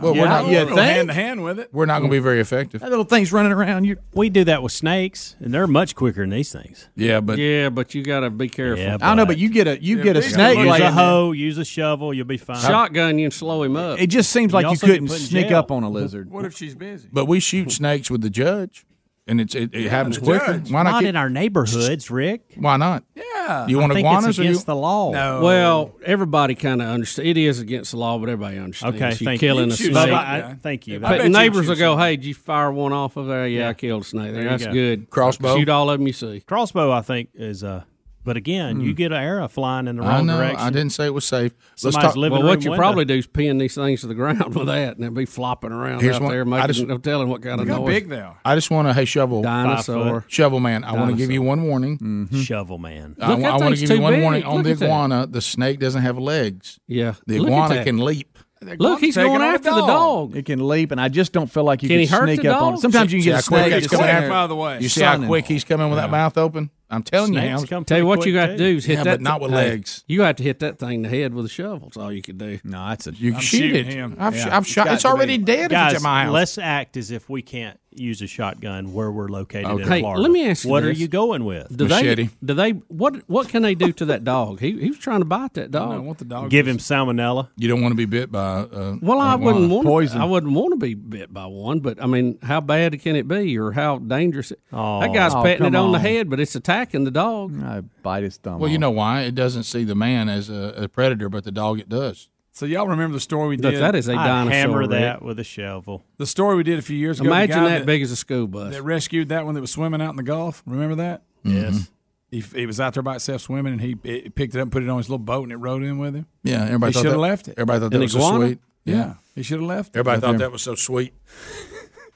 S2: Well, we're not
S6: We'll go hand to hand with it.
S2: We're not going to be very effective.
S10: little thing's running around. You we do that with snakes, and they're much quicker than these things.
S2: Yeah, but
S3: yeah, but you got to be careful.
S10: Yeah, I don't know, but but-
S11: you get a you
S10: Yeah,
S11: get a
S10: big
S11: snake
S10: use
S11: laying
S10: a
S11: there.
S10: hoe, use a shovel, you'll be fine.
S3: Shotgun, you can slow him up.
S11: It just seems like you, couldn't sneak up on a lizard.
S6: What if she's busy?
S2: But we shoot snakes with the judge, and it's it, it happens
S6: the
S2: quicker.
S6: judge.
S2: Why not,
S10: Not
S2: get-
S10: in our neighborhoods, Rick.
S2: Why not?
S6: Yeah,
S2: you want
S10: I think it's
S2: iguanas or you-
S10: against the law. No.
S3: Well, everybody kind of understands. It is against the law, but everybody understands.
S10: Okay,
S3: you're
S10: thank you.
S3: killing a
S10: You shoot
S3: snake.
S10: something, I- thank you. I bet
S3: But
S10: you
S3: neighbors
S10: shoot
S3: will go, "Hey, did you fire one off of there? Yeah, I killed a snake.
S10: you
S3: There. That's
S10: go.
S3: good.
S10: Crossbow?
S3: Shoot all of them you see.
S10: Crossbow, I think, is a. But again, you get an arrow flying in the
S2: Hmm. I
S10: wrong
S2: know.
S10: direction.
S2: I didn't say it was safe. Let's
S10: Somebody's
S2: talk-
S10: living
S3: Well,
S10: room
S3: what you
S10: window.
S3: probably do is pin these things to the ground with that, and they'll be flopping around
S2: Here's
S3: out
S2: one-
S3: there,
S2: I
S3: making
S2: just-
S3: no telling what kind of
S2: Look how
S3: noise.
S2: big they are. I just want to hey shovel
S3: Dinosaur.
S2: Five foot. shovel man. I want to give you one warning.
S10: Mm-hmm. Shovel man.
S2: I,
S3: Look, that
S2: want to
S3: thing's
S2: give you
S3: too
S2: one
S3: big.
S2: warning on
S3: Look
S2: the
S3: at that.
S2: iguana. The snake doesn't have legs.
S3: Yeah,
S2: the
S11: Look at
S2: iguana
S11: that.
S2: can leap.
S3: Look, he's
S6: Taking
S3: going
S6: on the
S3: after the
S6: dog.
S3: dog.
S11: It can leap, and I just don't feel like you
S2: Can
S11: can,
S2: he hurt
S11: sneak
S2: the
S11: up on it.
S2: dog?
S11: Sometimes you can
S2: See
S11: get a
S2: how quick
S11: snake.
S2: he's
S11: just
S2: coming
S11: sitting
S2: after-
S11: there.
S6: By the way.
S2: You see how
S11: Son.
S2: quick he's coming with that mouth open? I'm telling you.
S10: Snakes
S2: Hams.
S10: come
S3: Tell you what, you got to
S10: too.
S3: do is hit
S2: Yeah,
S3: that
S2: but not with
S3: hey,
S2: legs.
S3: You got to hit that thing in the head with a shovel. That's all you can do.
S11: No, that's a
S2: You shoot it. I've, sh- I've shot. It's already dead.
S10: Guys,
S2: if it's at my house.
S10: let's act as if we can't use a shotgun where we're located in
S3: Hey,
S10: Florida.
S3: let me ask you
S10: What are
S3: this.
S10: you going with?
S3: Do they? Do they? What? What can they do to that dog? He he was trying to bite that dog.
S10: Give him salmonella.
S2: You don't want to be bit by. Uh,
S3: Well, I
S2: iguana.
S3: wouldn't want I wouldn't want to be bit by one, but I mean, how bad can it be, or how dangerous? It, that guy's
S2: Oh,
S3: petting it
S2: come
S3: on, the
S2: on.
S3: head, but it's attacking the dog.
S11: I bite his thumb.
S2: Well, you know why? It doesn't see the man as a, a predator, but the dog it does.
S6: So y'all remember the story we
S2: Look,
S6: did?
S2: that is a I'd dinosaur,
S10: Hammer that with a shovel.
S6: The story we did a few years ago. the
S10: Imagine
S6: guy
S10: that big as a school bus.
S6: That rescued that one that was swimming out in the Gulf. Remember that?
S10: Yes.
S6: He, he was out there by itself swimming, and he it picked it up and put it on his little boat, and it rode in with him.
S2: Yeah, everybody
S6: He
S2: thought
S6: should have
S2: that-
S6: left it.
S2: everybody thought An that was so iguana? sweet.
S6: Yeah,
S2: Yeah.
S6: he should have left. it.
S2: Everybody thought that was so sweet.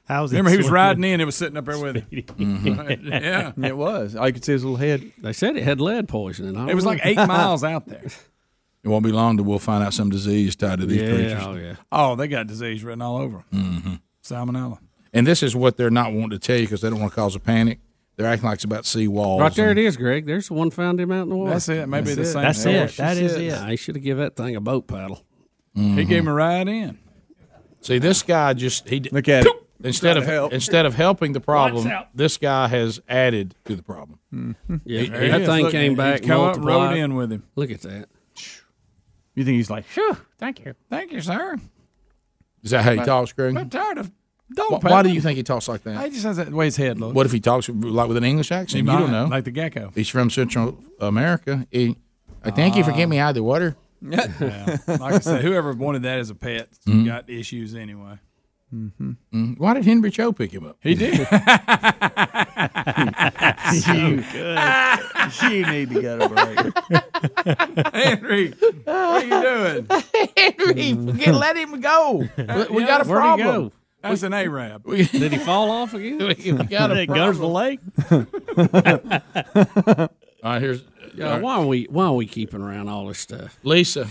S10: How's
S6: Remember, he was riding in. It was sitting up there with him.
S11: Mhm.
S6: yeah,
S11: It was. I could see his little head.
S3: They said it had lead poisoning.
S6: It was like
S2: [laughs]
S6: eight miles out there.
S2: It won't be long till we'll find out some disease tied to these
S6: Yeah,
S2: creatures. Mm-hmm.
S6: oh, yeah. Oh, they got disease written all over 'em. Salmonella.
S2: And this is what they're not wanting to tell you because they don't want to cause a panic.
S24: They're acting like it's about sea walls.
S3: Right there it is, Greg. There's the one found him out in the water.
S6: That's it. Maybe the same
S3: That's
S6: thing.
S3: it. That is it. I should have given that thing a boat paddle.
S6: He gave him a ride in.
S2: Mm-hmm. See, this guy just he
S6: look at it.
S2: Instead
S6: Trying
S2: of
S6: to help.
S2: instead of helping the problem,
S6: Lights out. Mm-hmm.
S2: this guy has added to the problem.
S3: Yeah,
S2: He-
S3: that
S2: he-
S3: thing
S2: look,
S3: came
S2: he-
S3: back.
S2: he come up,
S3: multiplied.
S2: rode in
S6: with him.
S3: Look at that.
S15: You think he's like,
S6: Sure. Thank you. Thank you, sir.
S2: Is that how he
S6: But-
S2: talks, Greg?
S6: I'm tired of
S2: Why,
S6: dog
S2: why do you think he talks like that?
S6: He just has that way his head looks.
S2: What if he talks like with an English accent?
S6: He
S2: You
S6: might,
S2: don't know.
S6: Like the gecko.
S2: He's from Central America. He, I thank you for
S6: Ah.
S2: getting me out of
S6: [laughs]
S2: the water.
S6: Yeah. Like I said, whoever wanted that as a pet
S2: Mm.
S6: got issues anyway.
S2: Mm, Why did Henry Cho pick him up?
S6: He did. [laughs]
S15: you good. You need to go to break.
S6: [laughs] Henry, how you doing? Uh, Henry,
S2: forget- let
S6: him go.
S2: We- we got a problem.
S6: That's
S3: [laughs]
S6: an Arab.
S2: Did
S3: he fall off again?
S2: We got
S3: [laughs]
S2: a
S10: goes the
S2: problem.
S10: lake.
S2: All right, here's
S3: Yeah,
S2: all right.
S3: why are we why are we keeping around all this stuff?
S2: Lisa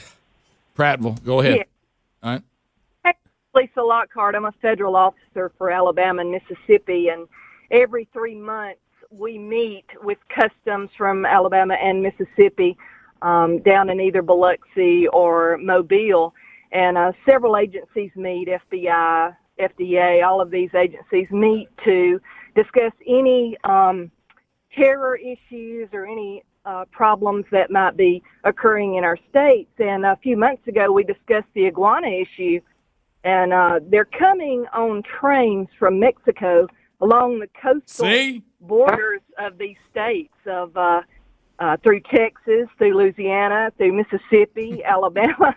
S2: Prattville. Go ahead.
S14: Yeah.
S2: All right.
S14: Lisa Lockhart. I'm a federal officer for Alabama and Mississippi, and every three months we meet with customs from Alabama and Mississippi um, down in either Biloxi or Mobile. And uh, several agencies meet, FBI, FDA, all of these agencies meet to discuss any um, terror issues or any uh, problems that might be occurring in our states. And a few months ago, we discussed the iguana issue and uh, they're coming on trains from Mexico along the coastal
S6: See?
S14: borders of these states of uh, uh, through Texas, through Louisiana, through Mississippi, [laughs] Alabama,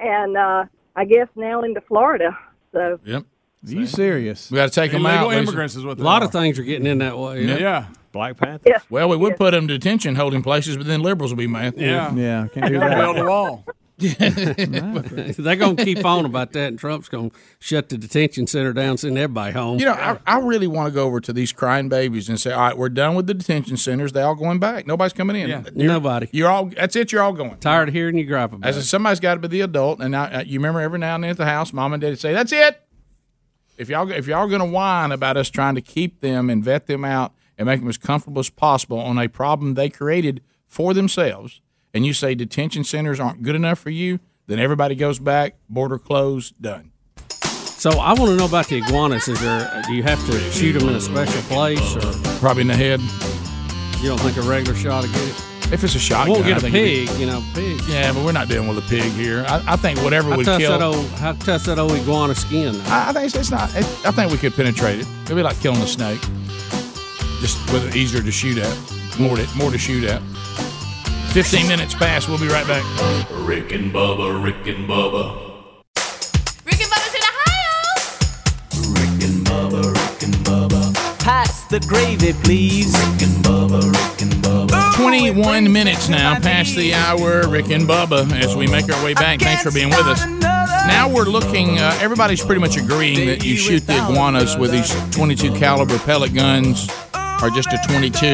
S14: and uh, I guess now into Florida. So
S2: [laughs] Yep.
S15: Are you serious?
S2: We got to take him out. Lisa.
S3: a lot of things are getting in that way.
S2: Yeah.
S10: Black Panther.
S2: Well, we would put him in detention holding places, but then liberals would be mad.
S3: Yeah.
S15: Yeah, can't do
S3: that.
S6: Build a wall.
S3: [laughs] They're gonna keep on about that, and Trump's gonna shut the detention center down, send everybody home.
S2: You know, I, I really want to go over to these crying babies and say, all right, we're done with the detention centers. They all going back. Nobody's coming in.
S3: Yeah.
S2: You're-
S3: Nobody.
S2: You're all. That's it. You're all going.
S3: Tired of hearing you gripe about
S2: I said, somebody's got to be the adult. And I, I- you remember every now and then at the house, mom and dad would say, that's it. If y'all if y'all going to whine about us trying to keep them and vet them out and make them as comfortable as possible on a problem they created for themselves, and you say detention centers aren't good enough for you, then everybody goes back, border closed, done.
S3: So I want to know about the iguanas. Is there? uh, Do you have to shoot them in a special place, or
S2: probably in the head?
S3: You don't think a regular shot will get it?
S2: If it's a shotgun,
S3: won't get
S2: I
S3: a
S2: think it'd be-
S3: pig. You know, pig.
S2: Yeah, but we're not dealing with a pig here. I, I think whatever
S3: How
S2: would
S3: tough's
S2: kill.
S3: that old? How tough's that old iguana skin?
S2: I, I think it's, it's not. It, I think we could penetrate it. It'd be like killing a snake, just with it easier to shoot at, more to more to shoot at. Fifteen minutes pass. We'll be right back.
S7: Rick and Bubba, Rick and Bubba.
S25: Pass the gravy, please.
S2: 21 minutes now past the hour, Rick and Bubba, as we make our way back. Thanks for being with us. Now we're looking, uh, everybody's pretty much agreeing that you shoot the iguanas with these 22 caliber pellet guns or just a 22,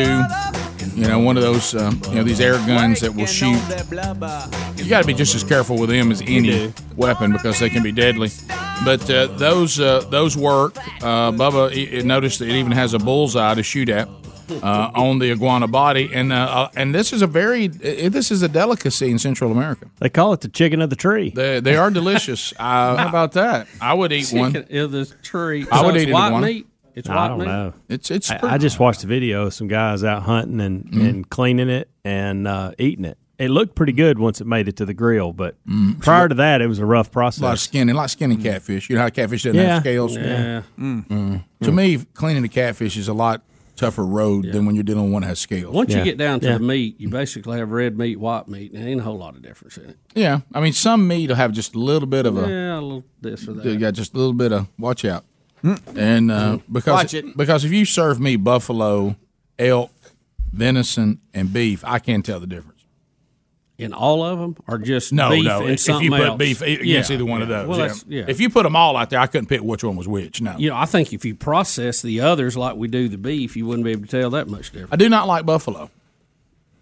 S2: you know, one of those, um, you know, these air guns that will shoot. You got to be just as careful with them as any weapon because they can be deadly. But uh, those uh, those work. Uh, Bubba i- i- noticed that it even has a bullseye to shoot at uh, on the iguana body, and uh, uh, and this is a very uh, this is a delicacy in Central America.
S10: They call it the chicken of the tree.
S2: They, they are [laughs] delicious. Uh,
S10: How
S2: about that? I would eat one.
S3: Of this tree.
S2: I would
S3: So it's
S2: eat an
S3: white
S2: iguana.
S3: meat. It's
S10: I
S3: white
S10: don't
S3: meat.
S10: know.
S2: It's it's. Mm-hmm.
S10: I, I just watched a video of some guys out hunting and, and cleaning it and uh, eating it. It looked pretty good once it made it to the grill, but
S2: Mm.
S10: prior to that, it was a rough process. Mm-hmm.
S2: A lot of skinny, like skinny catfish. You know how catfish doesn't
S10: Yeah.
S2: have scales.
S10: Yeah.
S2: Mm. To me, cleaning a catfish is a lot tougher road than when you're dealing with one that has scales.
S3: Once you get down to the meat, you basically have red meat, white meat, and there ain't a whole lot of difference in it.
S2: yeah, I mean, some meat will have just a little bit of a
S3: yeah, a little this or that.
S2: You got just a little bit of watch out, and uh, because
S3: Mm. Watch it.
S2: because if you serve me buffalo, elk, venison, and beef, I can't tell the difference.
S3: In all of them, or just
S2: No,
S3: beef
S2: no.
S3: and
S2: If
S3: something
S2: you put
S3: else?
S2: beef e- against either one of those,
S3: Well,
S2: yeah.
S3: that's, yeah.
S2: If you put them all out there, I couldn't pick which one was which. No,
S3: You know, I think if you process the others like we do the beef, you wouldn't be able to tell that much difference.
S2: I do not like buffalo.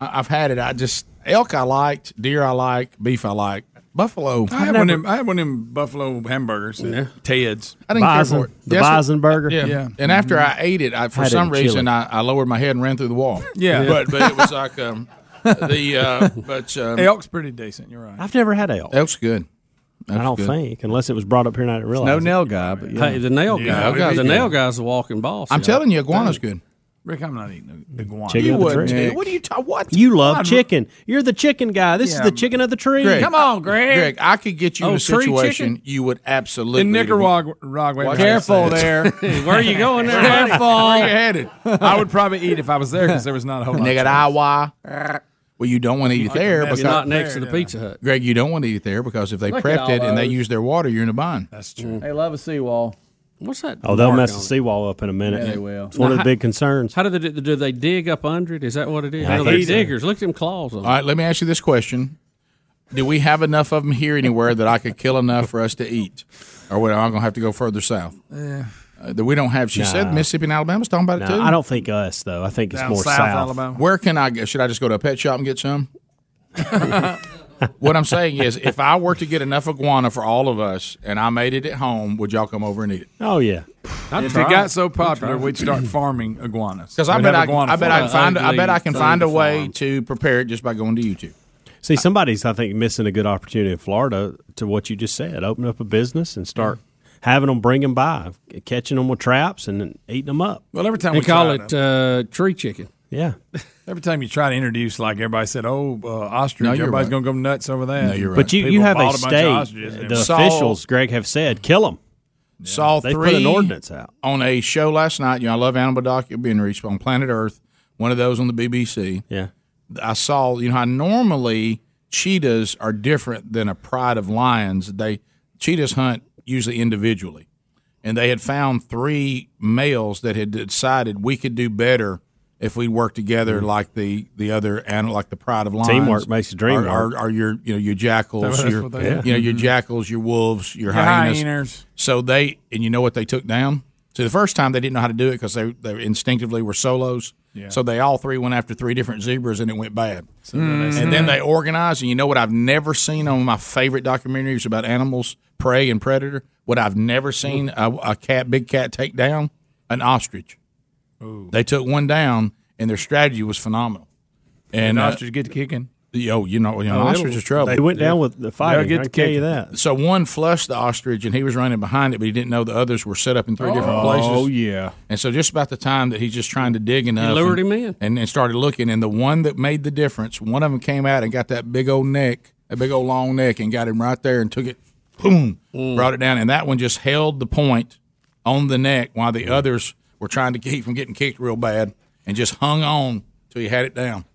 S2: I, I've had it. I just elk I liked, deer I like, beef I like. Buffalo.
S6: I had, one of them, I had one of them buffalo hamburgers. uh, at Ted's.
S2: I didn't care for it. Yes, Yeah.
S6: Yeah.
S2: And after I ate it, I, for
S6: Had it
S2: some
S6: in Chile.
S2: reason, I, I lowered my head and ran through the wall.
S6: Yeah.
S2: But, but it was
S6: [laughs]
S2: like um, the uh, but um,
S6: elk's pretty decent. You're right.
S4: I've never had elk.
S2: Elk's good.
S4: I don't
S3: good.
S4: think, unless it was brought up here and I didn't realize.
S3: no
S4: it.
S3: nail guy, but hey, the nail guy,
S4: Yeah, yeah.
S3: the nail guy's a walking boss.
S2: I'm telling you, iguana's good.
S6: Rick, I'm not eating the iguana.
S4: Chicken
S2: You
S4: of the
S2: wouldn't,
S4: tree.
S2: dude. What are you talking? What?
S4: You love
S2: I'd-
S4: chicken. You're the chicken guy. This
S2: Yeah,
S4: is the
S2: but-
S4: chicken of the tree.
S2: Greg,
S6: Greg.
S2: Greg, I could get you in
S6: Oh,
S2: a
S6: tree
S2: situation
S6: chicken?
S2: you would absolutely
S6: In Nicaragua.
S2: Watch
S6: Careful
S2: that.
S6: there.
S4: [laughs]
S2: Where you going there, buddy?
S6: Careful.
S2: Where you headed?
S6: I would probably eat if I was there because there was not a whole lot. of
S2: Nicaragua. Well, you don't want to eat it there
S6: You're
S2: because
S6: not next to the
S2: Pizza Hut. Greg, you don't want to eat it there because if they
S11: Look at
S2: prepped
S11: all
S2: it and they
S11: those.
S2: use their water, you're in a bind. That's true.
S11: They love a seawall. What's that?
S4: Oh, they'll
S11: mark
S4: mess
S11: on
S4: the
S11: it?
S4: seawall up in a minute.
S11: Yeah, they will.
S4: It's one of
S3: Now,
S4: the big concerns.
S3: How do they do, do? They dig up under it? Is that what it is?
S4: I
S3: No, they
S4: think so.
S3: diggers. Look at them claws on.
S2: All right, let me ask you this question: Do we have enough of them here anywhere that I could kill enough for us to eat, or am I going to have to go further south?
S6: Yeah.
S2: Uh, that we don't have. She said
S4: Nah.
S2: Mississippi and Alabama's talking about
S4: No,
S2: it too.
S4: I don't think us though. I think it's
S2: Down
S4: more south.
S2: south, Alabama. Where can I go? Should I just go to a pet shop and get some? what I'm saying is, if I
S4: [laughs]
S2: were to get enough iguana for all of us, and I made it at home, would y'all come over and eat it?
S4: Oh yeah.
S6: if it got so popular,
S4: [laughs]
S6: we'd start farming iguanas.
S2: Because I
S6: We'd
S2: bet
S6: have
S2: I,
S6: iguana
S2: I bet I can
S6: farms.
S2: find I bet I can find a way to prepare it just by going to YouTube.
S4: See, somebody's I think missing a good opportunity in Florida to what you just said. Open up a business and start having them bring them by, catching them with traps and then eating them up.
S6: Well, every time
S4: They
S6: we
S4: call
S6: tried
S4: it,
S6: them-
S3: Uh, tree chicken.
S4: Yeah.
S6: Every time you try to introduce, like everybody said, "Oh, uh, ostrich,"
S4: No, you're
S6: everybody's
S4: right.
S6: going to go nuts over that.
S4: But you, you
S6: People
S4: have a
S6: bought bunch of
S4: state.
S6: ostriches and
S4: the
S6: everything.
S4: officials, Greg, have said kill them.
S2: Saw
S4: They
S2: three
S4: put an ordinance out.
S2: on a show last night. You know, I love animal documentaries on Planet Earth. One of those on the BBC.
S4: Yeah,
S2: I saw. You know, how normally cheetahs are different than a pride of lions. They cheetahs hunt usually individually, and they had found three males that had decided we could do better if we worked together like the the other animal, like the pride of lions.
S4: Mm-hmm. Teamwork makes the dream
S2: Or, or,
S4: work. Mm-hmm.
S2: or your you know your jackals,
S4: That's
S2: your
S4: what they are.
S2: you know your jackals, your wolves,
S6: Your
S2: your hyenas.
S6: hyenas.
S2: So they and you know what they took down. So the first time they didn't know how to do it because they, they instinctively were solos.
S6: Yeah.
S2: So they all three went after three different zebras and it went bad.
S6: then they
S2: And then
S6: said-
S2: they organized. And you know what I've never seen on my favorite documentaries about animals, prey and predator. What I've never seen a, a cat, big cat, take down an ostrich. They took one down, and their strategy was phenomenal.
S6: And
S2: And uh,
S6: ostrich get to kicking.
S2: Yo, you know, you know
S6: Oh,
S2: ostrich
S6: it'll-
S2: is trouble.
S6: they went down with the fighting, They'll get I to can tell you kicking.
S4: that.
S2: So one flushed the ostrich, and he was running behind it, but he didn't know the others were set up in three different
S6: Oh,
S2: places.
S6: yeah.
S2: And so just about the time that he's just trying to dig enough,
S3: lured
S2: and,
S3: him in.
S2: and, and started looking, and the one that made the difference, one of them came out and got that big old neck, a big old long neck, and got him right there and took it, boom, brought it down, and that one just held the point on the neck while the others were trying to [laughs] keep from getting kicked real bad, and just hung on till he had it down.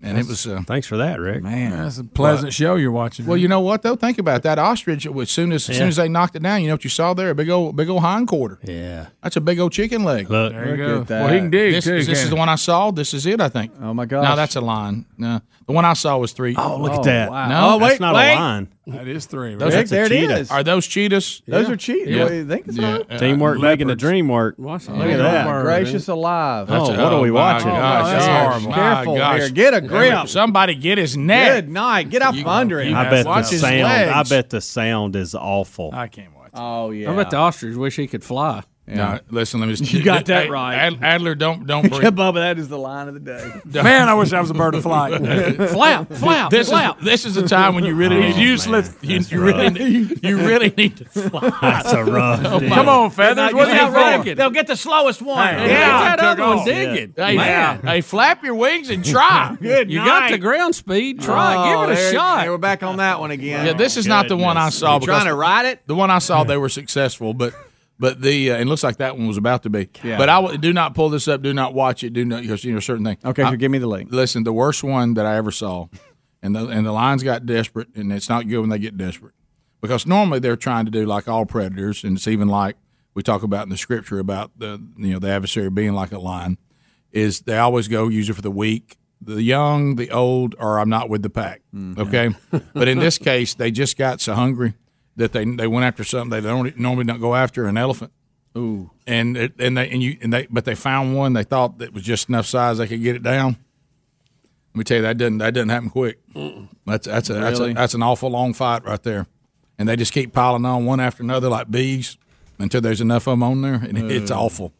S2: And it was uh,
S4: thanks for that, Rick.
S6: Man, that's a pleasant show you're watching.
S2: well, you know what though? Think about that ostrich. As soon as as soon
S6: Yeah.
S2: as they knocked it down, you know what you saw there? A big old big old hindquarter.
S4: Yeah,
S2: that's a big old chicken leg.
S4: Look,
S6: There you Look go. at that. Well, he can dig,
S2: This,
S6: too,
S2: this
S6: can't
S2: is
S6: he?
S2: the one I saw. This is it, I think. Oh my
S6: gosh.
S2: No, that's a line. No, the one I saw was three. Oh,
S4: look at that. wow.
S2: No,
S4: That's not a line.
S6: That is three.
S2: Those
S6: right?
S2: are Are those cheetahs?
S11: Those are cheetahs.
S2: Yeah.
S11: What do you think it's
S2: Yeah.
S11: about?
S2: Uh,
S4: Teamwork
S2: leopard.
S4: making the dream work.
S11: Look
S4: at that.
S11: Gracious alive.
S4: That's Oh, a- what are we oh, my watching? gosh,
S11: Oh,
S4: that's
S11: yeah.
S4: horrible.
S11: Careful
S4: My gosh.
S11: here. Get a
S4: Every-
S11: grip.
S2: Somebody get his neck.
S11: Good night. Get up under him.
S4: I bet the
S11: Watch his
S4: sound. I
S11: legs.
S4: bet the sound is awful.
S6: I can't watch.
S11: Oh yeah.
S3: I bet the ostrich wish he could fly.
S2: No, listen, let me. [laughs]
S3: You got that right.
S2: Ad- Adler, don't [laughs] don't
S11: Yeah,
S2: breathe.
S11: Bubba, that is the line of the day.
S6: Man, I wish I was a bird of
S2: [laughs]
S6: flight.
S11: Flap, flap,
S2: this
S11: flap.
S2: Is, this is the time when you really
S6: Oh,
S2: need useless. You, you really, need, you really
S4: [laughs]
S2: need to fly.
S4: That's a rough deal.
S2: [laughs] Come on, feathers. What are you
S11: They'll-
S2: thinking?
S11: They'll get the slowest one.
S2: Hey,
S11: yeah,
S2: get that
S11: that
S2: other
S11: other
S2: one
S11: one's digging.
S2: Hey,
S11: Man.
S2: hey, flap your wings and try.
S11: [laughs] Good
S2: You
S11: night.
S2: got the ground speed. Try.
S11: Oh,
S2: Give it a
S11: there-
S2: shot.
S11: there, We're back on that one again.
S2: Yeah, this is not the one I saw.
S11: You trying
S2: because
S11: to ride it?
S2: The one I saw, they were successful, but but the uh, and it looks like that one was about to be. But I w- do not pull this up. Do not watch it. Do not because you know certain thing.
S11: Okay, so
S2: I-
S11: give me the link.
S2: Listen, the worst one that I ever saw, and the and the lions got desperate, and it's not good when they get desperate because normally they're trying to do like all predators, and it's even like we talk about in the scripture about the you know the adversary being like a lion. Is they always go use it for the weak, the young, the old, or I'm not with the pack. Okay, but in this case, they just got so hungry that they they went after something they don't normally don't go after an elephant.
S11: Ooh.
S2: And it, and they and you and they but they found one they thought that was just enough size they could get it down. I Let me tell you that doesn't that doesn't happen quick. That's that's a, that's a,
S6: Really?
S2: that's an awful long fight right there, and they just keep piling on one after another like bees until there's enough of them on there, and it's
S10: Mm.
S2: awful.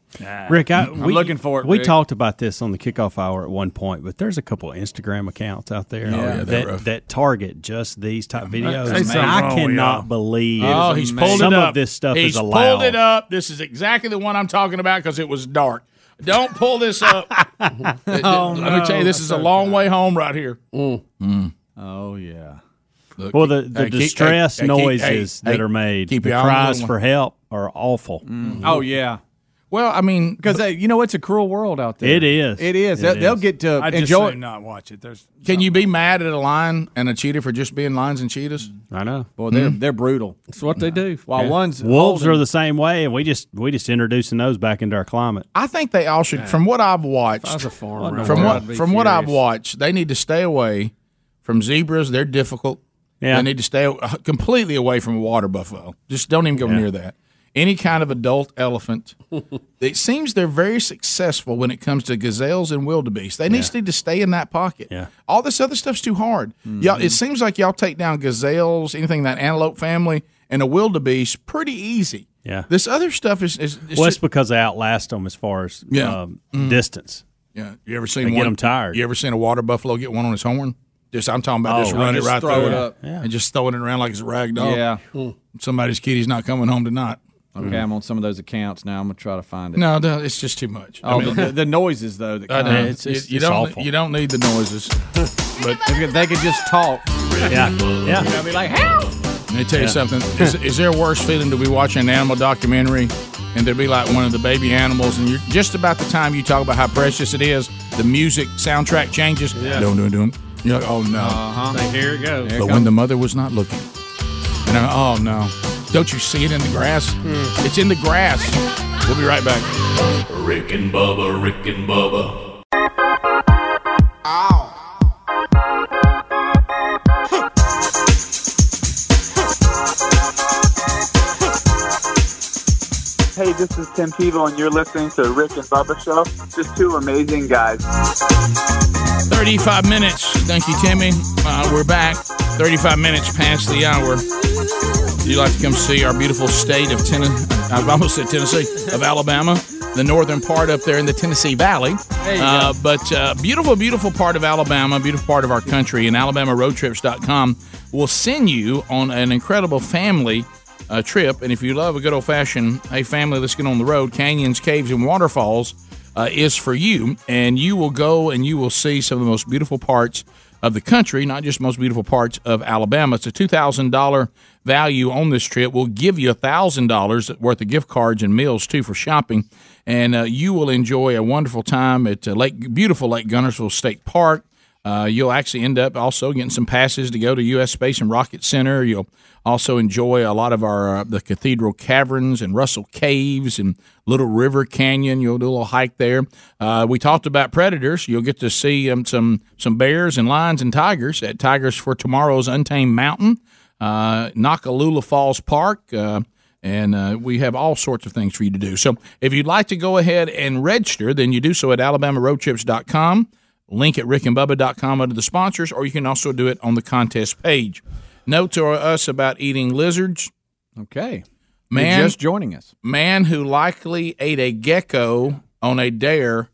S10: Rick, I,
S2: I'm
S10: we-
S2: looking for it.
S10: We
S2: Rick.
S10: talked about this on the kickoff hour at one point, but there's a couple of Instagram accounts out there
S2: Oh, yeah, they're
S10: that,
S2: rough.
S10: that target just these type videos.
S2: There's something
S10: I
S2: wrong with y'all.
S10: cannot believe.
S2: Oh, he's pulled it
S10: some
S2: up.
S10: of this stuff
S2: he's
S10: is allowed.
S2: pulled it up. This is exactly the one I'm talking about because it was dark. Don't pull
S11: [laughs]
S2: this up. [laughs] Let me tell you, this is a long way home right here. Mm.
S11: Oh yeah.
S2: Look,
S10: well, the,
S2: keep-
S10: the
S2: hey, keep-
S10: distress
S2: hey, hey, keep-
S10: noises
S2: hey,
S10: that
S2: hey,
S10: are made,
S2: keep
S10: the
S2: your eye on
S10: cries
S2: the
S10: for
S2: one.
S10: help are awful.
S2: Mm-hmm.
S11: Oh yeah.
S2: Well, I mean,
S11: because you know it's a cruel world out there.
S10: It is.
S11: It is.
S2: It
S11: they'll, they'll
S2: is.
S11: get to
S2: I just
S11: enjoy.
S2: say
S6: not watch it. There's
S2: Can you be mad at a lion and a cheetah for just being lions and cheetahs?
S10: I know. Hmm.
S11: Boy, they're they're brutal.
S3: That's what they do.
S11: While one's
S10: wolves
S11: holding-
S10: are the same way, and we just we just introducing those back into our climate.
S2: I think they all should. From what I've watched,
S3: I was a farmer,
S2: from
S10: I'd
S2: what
S10: be
S2: from what I've
S10: furious.
S2: watched, they need to stay away from zebras. They're difficult.
S10: Yeah.
S2: They need to stay uh, completely away from a water buffalo. Just don't even go near that. Any kind of adult
S10: [laughs]
S2: elephant. it seems they're very successful when it comes to gazelles and wildebeest. They need to stay in that pocket.
S10: Yeah. Mm-hmm.
S2: All this other stuff's too hard. Y'all, it seems like y'all take down gazelles, anything in that antelope family, and a wildebeest pretty easy.
S10: Yeah.
S2: This other stuff is is, is
S10: well, it's because they outlast them as far as
S2: Yeah. Mm-hmm.
S10: um, distance.
S2: Yeah, you ever seen
S10: They get
S2: one?
S10: 'em tired.
S2: You ever seen a water buffalo get one on his horn? Just I'm talking about
S10: Oh,
S2: just
S10: I
S2: run
S10: just
S2: it right
S10: throw
S2: through
S10: it up. Yeah.
S2: and just throwing it around like it's a rag doll.
S11: Yeah.
S2: somebody's kitty's not coming home tonight.
S11: Okay, I'm on some of those accounts now. I'm gonna try to find it.
S2: No, no, it's just too much.
S11: Oh, the, the noises though. That
S2: I
S11: come
S2: know. You- you, don't, You don't need the [laughs] noises. But
S11: if they could just talk.
S10: Yeah, yeah.
S11: You know, be like, help.
S2: Let me tell you
S11: Yeah.
S2: something. Is, is there a worse feeling to be watching an animal documentary and to be like one of the baby animals, and you're just about the time you talk about how precious it is, the music soundtrack changes.
S10: Yeah.
S2: Dun, dun, dun. You're like, oh no.
S10: Uh-huh. Here it goes.
S2: but when the mother was not looking, and I, oh no, don't you see it in the grass?
S9: Hmm.
S2: It's in the grass. We'll be right back.
S7: Rick and Bubba, Rick and Bubba.
S23: Hey, this is Tim Tebow, and you're listening to Rick and Bubba Show. Just two amazing guys.
S2: 35 minutes. Thank you, Timmy. Uh, we're back. 35 minutes past the hour. If you'd like to come see our beautiful state of Tennessee, I've almost said Tennessee, of Alabama, the northern part up there in the Tennessee Valley.
S9: There you
S2: Uh, but uh, beautiful, beautiful part of Alabama, beautiful part of our country, and AlabamaRoadTrips.com will send you on an incredible family uh, trip. And if you love a good old fashioned, hey, family, let's get on the road, canyons, caves, and waterfalls uh, is for you. And you will go and you will see some of the most beautiful parts of the country, not just most beautiful parts of Alabama. It's a $2,000 value on this trip. We'll give you $1,000 worth of gift cards and meals, too, for shopping. And uh, you will enjoy a wonderful time at uh, Lake, beautiful Lake Gunnersville State Park. Uh, you'll actually end up also getting some passes to go to U.S. Space and Rocket Center. You'll also enjoy a lot of our uh, the Cathedral Caverns and Russell Caves and Little River Canyon. You'll do a little hike there. Uh, we talked about predators. You'll get to see um, some some bears and lions and tigers at Tigers for Tomorrow's Untamed Mountain, uh, Nakalula Falls Park. Uh, and uh, we have all sorts of things for you to do. So if you'd like to go ahead and register, then you do so at alabamaroadtrips.com link at rickandbubba.com under the sponsors, or you can also do it on the contest page. Note to us about eating lizards.
S11: Okay. You're
S2: Man,
S11: just joining us.
S2: man who likely ate a gecko on a dare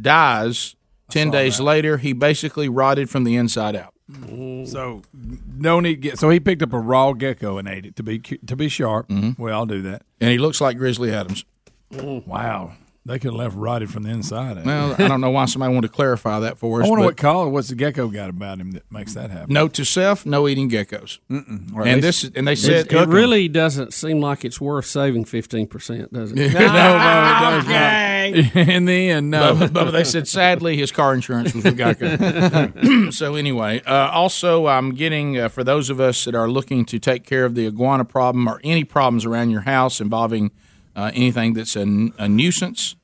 S2: dies. Ten days later, he basically rotted from the inside out. Mm.
S6: So no need. Get, so he picked up a raw gecko and ate it to be cu- to be
S2: Mm.
S6: sharp.
S2: Mm-hmm.
S6: We all do that.
S2: And he looks like Grizzly Adams.
S6: Wow, they could have left rotted from the inside. out.
S2: Well, I don't know why somebody wanted to clarify that for us.
S6: I wonder
S2: but-
S6: what color. What's the gecko got about him that makes that happen?
S2: Note to self: No eating geckos.
S6: Mm-mm. Or at
S2: And
S6: least-
S2: this, and they
S6: Just
S2: said
S6: cook 'em.
S2: it really
S3: really doesn't seem like it's worth saving fifteen percent, does it?
S2: [laughs] No, no, it does
S6: not.
S2: [laughs]
S6: In the end,
S2: no. But, but they said sadly his car insurance was with [laughs] Geico. [clears throat] so anyway, uh, also I'm getting uh, for those of us that are looking to take care of the iguana problem or any problems around your house involving uh, anything that's a, n- a nuisance.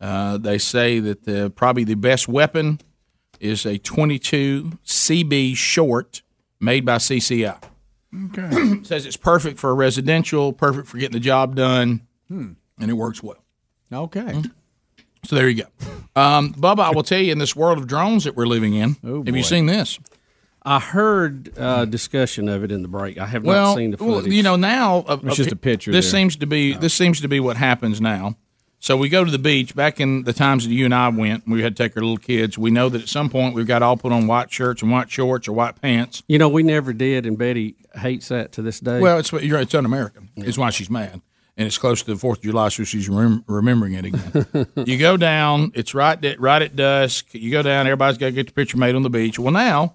S2: Uh, they say that the, probably the best weapon is a 22 CB short made by CCI.
S6: Okay.
S2: [coughs] Says it's perfect for residential, perfect for getting the job done,
S6: Hmm.
S2: and it works well.
S11: Okay.
S2: Mm-hmm. So there you go. Um, Bubba, I will tell you in this world of drones that we're living in,
S11: Oh,
S3: Oh,
S2: have you seen this?
S3: I heard uh, discussion of it in the break. I have
S2: well,
S3: not seen the
S2: well,
S3: footage.
S2: you know now uh,
S3: It's just a picture
S2: This
S3: there. Oh.
S2: seems to be this seems to be what happens now. So we go to the beach. Back in the times that you and I went, we had to take our little kids. We know that at some point we've got to all put on white shirts and white shorts or white pants.
S3: You know, we never did, and Betty hates that to this day.
S2: Well, it's you're, it's un-American. It's why she's mad, and it's close to the Fourth of July, so she's rem- remembering
S6: [laughs]
S2: it again. you go down. It's right at, right at dusk. You go down. Everybody's got to get the picture made on the beach. Well, now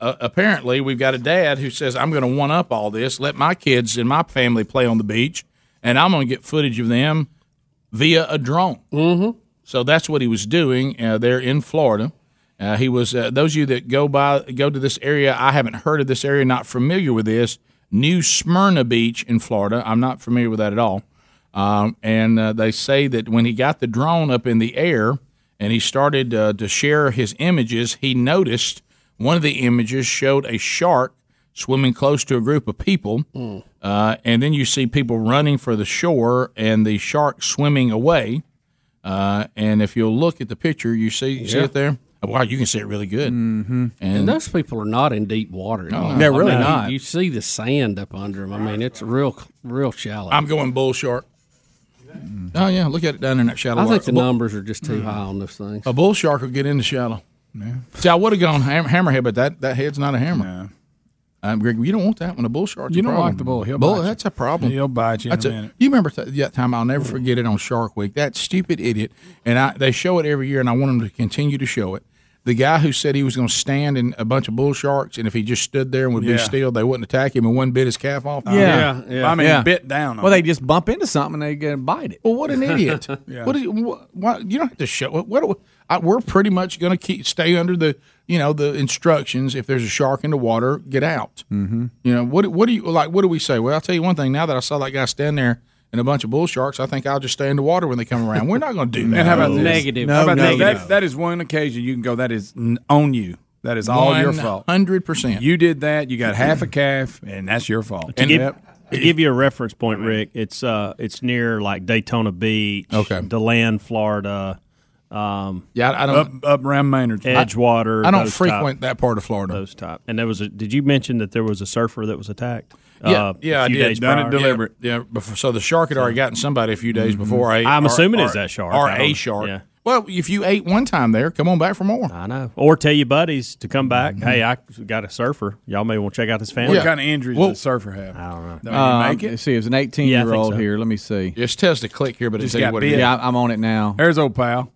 S2: uh, apparently we've got a dad who says I'm going to one up all this. Let my kids and my family play on the beach, and I'm going to get footage of them via a drone. Mm-hmm. So that's what he was doing uh, there in Florida. Uh, he was uh, those of you that go by go to this area. I haven't heard of this area, not familiar with this New Smyrna Beach in Florida. I'm not familiar with that at all. Um, and uh, they say that when he got the drone up in the air and he started uh, to share his images, he noticed one of the images showed a shark swimming close to a group of people.
S3: Hmm.
S2: Uh, and then you see people running for the shore and the shark swimming away. Uh, and if you'll look at the picture, you see you see
S3: Yeah.
S2: it there. Oh, wow, you can see it really good. Mm-hmm.
S3: And,
S2: And
S3: those people are not in deep water. at
S2: No.
S3: all.
S2: They're
S3: I mean,
S2: really
S3: you-
S2: not.
S3: You, see the sand up under them. I mean, it's real, real shallow.
S2: I'm going bull shark. Oh yeah, look at it down in that shallow.
S3: I think
S2: water.
S3: the
S2: Bull- Mm-hmm. Oh,
S3: numbers are just too high on those things.
S2: A bull shark will get in the shallow. See, I would have gone ham- hammerhead, but that, that head's not a hammer. Um, Greg, you don't want that when a bull shark.
S6: You don't like the bull. He'll
S2: bull,
S6: bite you.
S2: that's a problem.
S6: He'll bite you in
S2: That's
S6: a minute.
S2: You remember th- that time? I'll never forget it on Shark Week. That stupid idiot, and I they show it every year, and I want them to continue to show it. The guy who said he was going to stand in a bunch of bull sharks, and if he just stood there and would
S6: Yeah.
S2: be still, they wouldn't attack him and wouldn't bit his calf off.
S6: Yeah. Yeah, yeah. I mean, bit down on
S11: Well,
S6: it.
S11: they just bump into something and they get bite it.
S2: Well, what an [laughs] idiot! What, do you, wh- why, you don't have to show. What, what I, we're pretty much going to keep stay under the you know the instructions. If there's a shark in the water, get out.
S6: Mm-hmm.
S2: You know what? What do you like? What do we say? Well, I'll tell you one thing. Now that I saw that guy stand there and a bunch of bull sharks, I think I'll just stay in the water when they come around. We're not going to do
S6: [laughs]
S2: that.
S6: And how about this?
S2: How
S6: how about
S2: this?
S6: this? That, that is one occasion you can go. That is n- on you. That is all your fault.
S2: Hundred percent.
S6: You did that. You got half a calf, and that's your fault.
S4: To, give, to give you a reference point, Rick, it's uh, it's near like Daytona Beach, okay. Deland, Florida. Um,
S2: yeah, I don't-
S6: up, up around Maynard,
S4: Edgewater.
S2: I don't
S4: those type-
S2: frequent that part of Florida.
S4: Those type. And there was a. Did you mention that there was a surfer that was attacked?
S2: Yeah,
S4: uh,
S2: yeah,
S4: a
S2: I
S4: few
S2: did.
S4: days
S2: Done it
S4: prior?
S2: deliberate. Yeah. before, so Mm-hmm. the shark had already gotten somebody a few days before. A,
S4: I'm
S2: or-
S4: assuming
S2: or-
S4: it's that shark.
S2: or
S4: I don't-
S2: a shark.
S4: yeah.
S2: Well, if you ate one time there, come on back for more.
S4: I know. Or tell your buddies to come back.
S2: Mm-hmm.
S4: Hey, I got a surfer. Y'all may want to check out his family.
S6: What kind of injuries
S4: Well,
S6: does a surfer have? I don't
S4: know.
S6: you
S2: Um,
S6: make it?
S11: Um, Let's see, it was an 18
S6: Yeah, I think
S11: year old
S6: so.
S11: here. Let me see.
S2: Just tells the click here, but
S11: Just
S2: it tells you
S11: got
S2: what it
S11: bit.
S2: is.
S11: Yeah, I'm on it now.
S6: There's old pal.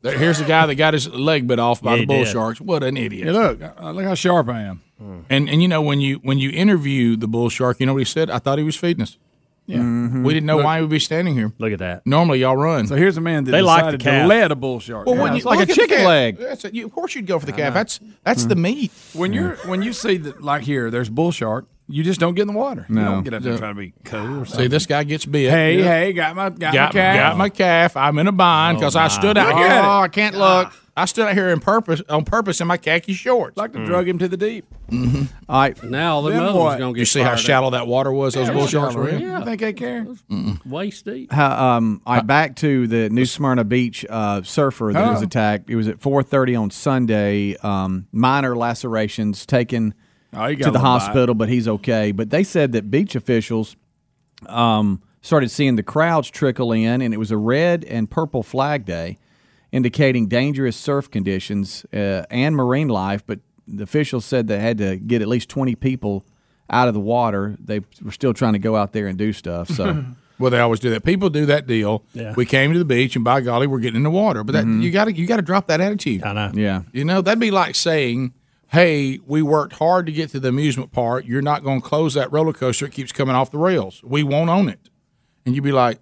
S2: There- Here's the guy that got his leg bit off by
S6: Yeah,
S2: the
S6: he
S2: bull
S6: did.
S2: sharks. What an idiot!
S6: Yeah, look, uh, look how sharp I am.
S2: And and you know when you when you interview the bull shark, you know what he said? I thought he was feeding us. Yeah, Mm-hmm. we didn't know
S6: Look-
S2: why he would be standing here.
S4: Look at that.
S2: Normally y'all run. So
S6: here's a man that
S2: They like the
S6: decided to
S2: calf.
S6: let a bull shark.
S2: Well,
S6: Yeah,
S2: when you,
S6: it's like
S2: look
S6: a
S2: at the
S6: chicken
S2: calf.
S6: leg.
S2: That's a- you- of course you'd go for the
S6: I
S2: calf.
S6: know.
S2: That's that's
S4: Mm-hmm.
S2: the meat.
S6: When you're when you see that like here, there's bull shark. You just don't get in the water. You
S2: No.
S6: don't get up there
S2: Yeah.
S6: trying to be cool or something.
S2: See, this guy gets bit.
S6: Hey,
S2: Yeah.
S6: hey, got my got, my
S2: Got,
S6: calf.
S2: got my Oh, calf. I'm in a bind because I
S6: my.
S2: stood out.
S6: Look at it.
S2: Oh, I can't look. I stood out here in purpose on purpose in my khaki shorts. Like
S6: to drug him to the deep.
S2: mm-hmm.
S11: All right,
S3: now the
S6: Then
S3: mother's
S6: what?
S3: gonna get.
S2: You see how
S3: fired up.
S2: shallow that water was? Those
S6: Yeah,
S2: bull
S6: it's
S2: sharks
S6: shallow,
S2: were in.
S6: yeah. I think I care.
S3: Waste deep.
S11: Hi, um, I back to the New Smyrna Beach uh, surfer that was
S3: Oh.
S11: attacked. It was at 4:30 on Sunday. Um, minor lacerations taken
S6: Oh, he got
S11: to
S6: a
S11: the
S6: little
S11: hospital, but he's okay. But they said that beach officials um, started seeing the crowds trickle in, and it was a red and purple flag day, indicating dangerous surf conditions uh, and marine life. But the officials said they had to get at least 20 people out of the water. They were still trying to go out there and do stuff. So.
S2: [laughs] Well, they always do that. People do that deal.
S11: Yeah.
S2: We came to the beach, and by golly, we're getting in the water. But that, you got to you got to drop that attitude. I
S4: know.
S11: Yeah.
S2: You know that'd be like saying, "Hey, we worked hard to get to the amusement park. You're not going to close that roller coaster. It keeps coming off the rails. We won't own it." And you'd be like,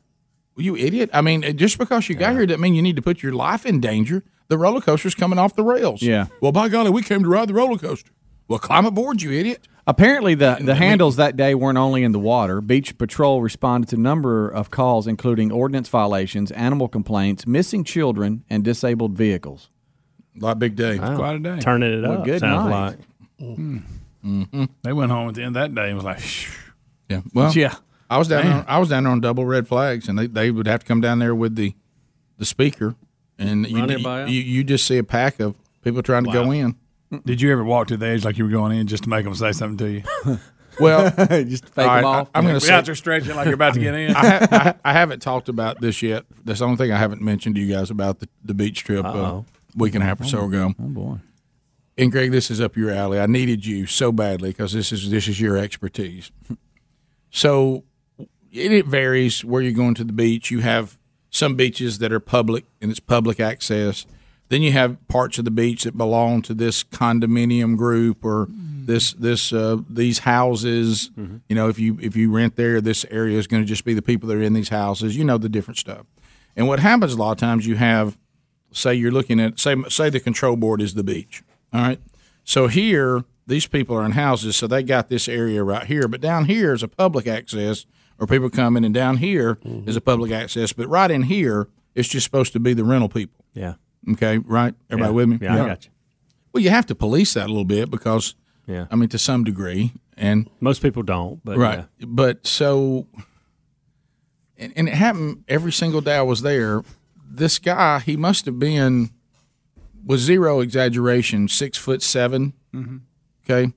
S2: well, "You idiot! I mean, eh, just because you got here doesn't mean you need to put your life in danger. The roller coaster's coming off the rails.
S11: Yeah.
S2: Well, by golly, we came to ride the roller coaster. Well, climb aboard, you idiot.
S11: Apparently, the, the handles that day weren't only in the water. Beach Patrol responded to a number of calls, including ordinance violations, animal complaints, missing children, and disabled vehicles.
S2: Like big day,
S6: quite a day.
S4: Turning it
S11: Well,
S4: up.
S11: good
S4: sounds
S11: night.
S4: like.
S2: Mm-hmm.
S6: They went home at the end of that day and was like, Shh.
S2: Yeah. Well,
S6: Yeah.
S2: I was down.
S6: Man.
S2: On, I was down there on double red flags, and they, they would have to come down there with the the speaker and you,
S3: Run
S2: you,
S3: everybody out?
S2: you you just see a pack of people trying to go in.
S6: Did you ever walk to the edge like you were going in just to make them say something to you?
S2: [laughs] Well,
S6: [laughs] Just fake
S2: all
S6: 'em off.
S2: I, am going
S6: We're
S2: to say
S6: out there stretching like you're about to get in.
S2: [laughs] I, ha- I, ha- I haven't talked about this yet. That's the only thing I haven't mentioned to you guys about the, the beach trip uh,
S6: Uh-oh.
S2: week and a half or so ago.
S11: Oh boy!
S2: And Greg, this is up your alley. I needed you so badly because this is this is your expertise. So it, it varies where you're going to the beach. You have some beaches that are public and it's public access. Then you have parts of the beach that belong to this condominium group or
S11: Mm-hmm.
S2: this this uh, these houses. You know, if you if you rent there, this area is going to just be the people that are in these houses. You know the different stuff. And what happens a lot of times, you have say you're looking at say say the control board is the beach. All right. So here, these people are in houses, so they got this area right here. But down here is a public access, or people come in, and down here is a public access. But right in here, it's just supposed to be the rental people.
S10: Yeah.
S2: Okay. Right. Everybody
S10: Yeah.
S2: with me?
S10: Yeah, I got
S2: you. Well, you have to police that a little bit because,
S10: Yeah.
S2: I mean, to some degree, and
S10: most people don't. But
S2: right.
S10: yeah.
S2: But so, and, and it happened every single day I was there. This guy, he must have been, with zero exaggeration, six foot seven.
S10: Mm.
S6: Mm-hmm.
S2: Okay,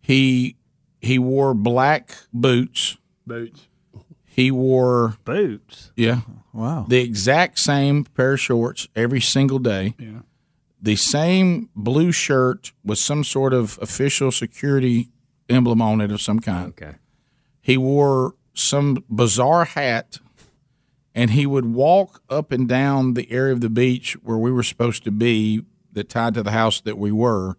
S2: he he wore black boots.
S6: Boots.
S2: He wore
S10: boots.
S2: Yeah.
S11: Wow.
S2: The exact same pair of shorts every single day.
S6: Yeah.
S2: The same blue shirt with some sort of official security emblem on it of some kind.
S10: Okay.
S2: He wore some bizarre hat and he would walk up and down the area of the beach where we were supposed to be that tied to the house that we were.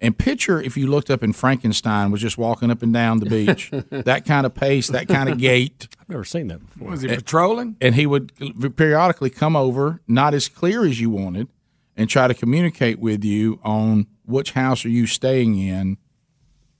S2: And picture if you looked up and Frankenstein was just walking up and down
S6: [laughs]
S2: the beach, that kind of pace, that kind of gait.
S10: I've never seen that before.
S6: Was he patrolling?
S2: And he would periodically come over, not as clear as you wanted, and try to communicate with you on which house are you staying in.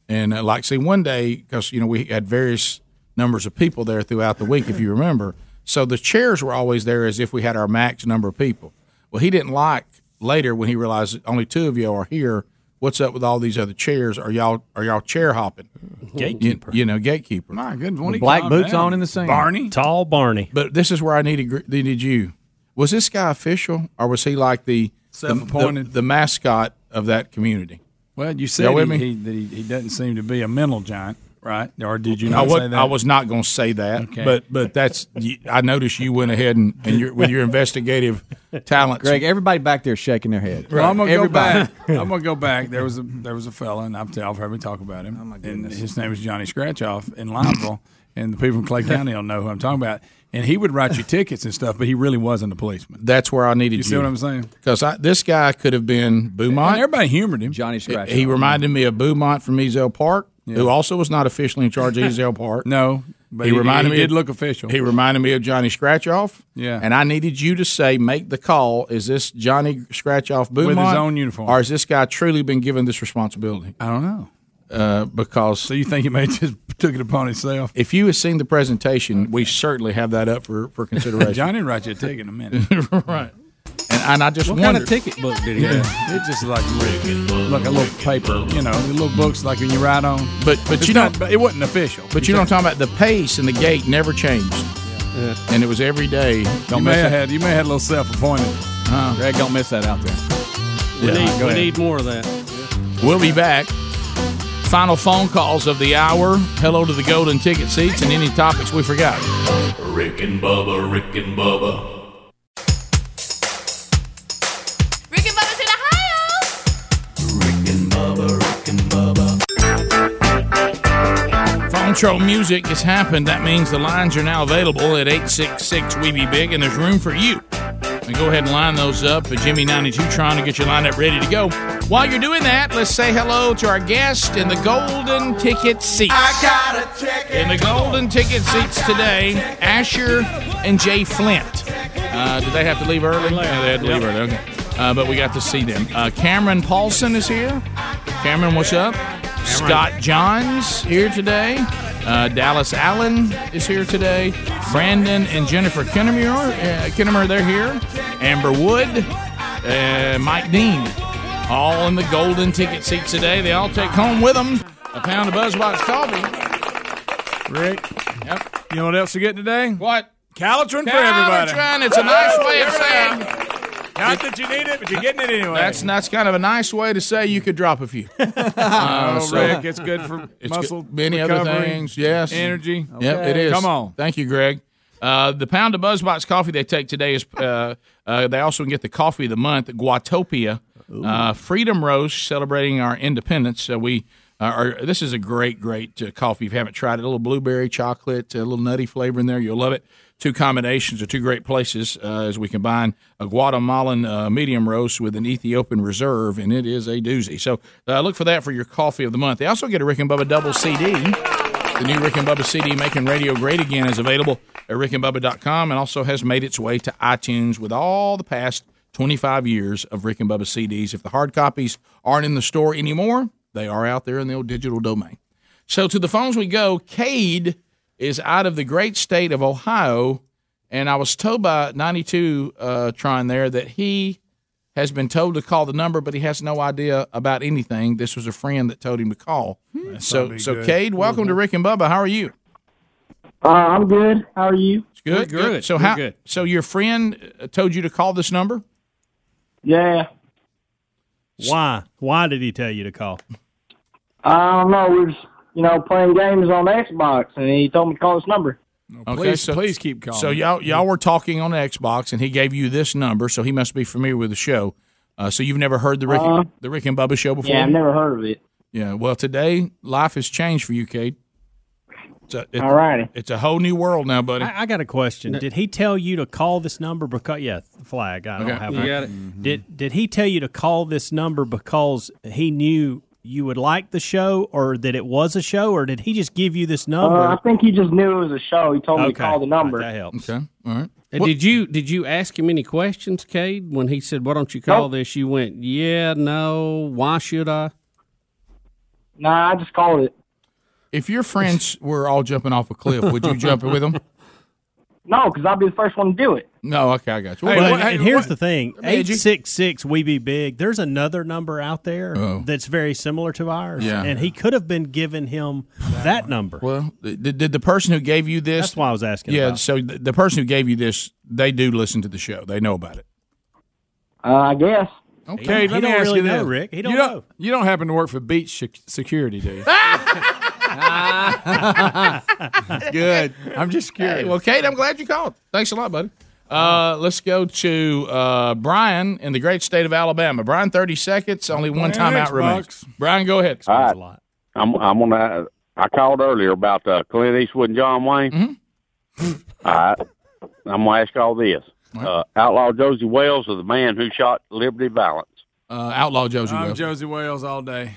S2: And uh, like, see, one day, because, you know, we had various numbers of people there throughout the week, if you remember. So the chairs were always there as if we had our max number of people. Well, he didn't like later when he realized that only two of you are here. What's up with all these other chairs? Are y'all are y'all chair hopping?
S10: Gatekeeper.
S2: you, you know, gatekeeper. My
S6: goodness,
S11: when he Black calmed boots down. on in the sand. Barney?
S10: tall Barney.
S2: But this is where I needed gr- needed you. Was this guy official, or was he like the
S6: Self-appointed?
S2: the, the mascot of that community?
S6: Well, you
S2: Y'all
S6: said
S2: with
S6: he,
S2: me?
S6: he, that he, he doesn't seem to be a mental giant, right? Or did you
S2: I,
S6: not
S2: wa-
S6: say that?
S2: I was not going to say that,
S6: Okay.
S2: but but that's you- I noticed you went ahead and, and
S6: [laughs]
S2: your, with your investigative talents,
S11: Greg, everybody back there shaking their head.
S6: Well, I'm gonna
S11: Everybody.
S2: [laughs]
S6: go back. I'm gonna go back. There was a there was a fella, and I've, tell- I've heard me talk about him. and his name is Johnny Scratchoff in
S2: [laughs]
S6: Limeville, and the people from Clay County will know who I'm talking about. And he would write
S2: [laughs]
S6: you tickets and stuff, but he really wasn't a policeman.
S2: That's where I needed you.
S6: You see what I'm saying?
S2: Because this guy could have been Beaumont.
S6: And everybody humored him.
S11: Johnny Scratch.
S2: he reminded me of Beaumont from Ezel Park, who
S6: Yeah.
S2: also was not officially in charge
S6: [laughs]
S2: of Ezel Park.
S6: No, but he- he did
S2: of-
S6: look official.
S2: He reminded me of Johnny Scratchoff.
S6: Yeah.
S2: and I needed you to say, make the call. Is this Johnny Scratchoff
S6: With his
S2: Beaumont
S6: own uniform.
S2: or has this guy truly been given this responsibility?
S6: I don't know.
S2: Uh, because so
S6: you think he may [laughs] just took it upon himself?
S2: If you had seen the presentation, we certainly have that up for
S6: [laughs]
S2: for consideration.
S6: Johnny would write you a ticket in a minute.
S2: [laughs] right. And, and I just
S6: What kind
S2: wondered,
S6: of ticket
S2: book
S6: did he have? It's just like little, like a little paper, you know, the little books like when you write on.
S2: But but
S6: It's
S2: you
S6: not-
S2: don't-
S6: but it wasn't official.
S2: But you know what I'm talking about? The pace and the gate never changed. And it was every day.
S6: You may have had you may have had a little self-appointed.
S11: Greg, don't miss that out there.
S3: We,
S2: Yeah,
S3: need,
S2: go
S3: we
S2: ahead.
S3: need more of that.
S2: We'll be back. Final phone calls of the hour. Hello to the golden ticket seats and any topics we forgot.
S7: Rick and Bubba, Rick and Bubba,
S9: Rick and Bubba's in Ohio.
S2: Phone Troll Music has happened. That means the lines are now available at 866 We Be Big, and there's room for you. And go ahead and line those up at Jimmy92 trying to get your lineup ready to go. While you're doing that, let's say hello to our guest in the golden ticket seats.
S7: I got a ticket.
S2: In the golden ticket seats today, Asher and Jay Flint. Uh, did they have to leave early? Yeah, they had to leave early. Okay. Uh, but we got to see them. Uh, Cameron Paulson is here. Cameron, what's up? Scott Johns here today. Uh, Dallas Allen is here today. Brandon and Jennifer Kinnemer, uh, Kinnemer, they're here. Amber Wood, uh, Mike Dean, all in the golden ticket seats today. They all take home with them a pound of Buzzbox coffee.
S6: Rick.
S2: Yep.
S6: You know what else we get today?
S2: What?
S6: Calitrin for
S2: Calitrin,
S6: everybody.
S2: it's a nice way of saying
S12: Not that you need it, but you're getting it anyway.
S6: [laughs]
S2: That's that's kind of a nice way to say you could drop a few. Uh,
S6: Oh, Rick, it's good
S2: [laughs]
S6: for muscle
S2: good. many other
S6: recovery,
S2: things. Yes,
S6: energy.
S2: Yep, it
S6: Okay.
S2: is.
S6: Come on.
S2: Thank you, Greg. Uh, the pound of BuzzBox coffee they take today is. Uh, uh, they also can get the coffee of the month, Guatopia, uh, Freedom Roast, celebrating our independence. Uh, we uh, are. This is a great, great uh, coffee. If you haven't tried it, a little blueberry, chocolate, a little nutty flavor in there. You'll love it. Two combinations of two great places uh, as we combine a Guatemalan uh, medium roast with an Ethiopian reserve, and it is a doozy. So uh, look for that for your coffee of the month. They also get a Rick and Bubba double CD. The new Rick and Bubba CD, Making Radio Great Again, is available at rickandbubba.com and also has made its way to iTunes with all the past 25 years of Rick and Bubba CDs. If the hard copies aren't in the store anymore, they are out there in the old digital domain. So to the phones we go. Cade is out of the great state of Ohio, and I was told by 92 uh, Tron there that he has been told to call the number, but he has no idea about anything. This was a friend that told him to call. so,
S6: be
S2: so
S6: good.
S2: Cade, welcome to Rick and Bubba. How are you?
S13: Mm-hmm. Uh, I'm good. How are you?
S2: It's good,
S13: We're good.
S2: So
S13: We're
S2: how?
S13: good.
S2: So your friend uh, told you to call this number?
S13: Yeah.
S4: Why? Why did he tell you to call?
S13: I don't know. We was, you know, playing games on Xbox, and he told me to call this number.
S6: please- please keep calling.
S2: So y'all y'all were talking on Xbox, and he gave you this number, so he must be familiar with the show. Uh, so you've never heard the Rick
S13: Uh-huh.
S2: the Rick and Bubba show before?
S13: Yeah, I've never heard of it.
S2: Yeah. Well, today life has changed for you, Cade. It's a, it-
S13: All righty.
S2: It's a whole new world now, buddy.
S4: I, I got a question. Did he tell you to call this number because yeah, flag. I
S2: Okay.
S4: don't have
S2: You
S4: one.
S2: got it.
S4: Did did he tell you to call this number because he knew you would like the show or that it was a show or did he just give you this number?
S13: Uh, I think he just knew it was a show. He told me to
S4: Okay.
S13: call the number.
S4: That helps.
S2: Okay. All right.
S3: And did you did you ask him any questions, Cade? When he said, "Why don't you call
S13: Nope.
S3: this?" You went, "Yeah, no. Why should I?"
S13: Nah, I just called it.
S2: If your friends were all jumping off a cliff, would you jump with them?
S13: [laughs] No, because I'll be the first one to do it.
S2: No. Okay, I got you.
S4: Well,
S2: Well,
S4: and, and here's the thing:
S2: Let me
S4: eight
S2: add you-
S4: six six, we be big. There's another number out there
S2: Oh.
S4: that's very similar to ours,
S2: Yeah.
S4: and he could have been giving him that number.
S2: Well, did, did the person who gave you this?
S4: That's why I was asking.
S2: Yeah,
S4: about.
S2: so the, the person who gave you this, they do listen to the show. They know about it.
S13: Uh, I guess.
S6: Okay,
S2: He
S6: let
S2: don't
S6: me ask
S2: really
S6: you this.
S2: know, Rick. He
S6: you
S2: don't
S6: don't, You don't happen to work for beach sec- security, do [laughs] you? [laughs]
S2: Good.
S6: I'm just curious.
S2: Hey, well, Kate, I'm glad you called. Thanks a lot, buddy. Uh, let's go to uh, Brian in the great state of Alabama. Brian, 30 seconds, only one
S6: Playing
S2: timeout remains.
S6: Xbox.
S2: Brian, go ahead.
S22: All right. I'm I'm gonna. I called earlier about uh, Clint Eastwood and John Wayne.
S2: Mm-hmm.
S22: All right. I'm gonna ask all this. Uh, Outlaw Josie Wells is the man who shot Liberty Valance.
S2: Uh, Outlaw Josie
S6: I'm
S2: Wells.
S6: Josie Wells all day.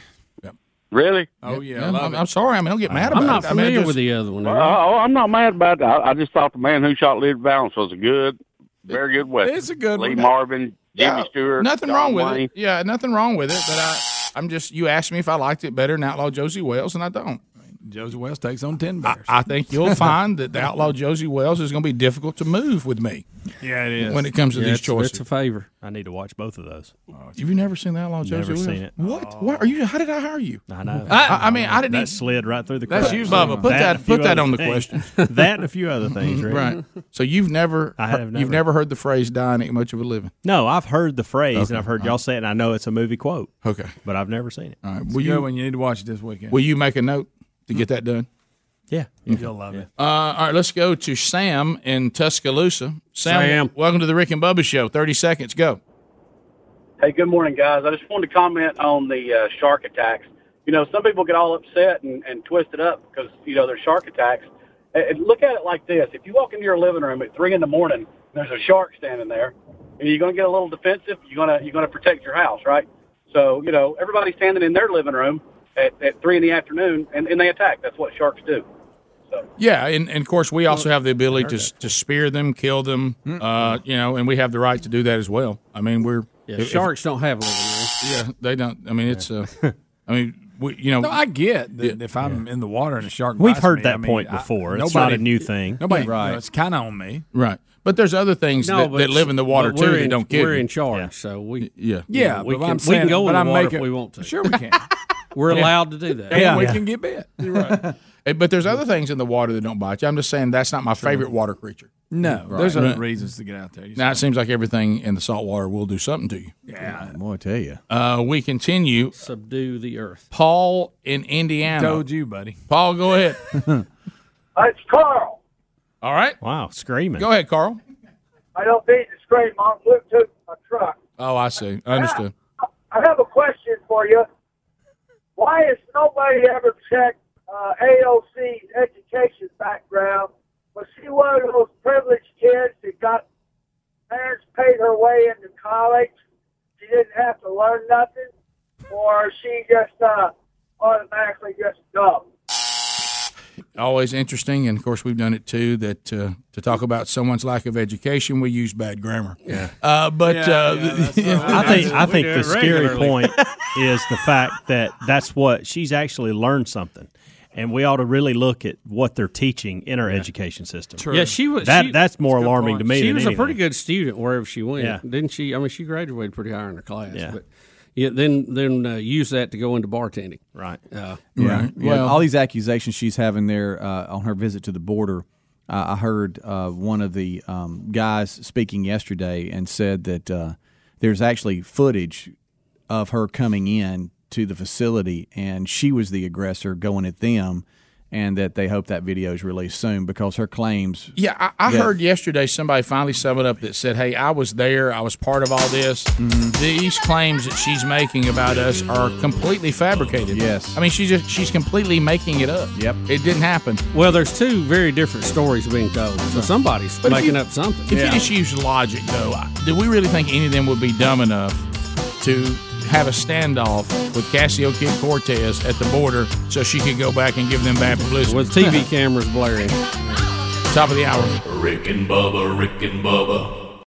S22: Really?
S6: Oh yeah, I
S2: I'm,
S6: love it.
S2: I'm sorry. I mean, don't get mad about it. I mean, I just-
S3: other one.
S22: Oh, I'm not mad about that. I, I just thought the man who shot Liberty Valance was a good, very good weapon.
S6: It's a good
S22: Lee
S6: one.
S22: Marvin, Jimmy
S2: Yeah,
S22: Stewart.
S2: Nothing
S22: Don
S2: wrong with
S22: Wayne.
S2: it. Yeah, nothing wrong with it. But I, I'm just you asked me if I liked it better than Outlaw Josie Wells, and I don't.
S6: Josie Wells takes on ten
S2: I, I
S4: [laughs]
S2: think you'll find that the Outlaw Josie Wells is going to be difficult to move with me.
S6: Yeah, it
S2: When it comes to these choices,
S3: favor.
S4: I need to watch both of those.
S2: Have you never seen the Outlaw Josie?
S4: Never
S2: Wells?
S4: seen it.
S2: What? What are you? How did I hire you?
S4: I know.
S2: I, I mean, I didn't.
S4: Oh. That
S2: even-
S4: slid right through the.
S2: That's
S4: cracks.
S2: you, Bubba. Put that-
S4: and a few
S2: put that
S4: other
S2: on the
S4: things.
S2: question.
S4: [laughs] that and a few other things, Rick.
S2: right. So you've never,
S4: I
S2: heard-
S4: have
S2: you've
S4: never.
S2: never heard the phrase "dying ain't much of a living."
S4: No, I've heard the phrase
S2: Okay.
S4: and I've heard y'all say it, and I know it's a movie quote.
S2: Okay,
S4: but I've never seen it.
S2: All right,
S6: It's
S2: will
S6: a good
S2: you
S6: one. You need to watch it this weekend.
S2: will you make a note to get that done?
S4: Yeah,
S6: you'll love it.
S2: Uh, all right, let's go to Sam in Tuscaloosa. Sam,
S6: Sam.
S2: welcome to the Rick and Bubba Show. Thirty seconds, go.
S16: Hey, good morning, guys. I just wanted to comment on the uh, shark attacks. You know, some people get all upset and, and twist it up because, you know, they're shark attacks. And- And look at it like this. If you walk into your living room at 3 in the morning and there's a shark standing there, and you're going to get a little defensive. You're going to you're going to protect your house, right? So, you know, everybody's standing in their living room at, at 3 in the afternoon, and, and they attack. That's what sharks do.
S2: Yeah, and, and of course we also have the ability to to spear them, kill them,
S3: Mm-hmm.
S2: uh, you know, and we have the right to do that as well. I mean, we're
S3: Yeah,
S2: if- if-
S3: sharks don't have living
S2: rooms. Yeah, they don't. I mean, it's. Uh, I mean, we, you know,
S6: No, I get that if I'm in the water and a shark,
S2: We've
S6: bites
S2: heard
S6: me,
S2: that
S6: I mean,
S2: point
S6: I-
S2: before. It's
S6: nobody,
S2: not a new thing.
S6: Nobody,
S2: Right.
S6: you know, it's kind of on me.
S2: right? But there's other things
S6: No,
S2: that,
S6: but
S2: that live in the water
S6: but
S2: too
S6: we're
S2: that
S6: in-
S2: don't kill.
S6: we're
S2: you.
S6: in
S3: charge, so we
S2: yeah
S6: Yeah,
S3: we
S6: but
S3: can,
S6: I'm
S3: we
S6: saying-
S3: can go in
S6: but
S3: the
S6: I'm
S3: water
S6: making-
S3: if we want to.
S6: Sure we can.
S3: [laughs] We're
S6: Yeah.
S3: allowed to do that.
S6: And we can get bit.
S2: [laughs] You're right. Eh, But there's other things in the water that don't bite you. I'm just saying that's not my favorite water creature.
S6: No, there's other
S2: Right.
S6: reasons to get out there.
S2: Now it seems like everything in the salt water will do something to you.
S6: Yeah,
S11: boy, I tell you.
S2: Uh, we continue.
S3: Subdue the earth.
S2: Paul in Indiana.
S6: Told you, buddy.
S2: Paul, go ahead.
S17: Uh, It's Carl.
S2: All right.
S4: Wow, screaming.
S2: Go ahead, Carl.
S17: I don't need to scream. I'm hooked to my truck.
S2: Oh, I see. I understood.
S17: I have a question for you. Why has nobody ever checked uh, AOC's education background? Was she one of those privileged kids that got parents paid her way into college? She didn't have to learn nothing, or is she just uh, automatically just dumb?
S2: Always interesting, and of course we've done it too. That uh, to talk about someone's lack of education, we use bad grammar. Yeah. Uh, but uh, [laughs]
S4: [laughs] I think I think the scary point
S10: [laughs]
S4: is the fact that that's what she's actually learned something, and we ought to really look at what they're teaching in our education system.
S3: Yeah, she was.
S4: That
S3: she-
S4: that's more alarming to me.
S3: She
S4: than
S3: was
S4: anything.
S3: a pretty good student wherever she went,
S4: Yeah.
S3: didn't she? I mean, she graduated pretty high in her class. But yeah, then then uh, use that to go into bartending.
S4: Right.
S3: Uh,
S11: Yeah. Yeah,
S3: Well,
S11: all these accusations she's having there uh, on her visit to the border. I I heard uh, one of the um, guys speaking yesterday and said that uh, there's actually footage of her coming in to the facility and she was the aggressor going at them, and that they hope that video is released soon because her claims.
S2: Yeah, I, I
S11: that-
S2: heard yesterday somebody finally sum it up that said, "Hey, I was there. I was part of all this.
S3: Mm-hmm.
S2: These claims that she's making about us are completely fabricated." Yes, I mean she's just she's completely making it up. Yep, it didn't happen.
S3: Well, there's two very different stories being told, so somebody's
S2: But if
S3: making
S2: you-
S3: up something.
S2: If you just use logic, though, I- do we really think any of them would be dumb enough to have a standoff with Casio Kid Cortez at the border so she could go back and give them bad publicity
S3: with TV cameras blaring?
S2: Top of the hour.
S7: Rick and Bubba, Rick and Bubba.